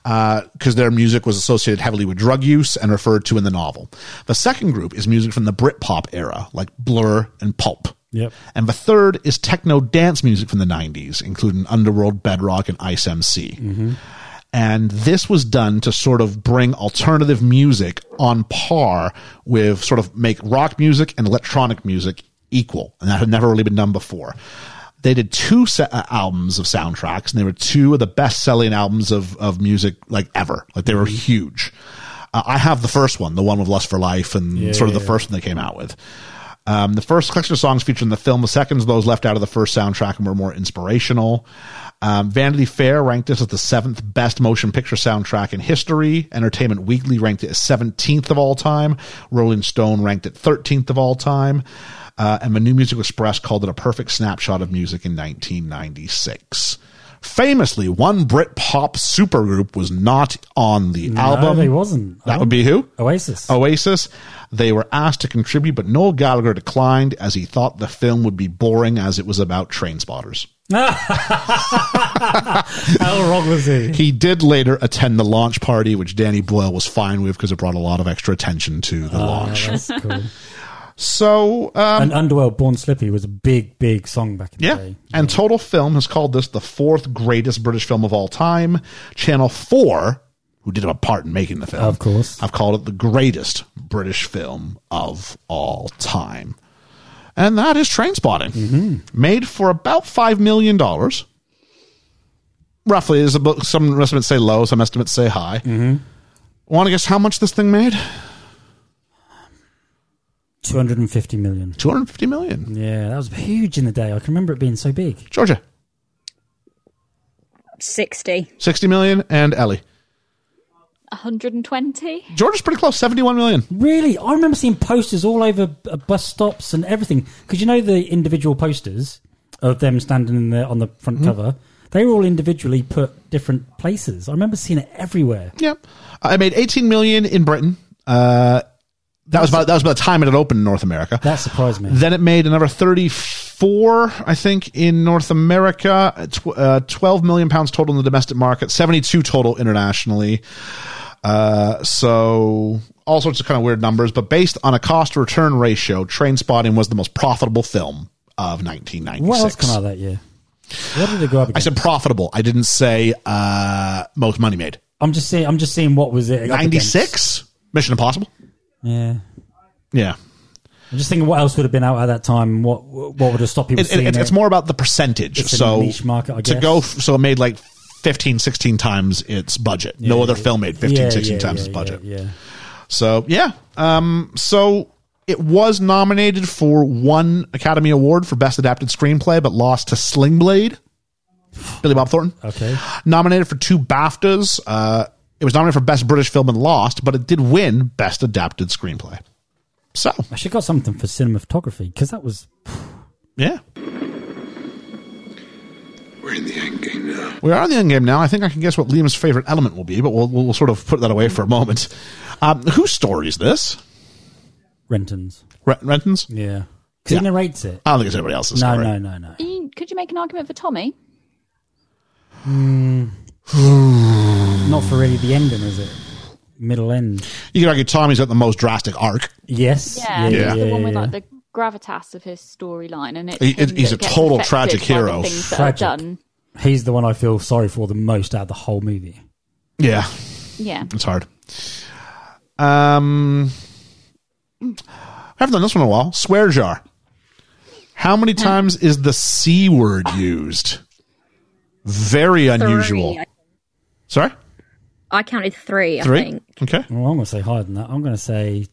C: Mm-hmm.
A: their music was associated heavily with drug use and referred to in the novel. The second group is music from the Britpop era, like Blur and Pulp.
C: Yep.
A: And the third is techno dance music from the 90s, including Underworld, Bedrock, and Ice MC.
C: Mm-hmm.
A: And this was done to sort of bring alternative music on par with sort of make rock music and electronic music equal. And that had never really been done before. They did two se- uh, albums of soundtracks, and they were two of the best selling albums of, of music like ever. Like they were huge. Uh, I have the first one, the one with Lust for Life, and sort of the first one they came out with. Um, the first collection of songs featured in the film, the seconds those left out of the first soundtrack and were more inspirational. Um, Vanity Fair ranked this as the seventh best motion picture soundtrack in history. Entertainment Weekly ranked it as 17th of all time. Rolling Stone ranked it 13th of all time. Uh, and the New Music Express called it a perfect snapshot of music in 1996. Famously, one Brit pop supergroup was not on the album.
C: they wasn't.
A: That
C: Oh.
A: would be who? Oh.
C: Oasis.
A: Oasis. They were asked to contribute, but Noel Gallagher declined as he thought the film would be boring as it was about train spotters.
C: How wrong was he?
A: He did later attend the launch party, which Danny Boyle was fine with because it brought a lot of extra attention to the launch.
C: Oh, That's cool.
A: So, um,
C: Um, and Underworld Born Slippy was a big, big song back in the
A: yeah.
C: day.
A: And Total Film has called this the fourth greatest British film of all time. Channel 4 who did have a part in making the film.
C: Of course.
A: I've called it the greatest British film of all time. And that is Train Spotting. Made for about $5 million. Roughly, is a book. Some estimates say low, some estimates say high. Want to guess how much this thing made?
C: 250 million.
A: 250 million.
C: Yeah, that was huge in the day. I can remember it being so big.
A: Georgia,
F: 60.
A: 60 million. And Ellie.
D: 120?
A: Georgia's pretty close, 71 million.
C: Really, I remember seeing posters all over uh, bus stops and everything. Because you know the individual posters of them standing in there on the front
A: Mm-hmm.
C: cover. They were all individually put different places. I remember seeing it everywhere.
A: Yeah. I made 18 million in Britain. Uh, that was about that was about the time it had opened in North America.
C: That surprised me.
A: Then it made another 34, I think, in North America. Tw- uh, 12 million pounds total in the domestic market, 72 total internationally. Uh, so all sorts of kind of weird numbers, but based on a cost return ratio, Train Spotting was the most profitable film of 1996.
C: What else came out that year? What did it go up
A: I
C: against?
A: said profitable. I didn't say uh, most money made.
C: I'm just seeing. I'm just seeing what was it. up against.
A: 96 mission impossible
C: Yeah.
A: yeah
C: I'm just thinking what else would have been out at that time. and What what would have stopped people
A: it, it-
C: seeing
A: it's,
C: it?
A: it's more about the percentage
C: eh? It's a
A: so
C: niche market, I
A: to
C: guess.
A: go f- so it made like 15 16 times its budget no other film made 15
C: Yeah,
A: 16
C: yeah,
A: times
C: yeah,
A: its budget
C: Yeah, yeah.
A: so yeah um so it was nominated for one academy award for best adapted screenplay but lost to sling blade billy bob thornton
C: Okay.
A: nominated for two baftas uh it was nominated for best british film and lost but it did win best adapted screenplay so
C: I should have got something for cinematography because that was
A: yeah
G: We're in the end game now.
A: We are in the end game now. I think I can guess what Liam's favorite element will be, but we'll, we'll sort of put that away for a moment. Um, whose story is this?
C: Renton's.
A: Re- Renton's?
C: Yeah. Because
A: Yeah.
C: he narrates it.
A: I don't think it's anybody else's
C: No,
A: story.
C: no, no, no.
D: You- Could you make an argument for Tommy?
C: Not for really the ending, is it? Middle end.
A: You could argue Tommy's got the most drastic arc.
C: Yes.
D: Yeah,
A: Yeah.
D: He's the one with
C: yeah,
D: like
C: yeah.
D: the gravitas of his storyline, and it's
A: He-
D: him
A: he's
D: that
A: a
D: gets
A: total
D: affected
A: tragic
D: by the
A: hero.
D: things that are
C: Tragic.
D: done.
C: He's the one I feel sorry for the most out of the whole movie.
A: Yeah,
D: Yeah,
A: it's hard. Um, I haven't done this one in a while. Swear jar. How many times is the C word used? Very unusual.
F: Three. I-
A: Sorry?
F: I counted three, I
A: Three?
F: think.
A: Okay.
C: Well, I'm going to say higher than that. I'm going to say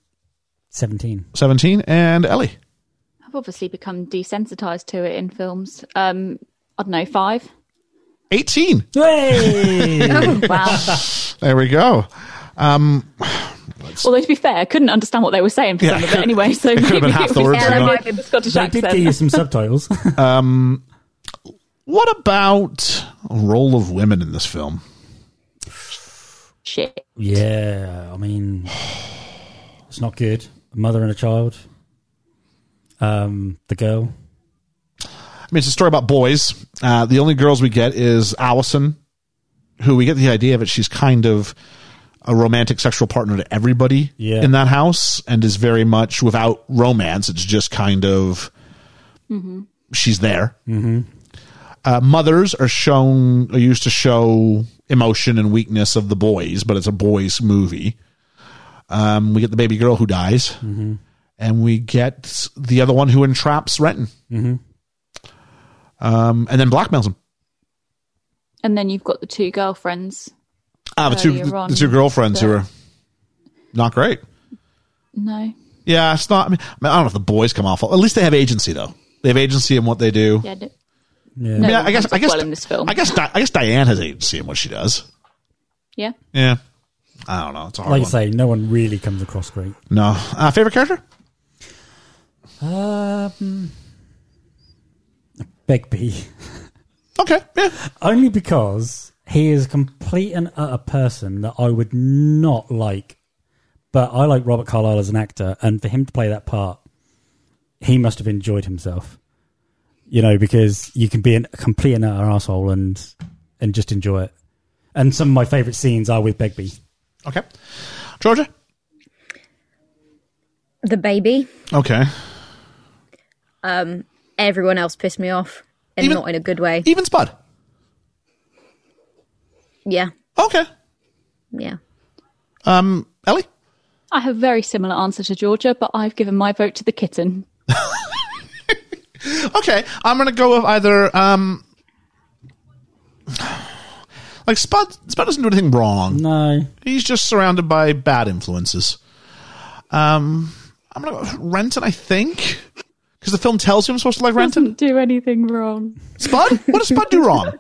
C: 17.
A: 17. And Ellie.
D: I've obviously become desensitized to it in films. Um, I don't know, five.
A: 18.
C: Hey!
D: Wow.
A: There we go.
D: Although to be fair, I couldn't understand what they were saying for
A: Yeah,
D: some of
A: it could-
D: it anyway. So
A: could have been
D: maybe
A: half
D: it
A: the
D: was
A: words
D: just
F: I
D: a
F: know.
D: bit of a Scottish
C: they did
D: accent.
C: give you some subtitles.
A: What about a role of women in this film?
D: Shit.
C: yeah. I mean, it's not good. A mother and a child. Um, the girl.
A: I mean, it's a story about boys. Uh, the only girls we get is Allison, who we get the idea that she's kind of a romantic sexual partner to everybody
C: Yeah.
A: in that house and is very much without romance. It's just kind of she's there. Mm-hmm. Uh, mothers are shown, are used to show emotion and weakness of the boys, but it's a boys' movie. Um, we get the baby girl who dies, and we get the other one who entraps Renton. Um, and then blackmails him.
D: And then you've got the two girlfriends.
A: Ah, the two
D: Earlier
A: the,
D: on,
A: the two girlfriends who
D: the-
A: are not great.
D: No.
A: Yeah, it's not. I mean, I don't know if the boys come off. At least they have agency, though. They have agency in what they do.
D: Yeah. No.
A: I
C: Yeah.
D: No
A: mean,
D: one
A: I guess.
D: comes
A: I
D: off
A: guess.
D: well in this film.
A: I guess. Di- I guess Diane has agency in what she does.
D: Yeah.
A: Yeah. I don't know. It's a hard
C: Like you
A: one.
C: say, no one really comes across great.
A: No. Uh, favorite character?
C: Um, Begbie.
A: Okay. Yeah.
C: Only because he is a complete and utter person that I would not like. But I like Robert Carlyle as an actor, and for him to play that part, he must have enjoyed himself. You know, because you can be an- a complete and utter asshole and and just enjoy it. And some of my favourite scenes are with Begbie.
A: Okay. Georgia.
F: The baby.
A: Okay.
F: Everyone else pissed me off, and
A: Even-
F: not in a good way.
A: Even Spud.
F: yeah.
A: Okay.
F: yeah.
A: Um, Ellie?
D: I have a very similar answer to Georgia, but I've given my vote to the kitten.
A: Okay, I'm gonna go with either um, like Spud. Spud doesn't do anything wrong.
C: No.
A: He's just surrounded by bad influences. Um, I'm gonna go with Renton, I think, because the film tells you I'm supposed to like Renton.
D: Doesn't do anything wrong.
A: Spud, what does Spud do wrong?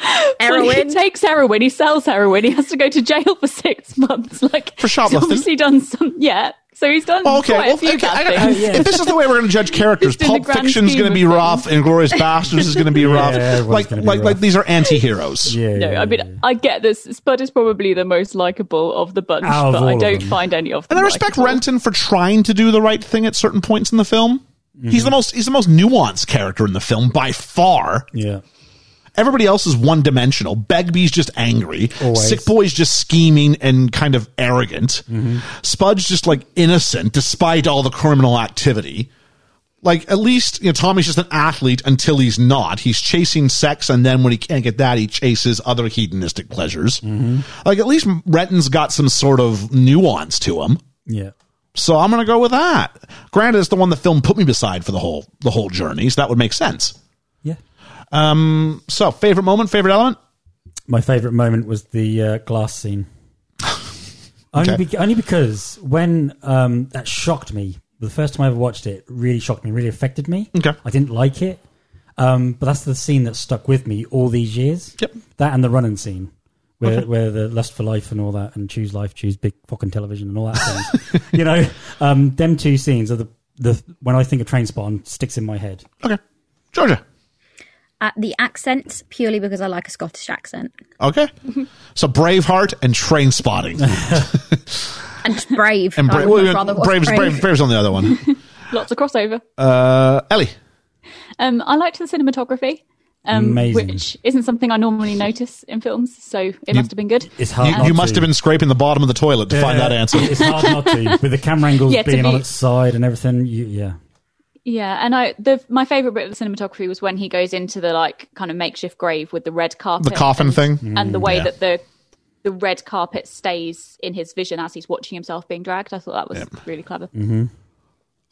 D: He
F: Heroin.
D: takes heroin. He sells heroin. He has to go to jail for six months. Like
A: For shoplifting?
D: He's obviously done some. Yeah. So he's done.
A: Oh, okay,
D: Quite
A: well,
D: a few
A: okay. I
D: bad
A: gotta-
D: things.
A: if this is the way we're going to judge characters,
D: Just in the
A: Pulp
D: grand
A: Fiction's
D: scheme
A: going to be
D: of
A: rough, and Glorious Bastards is going to be rough.
C: everyone's
A: like,
C: gonna be
A: like, like
C: rough.
A: these are anti-heroes.
C: Yeah.
D: No, I mean, I get this. Spud is probably the most likable of the bunch,
C: Out of
D: but
C: all
D: I
C: of
D: don't
C: them.
D: find any of them.
A: And I respect
D: likable.
A: Renton for trying to do the right thing at certain points in the film. He's
C: Mm-hmm.
A: the most he's the most nuanced character in the film by far.
C: Yeah.
A: Everybody else is one dimensional. Begbie's just angry.
C: Always.
A: Sick Boy's just scheming and kind of arrogant. Spud's just like innocent despite all the criminal activity. Like at least you know Tommy's just an athlete until he's not. He's chasing sex, and then when he can't get that, he chases other hedonistic pleasures. Like at least Renton's got some sort of nuance to him.
C: Yeah.
A: So I'm going to go with that. Granted, it's the one the film put me beside for the whole the whole journey, so that would make sense.
C: Yeah.
A: So favorite moment, favorite element.
C: My favourite moment was the uh, glass scene. only,
A: Okay.
C: be- only because when um, that shocked me, the first time I ever watched it, really shocked me, really affected me.
A: Okay.
C: I didn't like it. Um, but that's the scene that stuck with me all these years.
A: Yep.
C: That and the running scene, where, where the lust for life and all that, and choose life, choose big fucking television and all that things. you know, um, them two scenes are the, the when I think of Train Spawn, sticks in my head.
A: Okay, Georgia.
F: Uh, the accents purely because I like a Scottish accent
A: Okay, so Braveheart and Train Spotting.
F: and just brave.
A: And
F: I
A: Bra-
F: would much rather watch
A: Brave's, Brave. Brave's on the other one.
D: Lots of crossover.
A: Uh, Ellie.
D: Um, I liked the cinematography, um,
C: Amazing.
D: which isn't something I normally notice in films, so it must have been good.
C: It's hard.
A: You,
C: not
A: you must
C: to.
A: have been scraping the bottom of the toilet to find
C: Yeah.
A: that answer.
C: Uh, It's hard not to, with the camera angles
D: Yeah, to
C: being on
D: be-
C: its side and everything. You, yeah,
D: Yeah, and I the my favorite bit of the cinematography was when he goes into the like kind of makeshift grave with the red carpet,
A: The coffin
D: and,
A: thing?
D: and the
C: Mm,
D: way
A: yeah.
D: that the the red carpet stays in his vision as he's watching himself being dragged. I thought that was really clever.
C: Mm-hmm.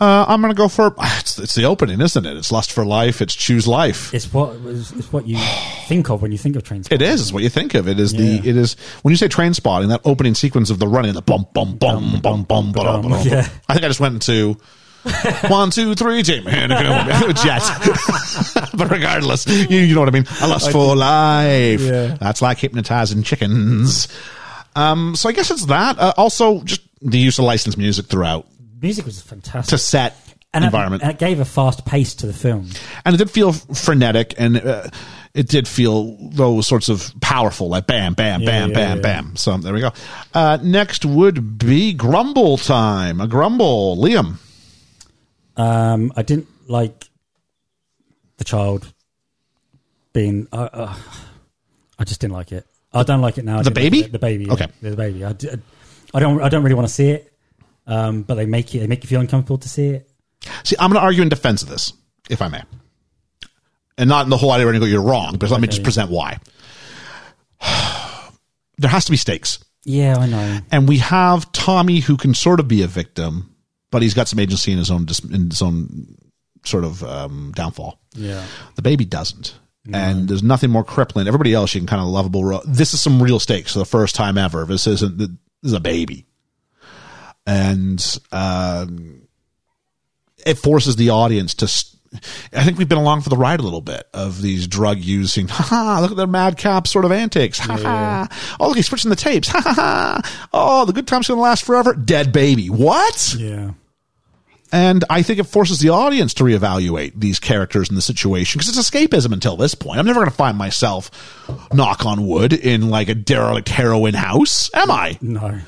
A: Uh, I'm going to go for it's, it's the opening, isn't it? It's lust for life. It's choose life.
C: it's what it's, it's what you think of when you think of trains.
A: It is. It's what you think of. It is the.
C: Yeah.
A: It is when you say train spotting. That opening sequence of the running, the bum bum bum bum bum bum. bum.
C: Yeah.
A: I think I just went into one, two, three, team jet. but regardless, you, you know what I mean. A lust for life.
C: Yeah.
A: That's like hypnotizing chickens. Um. So I guess it's that. Uh, also, just the use of licensed music throughout
C: Music was fantastic.
A: to set
C: and it-
A: environment.
C: and it gave a fast pace to the film.
A: and it did feel frenetic and uh, it did feel those sorts of powerful like bam bam
C: Yeah,
A: bam
C: yeah,
A: bam
C: yeah.
A: bam so there we go uh, next would be grumble time a grumble liam
C: Um, I didn't like the child being. Uh, uh, I just didn't like it. I don't like it now. I
A: The
C: didn't like
A: baby?
C: it. the baby. yeah.
A: Okay.
C: the, the baby. I, d- I don't. I don't really want to see it. Um, but they make you. They make you feel uncomfortable to see it.
A: see i'm going to argue in defense of this if i may and not in the whole idea of go you're wrong but let me just present why there has to be stakes
C: Yeah, I know.
A: and we have Tommy who can sort of be a victim, but he's got some agency in his own dis- in his own sort of um, downfall.
C: Yeah.
A: the baby doesn't, and there's nothing more crippling. Everybody else you can kind of lovable. Ro- this is some real stakes for the first time ever. This isn't this is a baby, and um, it forces the audience to. St- I think we've been along for the ride a little bit of these drug using. Ha ha! Look at their madcap sort of antics. Ha ha! Oh look, he's switching the tapes. Ha ha ha! Oh, the good time's going to last forever. Dead baby. What?
C: Yeah.
A: And I think it forces the audience to reevaluate these characters and the situation because it's escapism until this point. I'm never going to find myself, knock on wood, in like a derelict heroin house, am I?
C: No.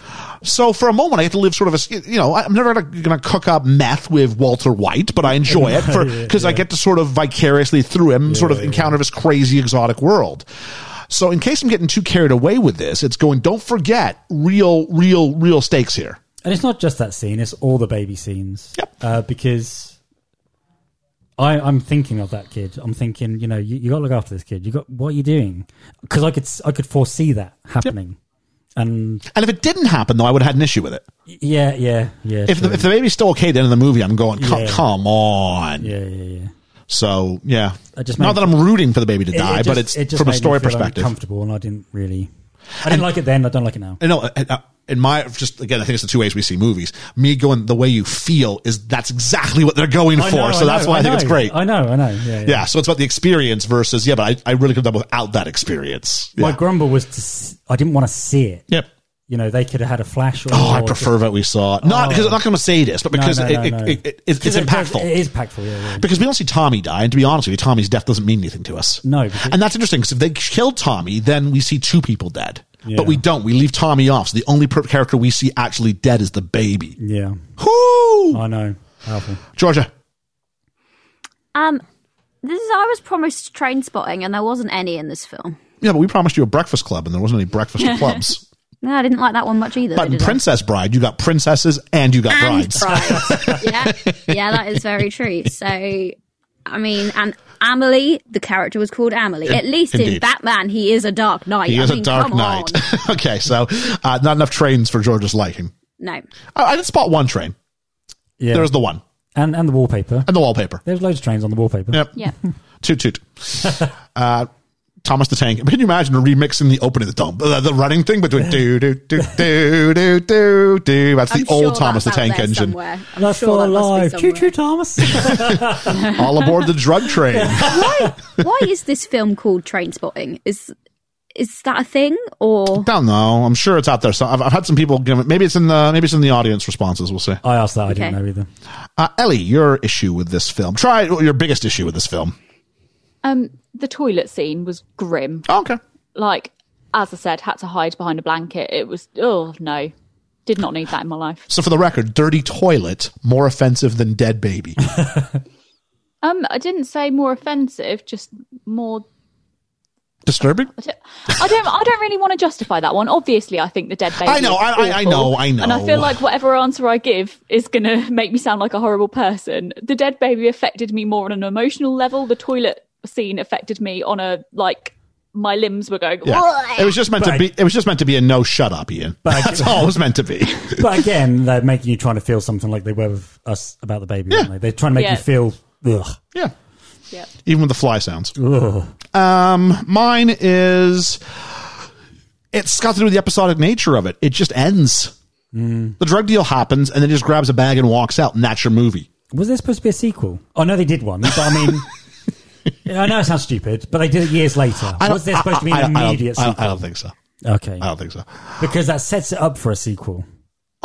A: So for a moment, I get to live sort of a, you know, I'm never going to cook up meth with Walter White, but I enjoy it for because I get to sort of vicariously through him, sort of encounter this crazy exotic world. So in case I'm getting too carried away with this, it's going. Don't forget real, real, real stakes here.
C: And it's not just that scene; it's all the baby scenes.
A: Yep.
C: Uh, because I, I'm thinking of that kid. I'm thinking, you know, you, you got to look after this kid. You got what are you doing? Because I could, s- I could foresee that happening, And
A: And if it didn't happen, though, I would have had an issue with it.
C: yeah, yeah, yeah.
A: If the,
C: true.
A: if the baby's still okay at the end of the movie, I'm going, come,
C: Yeah.
A: come on.
C: yeah, yeah, yeah.
A: So, yeah.
C: It just
A: Not
C: made-
A: that I'm rooting for the baby to
C: It- it
A: die, but
C: just-
A: it's
C: it just
A: from a
C: made me
A: story
C: feel
A: perspective.
C: Uncomfortable, and I didn't really. I didn't like it then. I don't like it now.
A: I know. uh, uh, In my just again, I think it's the two ways we see movies. Me going the way you feel is that's exactly what they're going
C: I
A: for.
C: know,
A: so
C: know,
A: that's why I, think it's
C: know,
A: great.
C: I know, I know. Yeah, yeah.
A: yeah. So it's about the experience versus yeah. But I, I really could have done without that experience.
C: My
A: Yeah.
C: grumble was to s- I didn't want to see it.
A: yep.
C: You know, they could have had a flash. Or,
A: Oh, I
C: or
A: prefer what we saw. Not because I'm not going to say this, but
C: Oh. No,
A: because
C: no,
A: it,
C: no,
A: it,
C: no.
A: It, it, it's, it's
C: Because it does-
A: impactful.
C: It is impactful. Yeah, yeah.
A: because we don't see Tommy die, and to be honest with you, Tommy's death doesn't mean anything to us.
C: No, because-
A: and that's interesting because if they killed Tommy, then we see two people dead,
C: Yeah.
A: but we don't. We leave Tommy off. So the only per- character we see actually dead is the baby.
C: yeah.
A: Whoo!
C: I know. Powerful.
A: Georgia.
F: Um, this is I was promised train spotting, and there wasn't any in this film.
A: Yeah, but we promised you a breakfast club, and there wasn't any breakfast clubs.
F: No, I didn't like that one much either.
A: But in
F: did I?
A: Princess Bride, you got princesses and you got
F: and
A: brides.
F: brides. yeah, yeah, that is very true. So, I mean, and Amelie, the character was called Amelie. At least in
A: indeed.
F: Batman, he is a dark knight.
A: He
F: I
A: is a
F: mean,
A: dark
F: come
A: knight.
F: on.
A: okay, so uh, not enough trains for Georgia's liking.
F: No,
A: I, I did spot one train.
C: Yeah.
A: There was the one
C: and and the wallpaper.
A: and the wallpaper.
C: There's loads of trains on the wallpaper.
A: Yep.
D: Yeah.
A: Toot toot. uh, Thomas the Tank. Can you imagine remixing the opening of the dump, uh, the running thing, but do do do do do do do do. That's the
F: I'm
A: old
F: sure
A: Thomas the
F: that's out
A: Tank
F: there
A: engine.
F: Somewhere. I'm
C: That's
F: sure
C: for
F: that
C: life.
F: must be
C: Choo choo,
F: somewhere.
C: Thomas.
A: All aboard the drug train.
F: Why is this film called Train Spotting? Is is that a thing or?
A: don't know. I'm sure it's out there. So I've, I've had some people give it. Maybe it's in the maybe it's in the audience responses. We'll see.
C: I asked that. I didn't
F: Okay.
C: know either.
A: Uh, Ellie, your issue with this film. Try your biggest issue with this film.
D: Um, the toilet scene was grim.
A: Oh, okay.
D: Like, as I said, had to hide behind a blanket. It was oh no, did not need that in my life.
A: So for the record, dirty toilet more offensive than dead baby.
D: Um, I didn't say more offensive, just more.
A: Disturbing.
D: I don't. I don't, I don't really want to justify that one. Obviously, I think the dead baby.
A: I know,
D: is
A: I- I- I
D: awful,
A: know, I know.
D: And I feel like whatever answer I give is gonna make me sound like a horrible person. The dead baby affected me more on an emotional level. The toilet scene affected me on a like my limbs were going.
A: Yeah. It was just meant to
C: But-
A: be. It was just meant to be a no. Shut up, Ian.
C: But-
A: That's all it was meant to be.
C: But again, they're making you trying to feel something like they were with us about the baby.
A: Yeah.
C: Aren't they? They're trying to make
D: Yeah.
C: you feel. Ugh.
A: Yeah.
D: Yep.
A: Even with the fly sounds.
C: Ugh.
A: Um, mine is. It's got to do with the episodic nature of it. It just ends.
C: Hmm.
A: The drug deal happens, and then he just grabs a bag and walks out, and that's your movie.
C: Was there supposed to be a sequel? Oh no, they did one, but I mean, Yeah, I know it sounds stupid, but they did it years later.
A: I don't-
C: Was there supposed to be
A: I- I-
C: an
A: I don't-
C: immediate
A: I don't-
C: sequel?
A: I don't think so.
C: okay,
A: I don't think so.
C: because that sets it up for a sequel.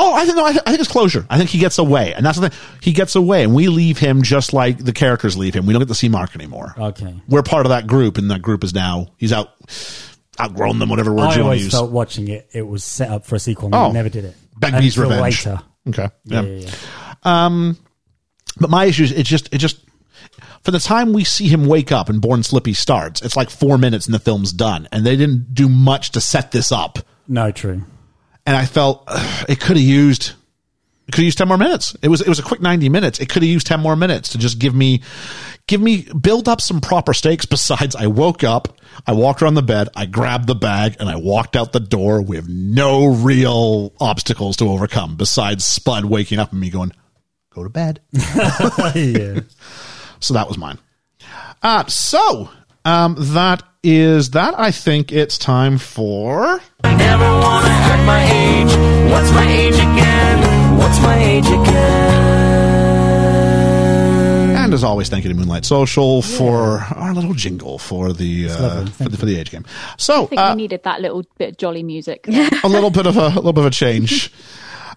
A: Oh, I think no, I, th- I think it's closure. I think he gets away, and that's the thing. He gets away, and we leave him just like the characters leave him. We don't get to see Mark anymore.
C: Okay,
A: We're part of that group, and that group is now he's out outgrown them. Whatever words
C: I
A: you want
C: always
A: to use.
C: felt watching it; it was set up for a sequel, and
A: Oh.
C: they never did it.
A: Begbie's
C: Until
A: revenge.
C: Later,
A: Okay,
C: yeah,
A: yeah.
C: yeah, yeah.
A: But my issue is it just it just for the time we see him wake up and Born Slippy starts, it's like four minutes and the film's done, and they didn't do much to set this up.
C: no, true.
A: And I felt ugh, it could have used it could have used ten more minutes. It was it was a quick ninety minutes. It could have used ten more minutes to just give me give me build up some proper stakes. Besides, I woke up, I walked around the bed, I grabbed the bag, and I walked out the door with no real obstacles to overcome. Besides Spud waking up and me going, "Go to bed."
C: yeah.
A: So that was mine. Uh, so um, that is that. I think it's time for.
E: I never wanna act my age. What's my age again? What's my age again?
A: And as always, thank you to Moonlight Social for our little jingle for the uh, for the, for the age game. So
D: I think
A: uh,
D: we needed that little bit of jolly music.
A: a little bit of a, a little bit of a change.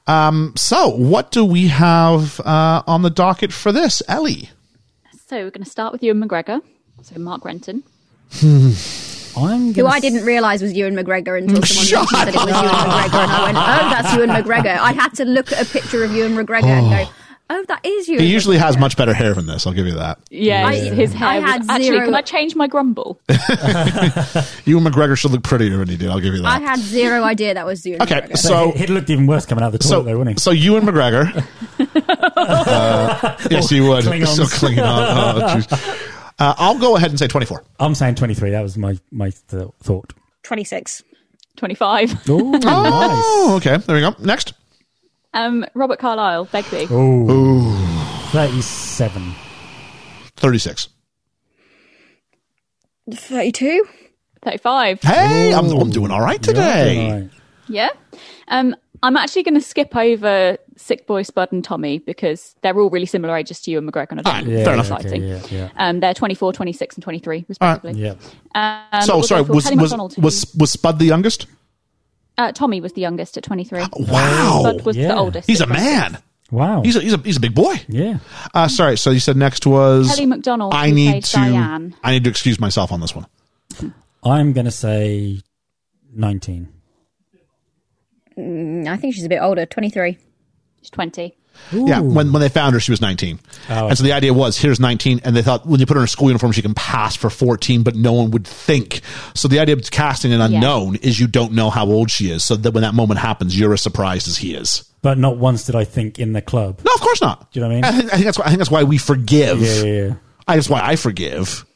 A: Um, so what do we have uh, on the docket for this, Ellie?
D: so we're going to start with Ewan McGregor. So Mark Renton.
C: I'm
F: Who
C: gonna
F: I didn't realise was Ewan McGregor until someone
A: Shut
F: mentioned that it was Ewan McGregor, and I went, "Oh, that's Ewan McGregor." I had to look at a picture of Ewan McGregor and go, "Oh, that is Ewan."
A: He usually has
F: McGregor."
A: much better hair than this. I'll give you that.
D: Yeah,
F: I-
D: his hair.
F: I
D: was-
F: had
D: actually,
F: zero-
D: can I change my grumble?
A: You and McGregor should look prettier when he did. I'll give you
F: I
A: that.
F: had zero idea that was Ewan.
A: Okay,
F: McGregor.
A: so-
C: So he'd looked even worse coming out of the toilet,
A: So,
C: though, wouldn't he?
A: so you and McGregor. Uh, yes, you would.
C: Klingons.
A: So Klingon. Oh, jeez. uh, I'll go ahead and say 24.
C: I'm saying 23. That was my my th- thought.
F: twenty-six.
D: 25.
C: Ooh,
A: Oh, okay. There we go. Next.
D: Um, Robert Carlyle, Begbie.
C: nice. Ooh. 37.
A: 36.
F: 32?
D: 35.
A: Hey, I'm,
C: Ooh.
A: I'm doing all right today.
C: Right.
D: Yeah. Um, I'm actually going to skip over Sick Boy Spud and Tommy because they're all really similar ages to you and McGregor. And I
A: Fine.
D: don't think
A: Fair
D: it's
A: enough.
C: okay,
D: exciting.
C: yeah, yeah.
D: Um, they're 24, 26, and 23, respectively.
C: Yep.
D: Um,
A: so
D: we'll go
A: sorry,
D: for
A: was
D: Kelly
A: was,
D: MacDonald, who-
A: was was Spud the youngest?
D: uh, Tommy was the youngest at 23.
A: Oh, Wow,
D: Spud was
C: Yeah.
D: the oldest.
A: he's a
D: at 26.
A: man.
C: Wow.
A: He's a, he's a he's a big boy.
C: yeah.
A: Uh, sorry. So you said next was
D: Kelly MacDonald,
A: I
D: who
A: need
D: played
A: to
D: Diane.
A: I need to excuse myself on this one.
C: I'm going to say 19.
F: Mm, I think she's a bit older. 23.
D: She's 20.
A: Yeah, when when they found her, she was 19,
C: Oh,
A: and so the idea was here's 19, and they thought when you put her in a school uniform, she can pass for 14, but no one would think. So the idea of casting an unknown is you don't know how old she is, so that when that moment happens, you're as surprised as he is.
C: But not once did I think in the club.
A: No, of course not.
C: Do you know what I mean?
A: I think, I think that's why, I think that's why we forgive.
C: Yeah, yeah, yeah.
A: I, that's why I forgive.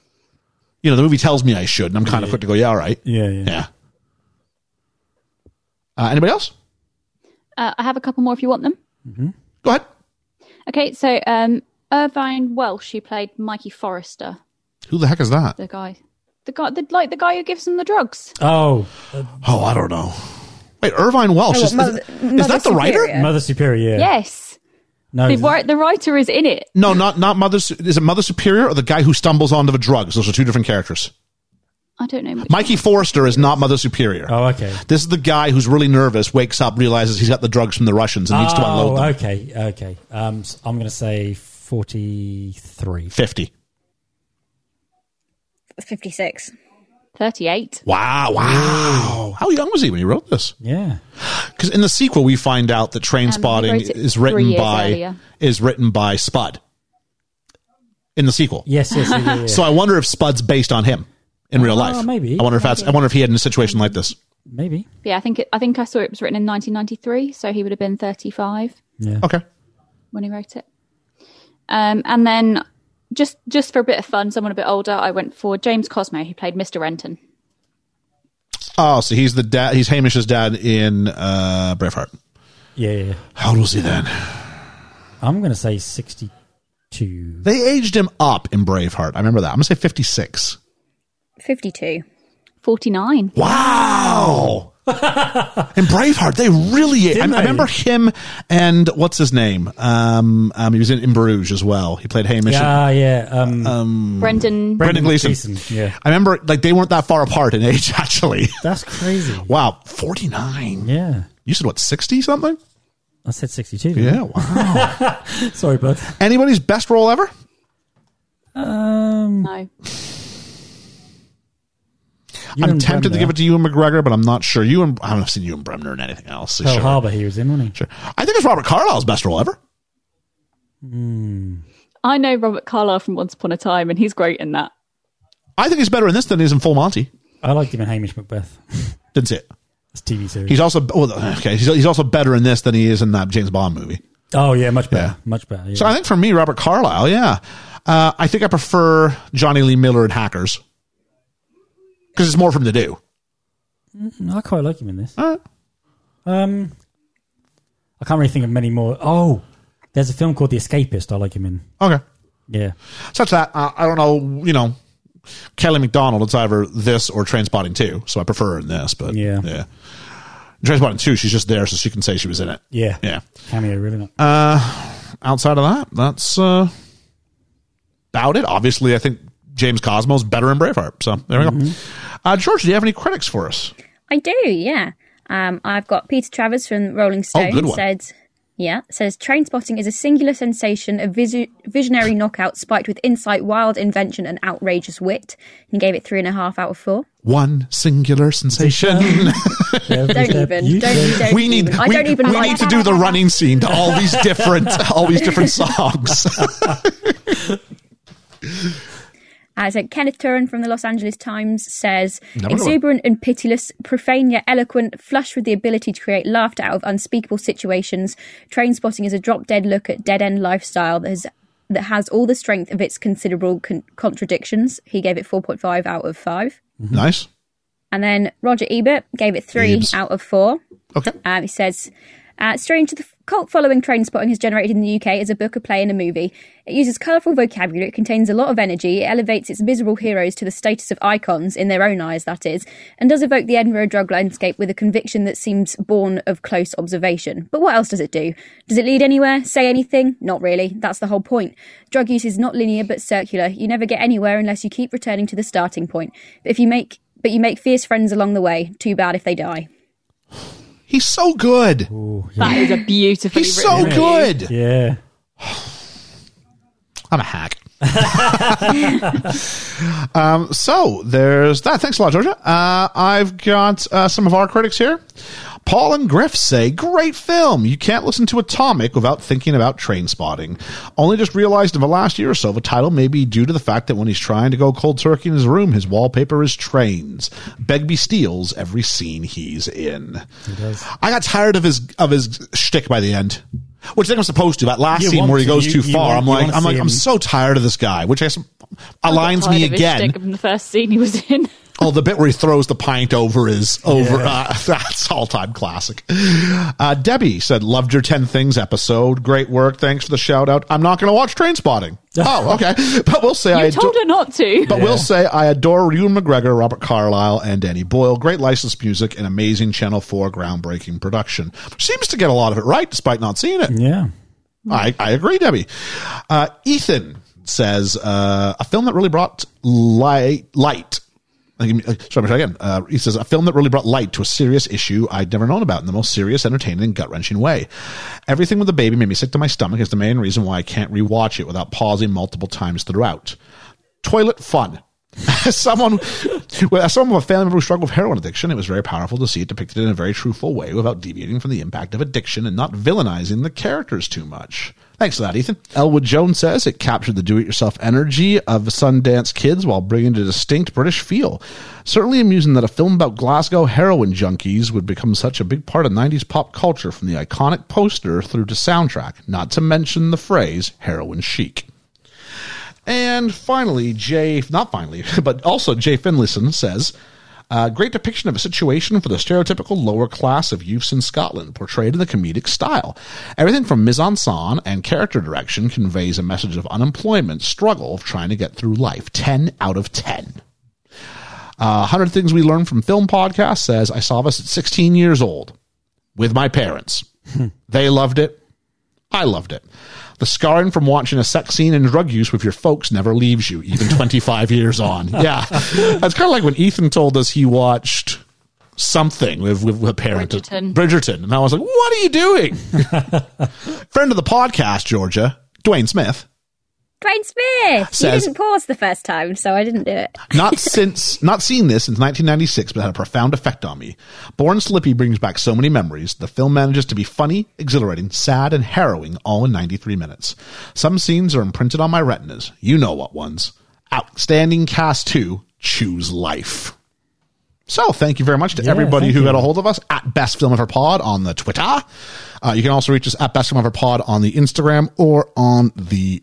A: You know, the movie tells me I should, and I'm kind of quick to go, yeah, all right.
C: Yeah, yeah.
A: Yeah. Uh, anybody else?
D: Uh, I have a couple more if you want them.
A: Go ahead.
D: Okay, so um, Irvine Welsh, who played Mikey Forrester,
A: Who the heck is that?
D: the guy, the guy, the, like the guy who gives them the drugs.
C: Oh,
A: Oh, I don't know. Wait, Irvine Welsh.
F: Oh,
A: is,
F: Mother-
A: is,
F: Mother
A: that the writer?
F: Superior.
C: Mother Superior. Yeah.
D: Yes,
C: No,
A: Oh,
D: the,
C: is it-
D: ri- the writer is in it.
A: No, not not mother. Su- Is it Mother Superior or the guy who stumbles onto the drugs? Those are two different characters.
D: I don't know. Which
A: Mikey Forrester is not Mother Superior.
C: oh, okay.
A: This is the guy who's really nervous, wakes up, realizes he's got the drugs from the Russians and needs to unload
C: Oh,
A: them.
C: okay, okay. Um, s I'm going to say 43.
A: Fifty.
F: 56.
D: 38.
A: Wow, wow. How young was he when he wrote this?
C: Yeah.
A: Because in the sequel, we find out that Train Spotting
D: Um, wrote it
A: is
D: three
A: written
D: years
A: by
D: earlier.
A: is written by Spud. In the sequel,
C: Yes, yes, yeah, yeah, yeah.
A: so I wonder if Spud's based on him in real
C: Oh,
A: life.
C: maybe.
A: I wonder if that's. I wonder if he had in a situation like this.
C: Maybe.
D: But yeah, I think it, I think I saw it was written in 1993, so he would have been 35
A: Okay.
D: when he wrote it. Um, and then just just for a bit of fun, someone a bit older, I went for James Cosmo, who played Mr. Renton.
A: Oh, so he's the dad. He's Hamish's dad in uh, Braveheart.
C: Yeah, yeah, yeah.
A: How old was he then?
C: I'm going to say 62.
A: They aged him up in Braveheart. I remember that. I'm gonna say 56.
F: 52.
D: 49.
A: Wow. in Braveheart, they really. I, I
C: they?
A: remember him and what's his name? Um, um, he was in, in Bruges as well. He played Hamish. and-
C: Yeah, yeah. Um,
A: Hmm.
D: Brendan.
A: Uh, Brendan Gleeson.
C: Yeah.
A: I remember like they weren't that far apart in age actually.
C: That's crazy.
A: Wow, 49.
C: Yeah.
A: You said what, 60 something?
C: I said 62.
A: Yeah, wow.
C: Sorry, bud.
A: Anybody's best role ever?
C: Um,
D: no.
A: I'm tempted to give it to you and McGregor, but I'm not sure. You and I haven't seen you and Bremner in anything else. so
C: Pearl
A: sure.
C: Harbor he was in, wasn't he?
A: Sure. I think it's Robert Carlyle's best role ever.
D: I know Robert Carlyle from Once Upon a Time, and he's great in that.
A: I think he's better in this than he is in Full Monty.
C: I liked him in Hamish Macbeth.
A: Didn't see it.
C: It's a TV series.
A: He's also well, okay. He's, he's also better in this than he is in that James Bond movie.
C: oh, yeah, much better.
A: Yeah.
C: Much better. Yeah.
A: So I think for me, Robert Carlyle, yeah. Uh, I think I prefer Johnny Lee Miller in Hackers because it's more for him to do.
C: I quite like him in this.
A: All right.
C: Um, I can't really think of many more. Oh, there's a film called The Escapist. I like him in.
A: Okay.
C: Yeah,
A: such that uh, I don't know, you know, Kelly McDonald. It's either this or Transpotting Two, so I prefer her in this. But
C: Yeah.
A: yeah. Transpotting Two, she's just there, so she can say she was in it.
C: yeah,
A: Yeah.
C: Cameo, really not.
A: Outside of that, that's uh, about it. Obviously, I think James Cosmo's better in Braveheart. So there we go.
F: Mm-hmm.
A: Uh, George, do you have any critics for us?
F: I do, yeah. Um, I've got Peter Travers from Rolling Stone
A: Oh, good one.
F: said, yeah, says train spotting is a singular sensation of visu- visionary knockout spiked with insight, wild invention, and outrageous wit. And gave it three and a half out of four.
A: One singular sensation.
F: Don't even. Don't, don't
A: we need
F: even. I
A: we,
F: don't even
A: we
F: like
A: need to do the running scene to all these different all these different songs.
F: Uh, so Kenneth Turin from the Los Angeles Times says,
A: Another one.
F: exuberant and pitiless, profane yet eloquent, flush with the ability to create laughter out of unspeakable situations, train spotting is a drop dead look at dead end lifestyle that has that has all the strength of its considerable con- contradictions. He gave it 4.5 out of 5.
A: nice.
F: And then Roger Ebert gave it three
A: Ebes.
F: out of four.
A: Okay.
F: Um, he says, uh, Strange to the cult following train spotting has generated in the UK as a book, a play, and a movie. It uses colourful vocabulary, it contains a lot of energy, it elevates its miserable heroes to the status of icons, in their own eyes, that is, and does evoke the Edinburgh drug landscape with a conviction that seems born of close observation. But what else does it do? Does it lead anywhere? Say anything? Not really. That's the whole point. Drug use is not linear but circular. You never get anywhere unless you keep returning to the starting point. But if you make but you make fierce friends along the way. Too bad if they die.
A: He's so good.
D: That is a beautifully
A: He's so
D: written review.
A: good.
C: Yeah.
A: I'm a hack. um, so there's that. Thanks a lot, Georgia. Uh, I've got uh, some of our critics here. Paul and Griff say, great film. You can't listen to Atomic without thinking about train spotting. Only just realized in the last year or so, the title may be due to the fact that when he's trying to go cold turkey in his room, his wallpaper is trains. Begbie steals every scene he's in. I got tired of his, of his shtick by the end. Which I think I'm supposed to. That last
H: You
A: scene
H: want
A: where he
H: to.
A: goes
H: You-
A: too
H: you
A: far,
H: want-
A: I'm
H: you
A: like,
H: wanna
A: I'm
H: see
A: like, I'm
H: him.
A: so tired of this guy. Which I guess
D: I got
A: aligns
D: tired
A: me
D: of his
A: again.
D: shtick From the first scene he was in.
A: Oh, the bit where he throws the pint over is over. Uh, that's all time classic. Uh, Debbie said, "Loved your ten things episode. Great work. Thanks for the shout out. I'm not going to watch Train Spotting. oh, okay. But we'll say I
D: You
A: adore-
D: told her not to.
A: but we'll say I adore Ewan McGregor, Robert Carlyle, and Danny Boyle. Great licensed music and amazing Channel 4 groundbreaking production. Seems to get a lot of it right despite not seeing it.
C: Yeah.
A: I, I agree, Debbie. Uh, Ethan says uh, a film that really brought light. light. Sorry, let me try again. Uh, he says a film that really brought light to a serious issue I'd never known about in the most serious, entertaining, and gut wrenching way. Everything with the baby made me sick to my stomach. Is the main reason why I can't rewatch it without pausing multiple times throughout. Toilet fun. As someone, well, as someone with a family member who struggled with heroin addiction, it was very powerful to see it depicted in a very truthful way without deviating from the impact of addiction and not villainizing the characters too much. Thanks for that, Ethan. Elwood Jones says it captured the do it yourself energy of Sundance kids while bringing a distinct British feel. Certainly amusing that a film about Glasgow heroin junkies would become such a big part of 90s pop culture from the iconic poster through to soundtrack, not to mention the phrase heroin chic. And finally, Jay, not finally, but also Jay Finlayson says, uh, great depiction of a situation for the stereotypical lower class of youths in Scotland, portrayed in the comedic style. Everything from mise en scène and character direction conveys a message of unemployment, struggle of trying to get through life. 10 out of 10. Uh, 100 Things We Learned from Film podcast says, I saw this at 16 years old with my parents. they loved it. I loved it. The scarring from watching a sex scene and drug use with your folks never leaves you, even 25 years on. Yeah. That's kind of like when Ethan told us he watched something with, with, with a parent.
D: Bridgerton.
A: Bridgerton. And I was like, what are you doing? Friend of the podcast, Georgia, Dwayne Smith.
F: Dwayne Smith!
A: Says-
F: you didn't pause the first time, so I didn't do it.
A: Not since, not seen this since 1996, but had a profound effect on me. Born Slippy brings back so many memories. The film manages to be funny, exhilarating, sad, and harrowing all in 93 minutes. Some scenes are imprinted on my retinas. You know what ones. Outstanding cast two, choose life. So thank you very much to
C: Yeah,
A: everybody
C: thank
A: who
C: you.
A: got a hold of us at Best Film Ever Pod on the Twitter. Uh, you can also reach us at Best Film Ever Pod on the Instagram or on the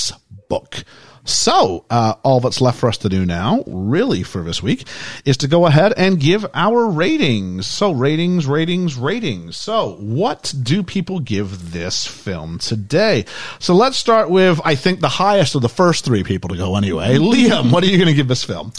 A: Facebook. So uh, all that's left for us to do now, really for this week, is to go ahead and give our ratings. So ratings, ratings, ratings. So what do people give this film today? So let's start with I think the highest of the first three people to go anyway. Liam, what are you going to give this film?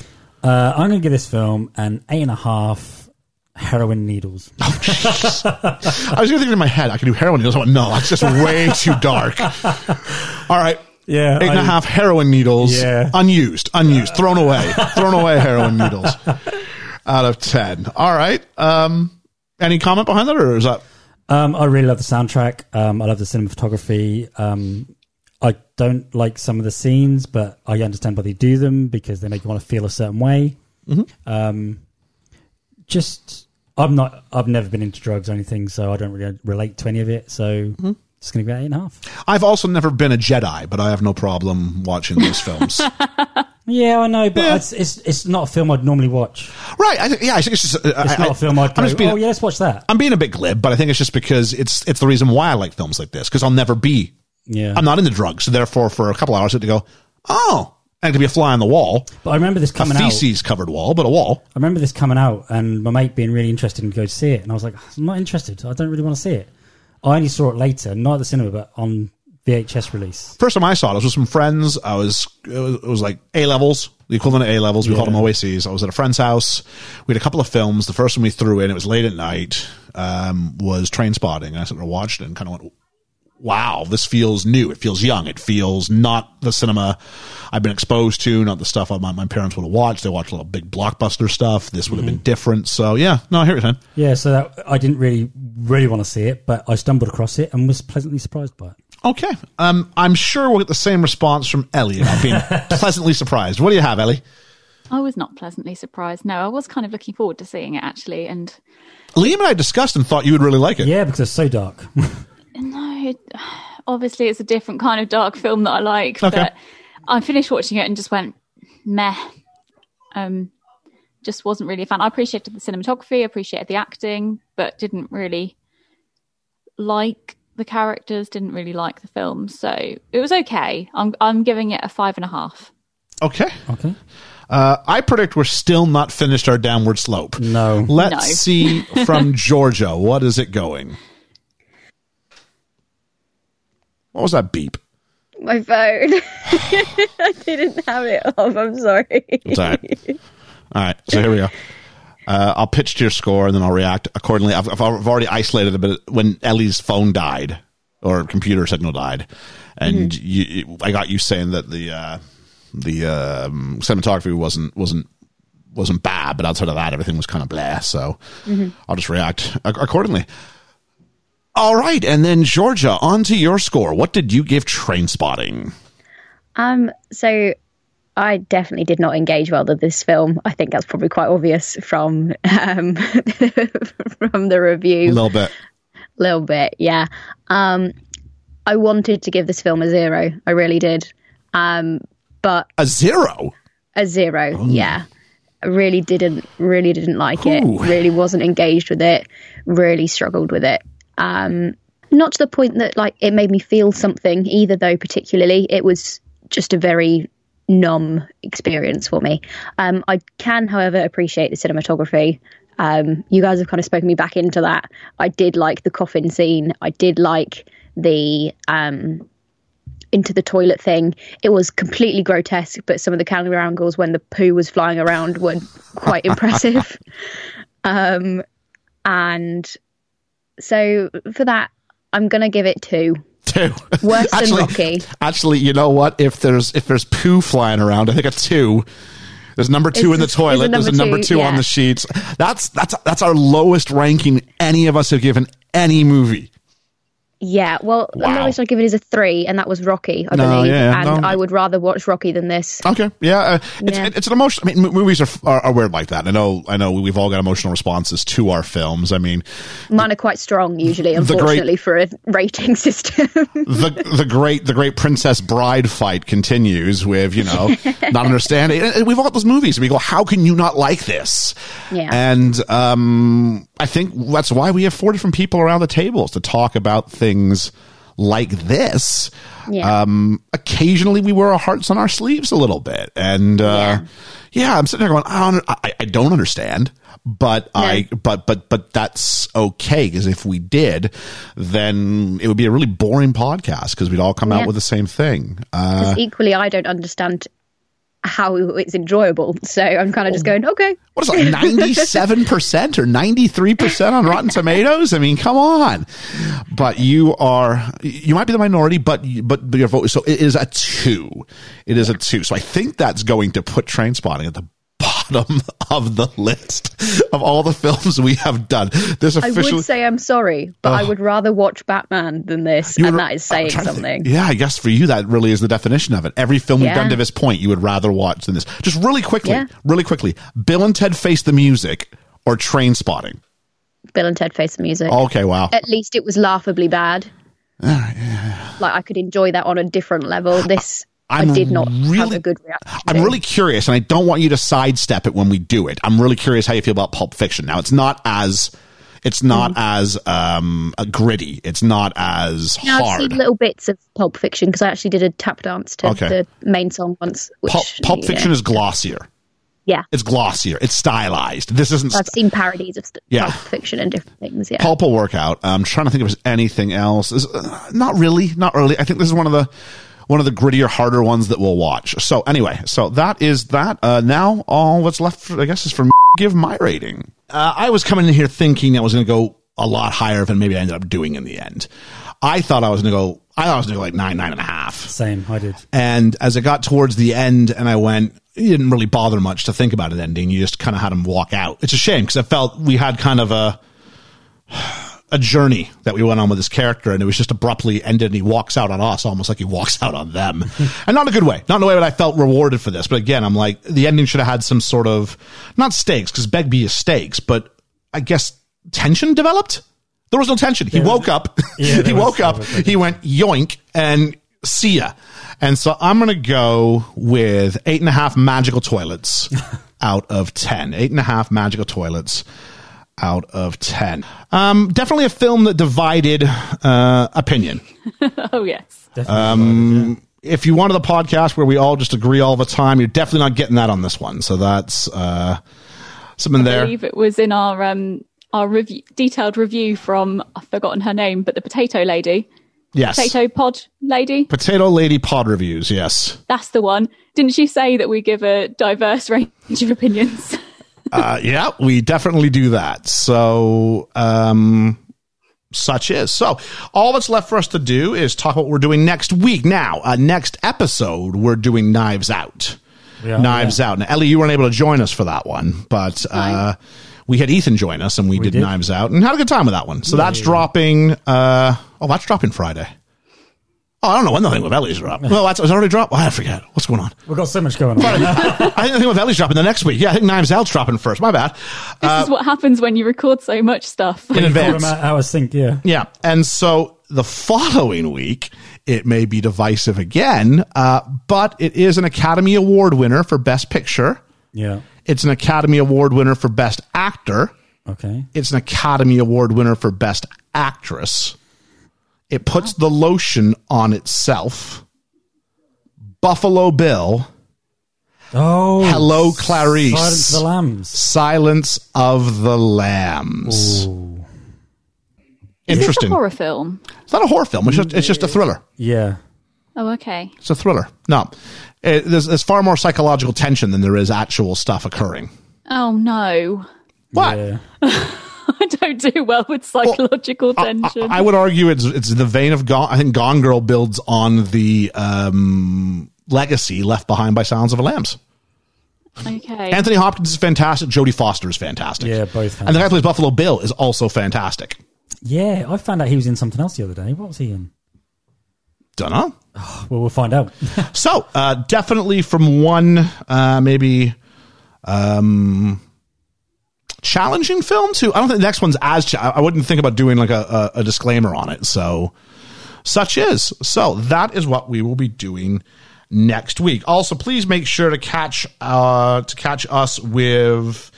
C: Uh, I'm going to give this film an eight and a half heroin needles.
A: I was even thinking in my head, I could do heroin needles. I went, no, that's just way too dark. All right.
C: Yeah,
A: Eight and a
C: I-
A: half heroin needles.
C: Yeah.
A: Unused. Unused. Thrown away. thrown away heroin needles. Out of 10. All right. Um, any comment behind that or is that?
C: Um, I really love the soundtrack. Um, I love the cinematography. Um, I don't like some of the scenes, but I understand why they do them because they make you want to feel a certain way.
A: Mm-hmm.
C: Um, just, I'm not, I've never been into drugs or anything, so I don't really relate to any of it. So,
A: Mm-hmm.
C: just going to give it eight and a half.
A: I've also never been a Jedi, but I have no problem watching those films. right.
C: Yeah, I know, but
A: Yeah.
C: it's, it's it's not a film I'd normally watch.
A: I think, yeah, I think it's just,
C: It's not
A: a
C: a film I'd go,
A: I'm just being,
C: oh, yeah, let's watch that.
A: I'm being a bit glib, but I think it's just because it's, it's the reason why I like films like this. Cause I'll never be
C: Yeah.
A: I'm not into drugs, so therefore, for a couple hours, I had to go. Oh, And it could be a fly on the wall,
C: But I remember this
A: a
C: coming out. I
A: feces covered wall, but a wall.
C: remember this coming out, and my mate being really interested and go to see it, and I was like, I'm not interested. I don't really want to see it. I only saw it later, not at the cinema, but on VHS release.
A: First time I saw it, I was with some friends. I was it was, it was like A levels, the equivalent of A levels. We called them OACs. I was at a friend's house. We had a couple of films. The first one we threw in, it was late at night, um, was Train Spotting. I sort of watched it and kind of went, "Wow, this feels new. It feels young. It feels not the cinema I've been exposed to. Not the stuff my, my parents would have watched. They watched a lot of big blockbuster stuff. This would have
C: Mm-hmm.
A: been different. So yeah, no, I hear it, man.
C: Yeah, so that, I didn't really, really want to see it, but I stumbled across it and was pleasantly surprised by it.
A: Okay. Um, I'm sure we'll get the same response from Ellie about being pleasantly surprised. What do you have, Ellie?
D: I was not pleasantly surprised. No, I was kind of looking forward to seeing it actually, and
A: Liam and I discussed and thought you would really like it.
C: Yeah, because it's so dark.
D: No, it, obviously it's a different kind of dark film that I like,
A: Okay.
D: but I finished watching it and just went meh. Um, just wasn't really a fan. I appreciated the cinematography, appreciated the acting, but didn't really like the characters. Didn't really like the film, so it was okay. I'm I'm giving it a five and a half.
A: Okay.
C: okay.
A: Uh, I predict we're still not finished our downward slope.
C: No.
A: Let's
D: No.
A: see from Georgia. What is it going? What was that beep?
F: My phone. I didn't have it off. I'm sorry.
A: It's all right. All right. So here we go. Uh, I'll pitch to your score and then I'll react accordingly. I've, I've I've already isolated a bit when Ellie's phone died or computer signal died, and you, I got you saying that the uh, the um, cinematography wasn't wasn't wasn't bad, but outside of that, everything was kind of blah. So I'll just react ac- accordingly. All right, and then Georgia, on to your score. What did you give Train Spotting?
F: Um, so I definitely did not engage well with this film. I think that's probably quite obvious from um, from the
A: A
F: review.
A: little bit.
F: little bit, yeah. Um, I wanted to give this film a zero. I really did. Um, but
A: A zero.
F: a zero, yeah. I really didn't really didn't like
A: Ooh.
F: it. Really wasn't engaged with it. Really struggled with it. Um, not to the point that like it made me feel something either, though. Particularly, it was just a very numb experience for me. Um, I can, however, appreciate the cinematography. Um, you guys have kind of spoken me back into that. I did like the coffin scene. I did like the um, into the toilet thing. It was completely grotesque, but some of the camera angles when the poo was flying around were quite impressive. Um, and so for that, I'm gonna give it two.
A: Two.
F: Worse than Rocky.
A: Actually, you know what? If there's if there's poo flying around, I think a two. There's number two
F: It's
A: in the
F: just- there's a
A: toilet. There's a
F: number
A: number two,
F: two,
A: on
F: yeah.
A: the sheets. That's that's that's our lowest ranking any of us have given any movie.
F: Yeah, well,
A: Wow.
F: the lowest I give it is a three, and that was Rocky, I
A: No,
F: believe.
A: yeah, yeah,
F: and
A: no.
F: I would rather watch Rocky than this.
A: Okay, yeah, uh, it's,
F: Yeah.
A: it's an emotion. I mean, m- movies are, are are weird like that. I know, I know. We've all got emotional responses to our films. I mean,
F: Mine are quite strong usually,
A: great-
F: unfortunately, for a rating system.
A: the the great the great princess bride fight continues with you know not understanding And- and we've all those movies we go how can you not like this
F: Yeah.
A: and um i think that's why we have four different people around the tables to talk about things like this
F: Yeah.
A: um occasionally we wear our hearts on our sleeves a little bit and uh yeah, i'm sitting there going i don't i, I don't understand but i but but but that's okay because if we did then it would be a really boring podcast because we'd all come out
F: Yeah.
A: with the same thing uh
F: 'Cause equally, I don't understand how it's enjoyable, so I'm kind of
A: Oh.
F: just going, okay.
A: what is it like 97% or 93% on rotten tomatoes i mean come on but you are you might be the minority but you- but but your vote so it is a 2 it is a 2 so i think that's going to put train spotting at the bottom of the list of all the films we have done this
F: I
A: officially
F: would say I'm sorry, but I would rather watch Batman than this,
A: You
F: and
A: would-
F: that is
A: I'm
F: saying
A: trying to think.
F: something.
A: Yeah, I guess for you that really is the definition of it. Every film we've
F: Yeah.
A: done to this point, you would rather watch than this. Just really quickly,
F: Yeah.
A: really quickly. Bill and Ted Face the Music or Train Spotting.
F: Bill and Ted Face the Music.
A: Okay, wow.
F: At least it was laughably bad. Like I could enjoy that on a different level. This i
A: I'm
F: did not have
A: really-
F: a good reaction.
A: I'm
F: to.
A: really curious, and I don't want you to sidestep it when we do it. I'm really curious how you feel about Pulp Fiction. Now, it's not as
I: It's not as um, uh, gritty. It's not as
F: Mm-hmm. Now I've
I: hard.
F: seen little bits of Pulp Fiction because I actually did a tap dance to
I: Okay.
F: the main song once. Which,
I: Pulp, Pulp
F: you
I: Fiction
F: know,
I: is glossier.
F: yeah.
I: It's glossier. It's stylized. This isn't.
F: I've seen parodies of st-
I: Yeah.
F: Pulp Fiction and different things. Yeah,
I: Pulp will work out. I'm trying to think if there's anything else. Is- uh, not really, not really. I think this is one of the one of the grittier, harder ones that we'll watch. So anyway, so that is that. Uh, now all that's left, I guess, is for me to give my rating.
A: Uh, I was coming in here thinking that was going to go a lot higher than maybe I ended up doing in the end.
I: I thought I was going to go. I thought I was going to go like nine, nine and a half.
C: Same, I did.
A: And as it got towards the end, and I went, it didn't really bother much to think about an ending. You just kind of had him walk out. It's a shame because I felt we had kind of a a journey that we went on with this character, and it was just abruptly ended. And he walks out on us almost like he walks out on them, and not in a good way. Not in a way that I felt rewarded for this. But again, I'm like the ending should have had some sort of not stakes because Begbie is stakes, but I guess tension developed. There was no tension. He woke up.
C: Yeah, there
A: he
C: was
A: woke
C: no
A: up.
C: tension.
A: He went yoink and see ya. And so I'm going to go with eight and a half magical toilets out of 10. Eight and a half magical toilets out of 10. Um, definitely a film that divided uh, opinion.
D: Oh yes.
A: If you wanted a podcast where we all just agree all the time, you're definitely not getting that on this one. So that's uh, something
D: I
A: there.
D: believe it was in our um our review detailed review from I've forgotten her name, but the potato lady.
A: Yes.
D: Potato pod lady.
A: Potato Lady Pod Reviews. Yes.
D: That's the one. Didn't she say that we give a diverse range of opinions?
A: Uh, yeah, we definitely do that. So, um, such is. So, all that's left for us to do is talk about what we're doing next week. Now, uh, next episode, we're doing Knives Out.
C: Yeah.
A: Knives Out. Now, Ellie, you weren't able to join us for that one, but uh, we had Ethan join us and we, did,
C: did.
A: Knives Out and had a good time with that one. So, that's dropping. Uh, oh, that's dropping Friday. Oh, I don't know when the thing with Ellie's dropped. Well, that's, it's already dropped. I forget. What's going on?
C: We've got so much going on.
A: I think the thing with Ellie's dropping the next week. Yeah, I think Knives Out's dropping first. My bad.
D: this
A: Uh,
D: is what happens when you record so much stuff.
A: in
C: Call
A: advance.
C: them out our sync, yeah.
A: Yeah. And so the following week, it may be divisive again, uh, but it is an Academy Award winner for Best Picture.
C: Yeah.
A: It's an Academy Award winner for Best Actor.
C: Okay.
A: It's an Academy Award winner for Best Actress. It puts the lotion on itself. Buffalo Bill,
C: Oh.
A: Hello, Clarice.
C: Silence of the Lambs.
A: Silence of the Lambs.
D: It's a
A: Interesting.
D: horror film.
A: It's not a horror film. It's just, it's just a thriller.
C: Yeah.
D: Oh, okay.
A: It's a thriller. No, it, there's, there's far more psychological tension than there is actual stuff occurring.
D: Oh no,
A: What?
C: Yeah.
D: I don't do well with psychological tension.
A: I, I would argue it's it's the vein of Gone. I think Gone Girl builds on the um, legacy left behind by Silence of the Lambs.
D: okay.
A: Anthony Hopkins is fantastic. Jodie Foster is fantastic.
C: Yeah, both
A: And the guy who plays Buffalo Bill is also fantastic.
C: Yeah, I found out he was in something else the other day. What was he in?
A: Dunno.
C: Well, we'll find out.
A: So uh, definitely from one uh, maybe um, challenging film to I don't think the next one's as cha- I wouldn't think about doing like a, a, a disclaimer on it. So such is so that is what we will be doing next week. Also, please make sure to catch uh, to catch us with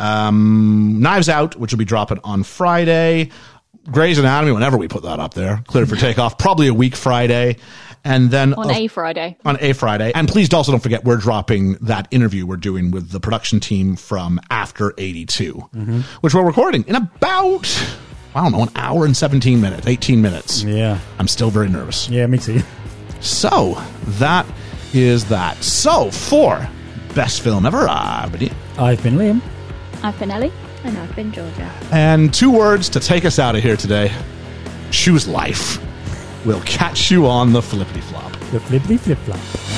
A: um, Knives Out, which will be dropping on Friday. Grey's Anatomy, whenever we put that up there, cleared for takeoff, probably a week Friday. And then
D: on
A: of
D: a Friday.
A: on a Friday. And please also don't forget we're dropping that interview we're doing with the production team from After 82,
C: Mm-hmm.
A: which we're recording in about I don't know an hour and 17 minutes, 18 minutes.
C: yeah.
A: I'm still very nervous.
C: Yeah, me too.
A: So that is that. So for best film ever, uh, but-
C: I've been Liam.
D: I've been Ellie.
F: and I've been Georgia.
A: and two words to take us out of here today: choose life. We'll catch you on the flippity flop.
C: The flippity flip flop.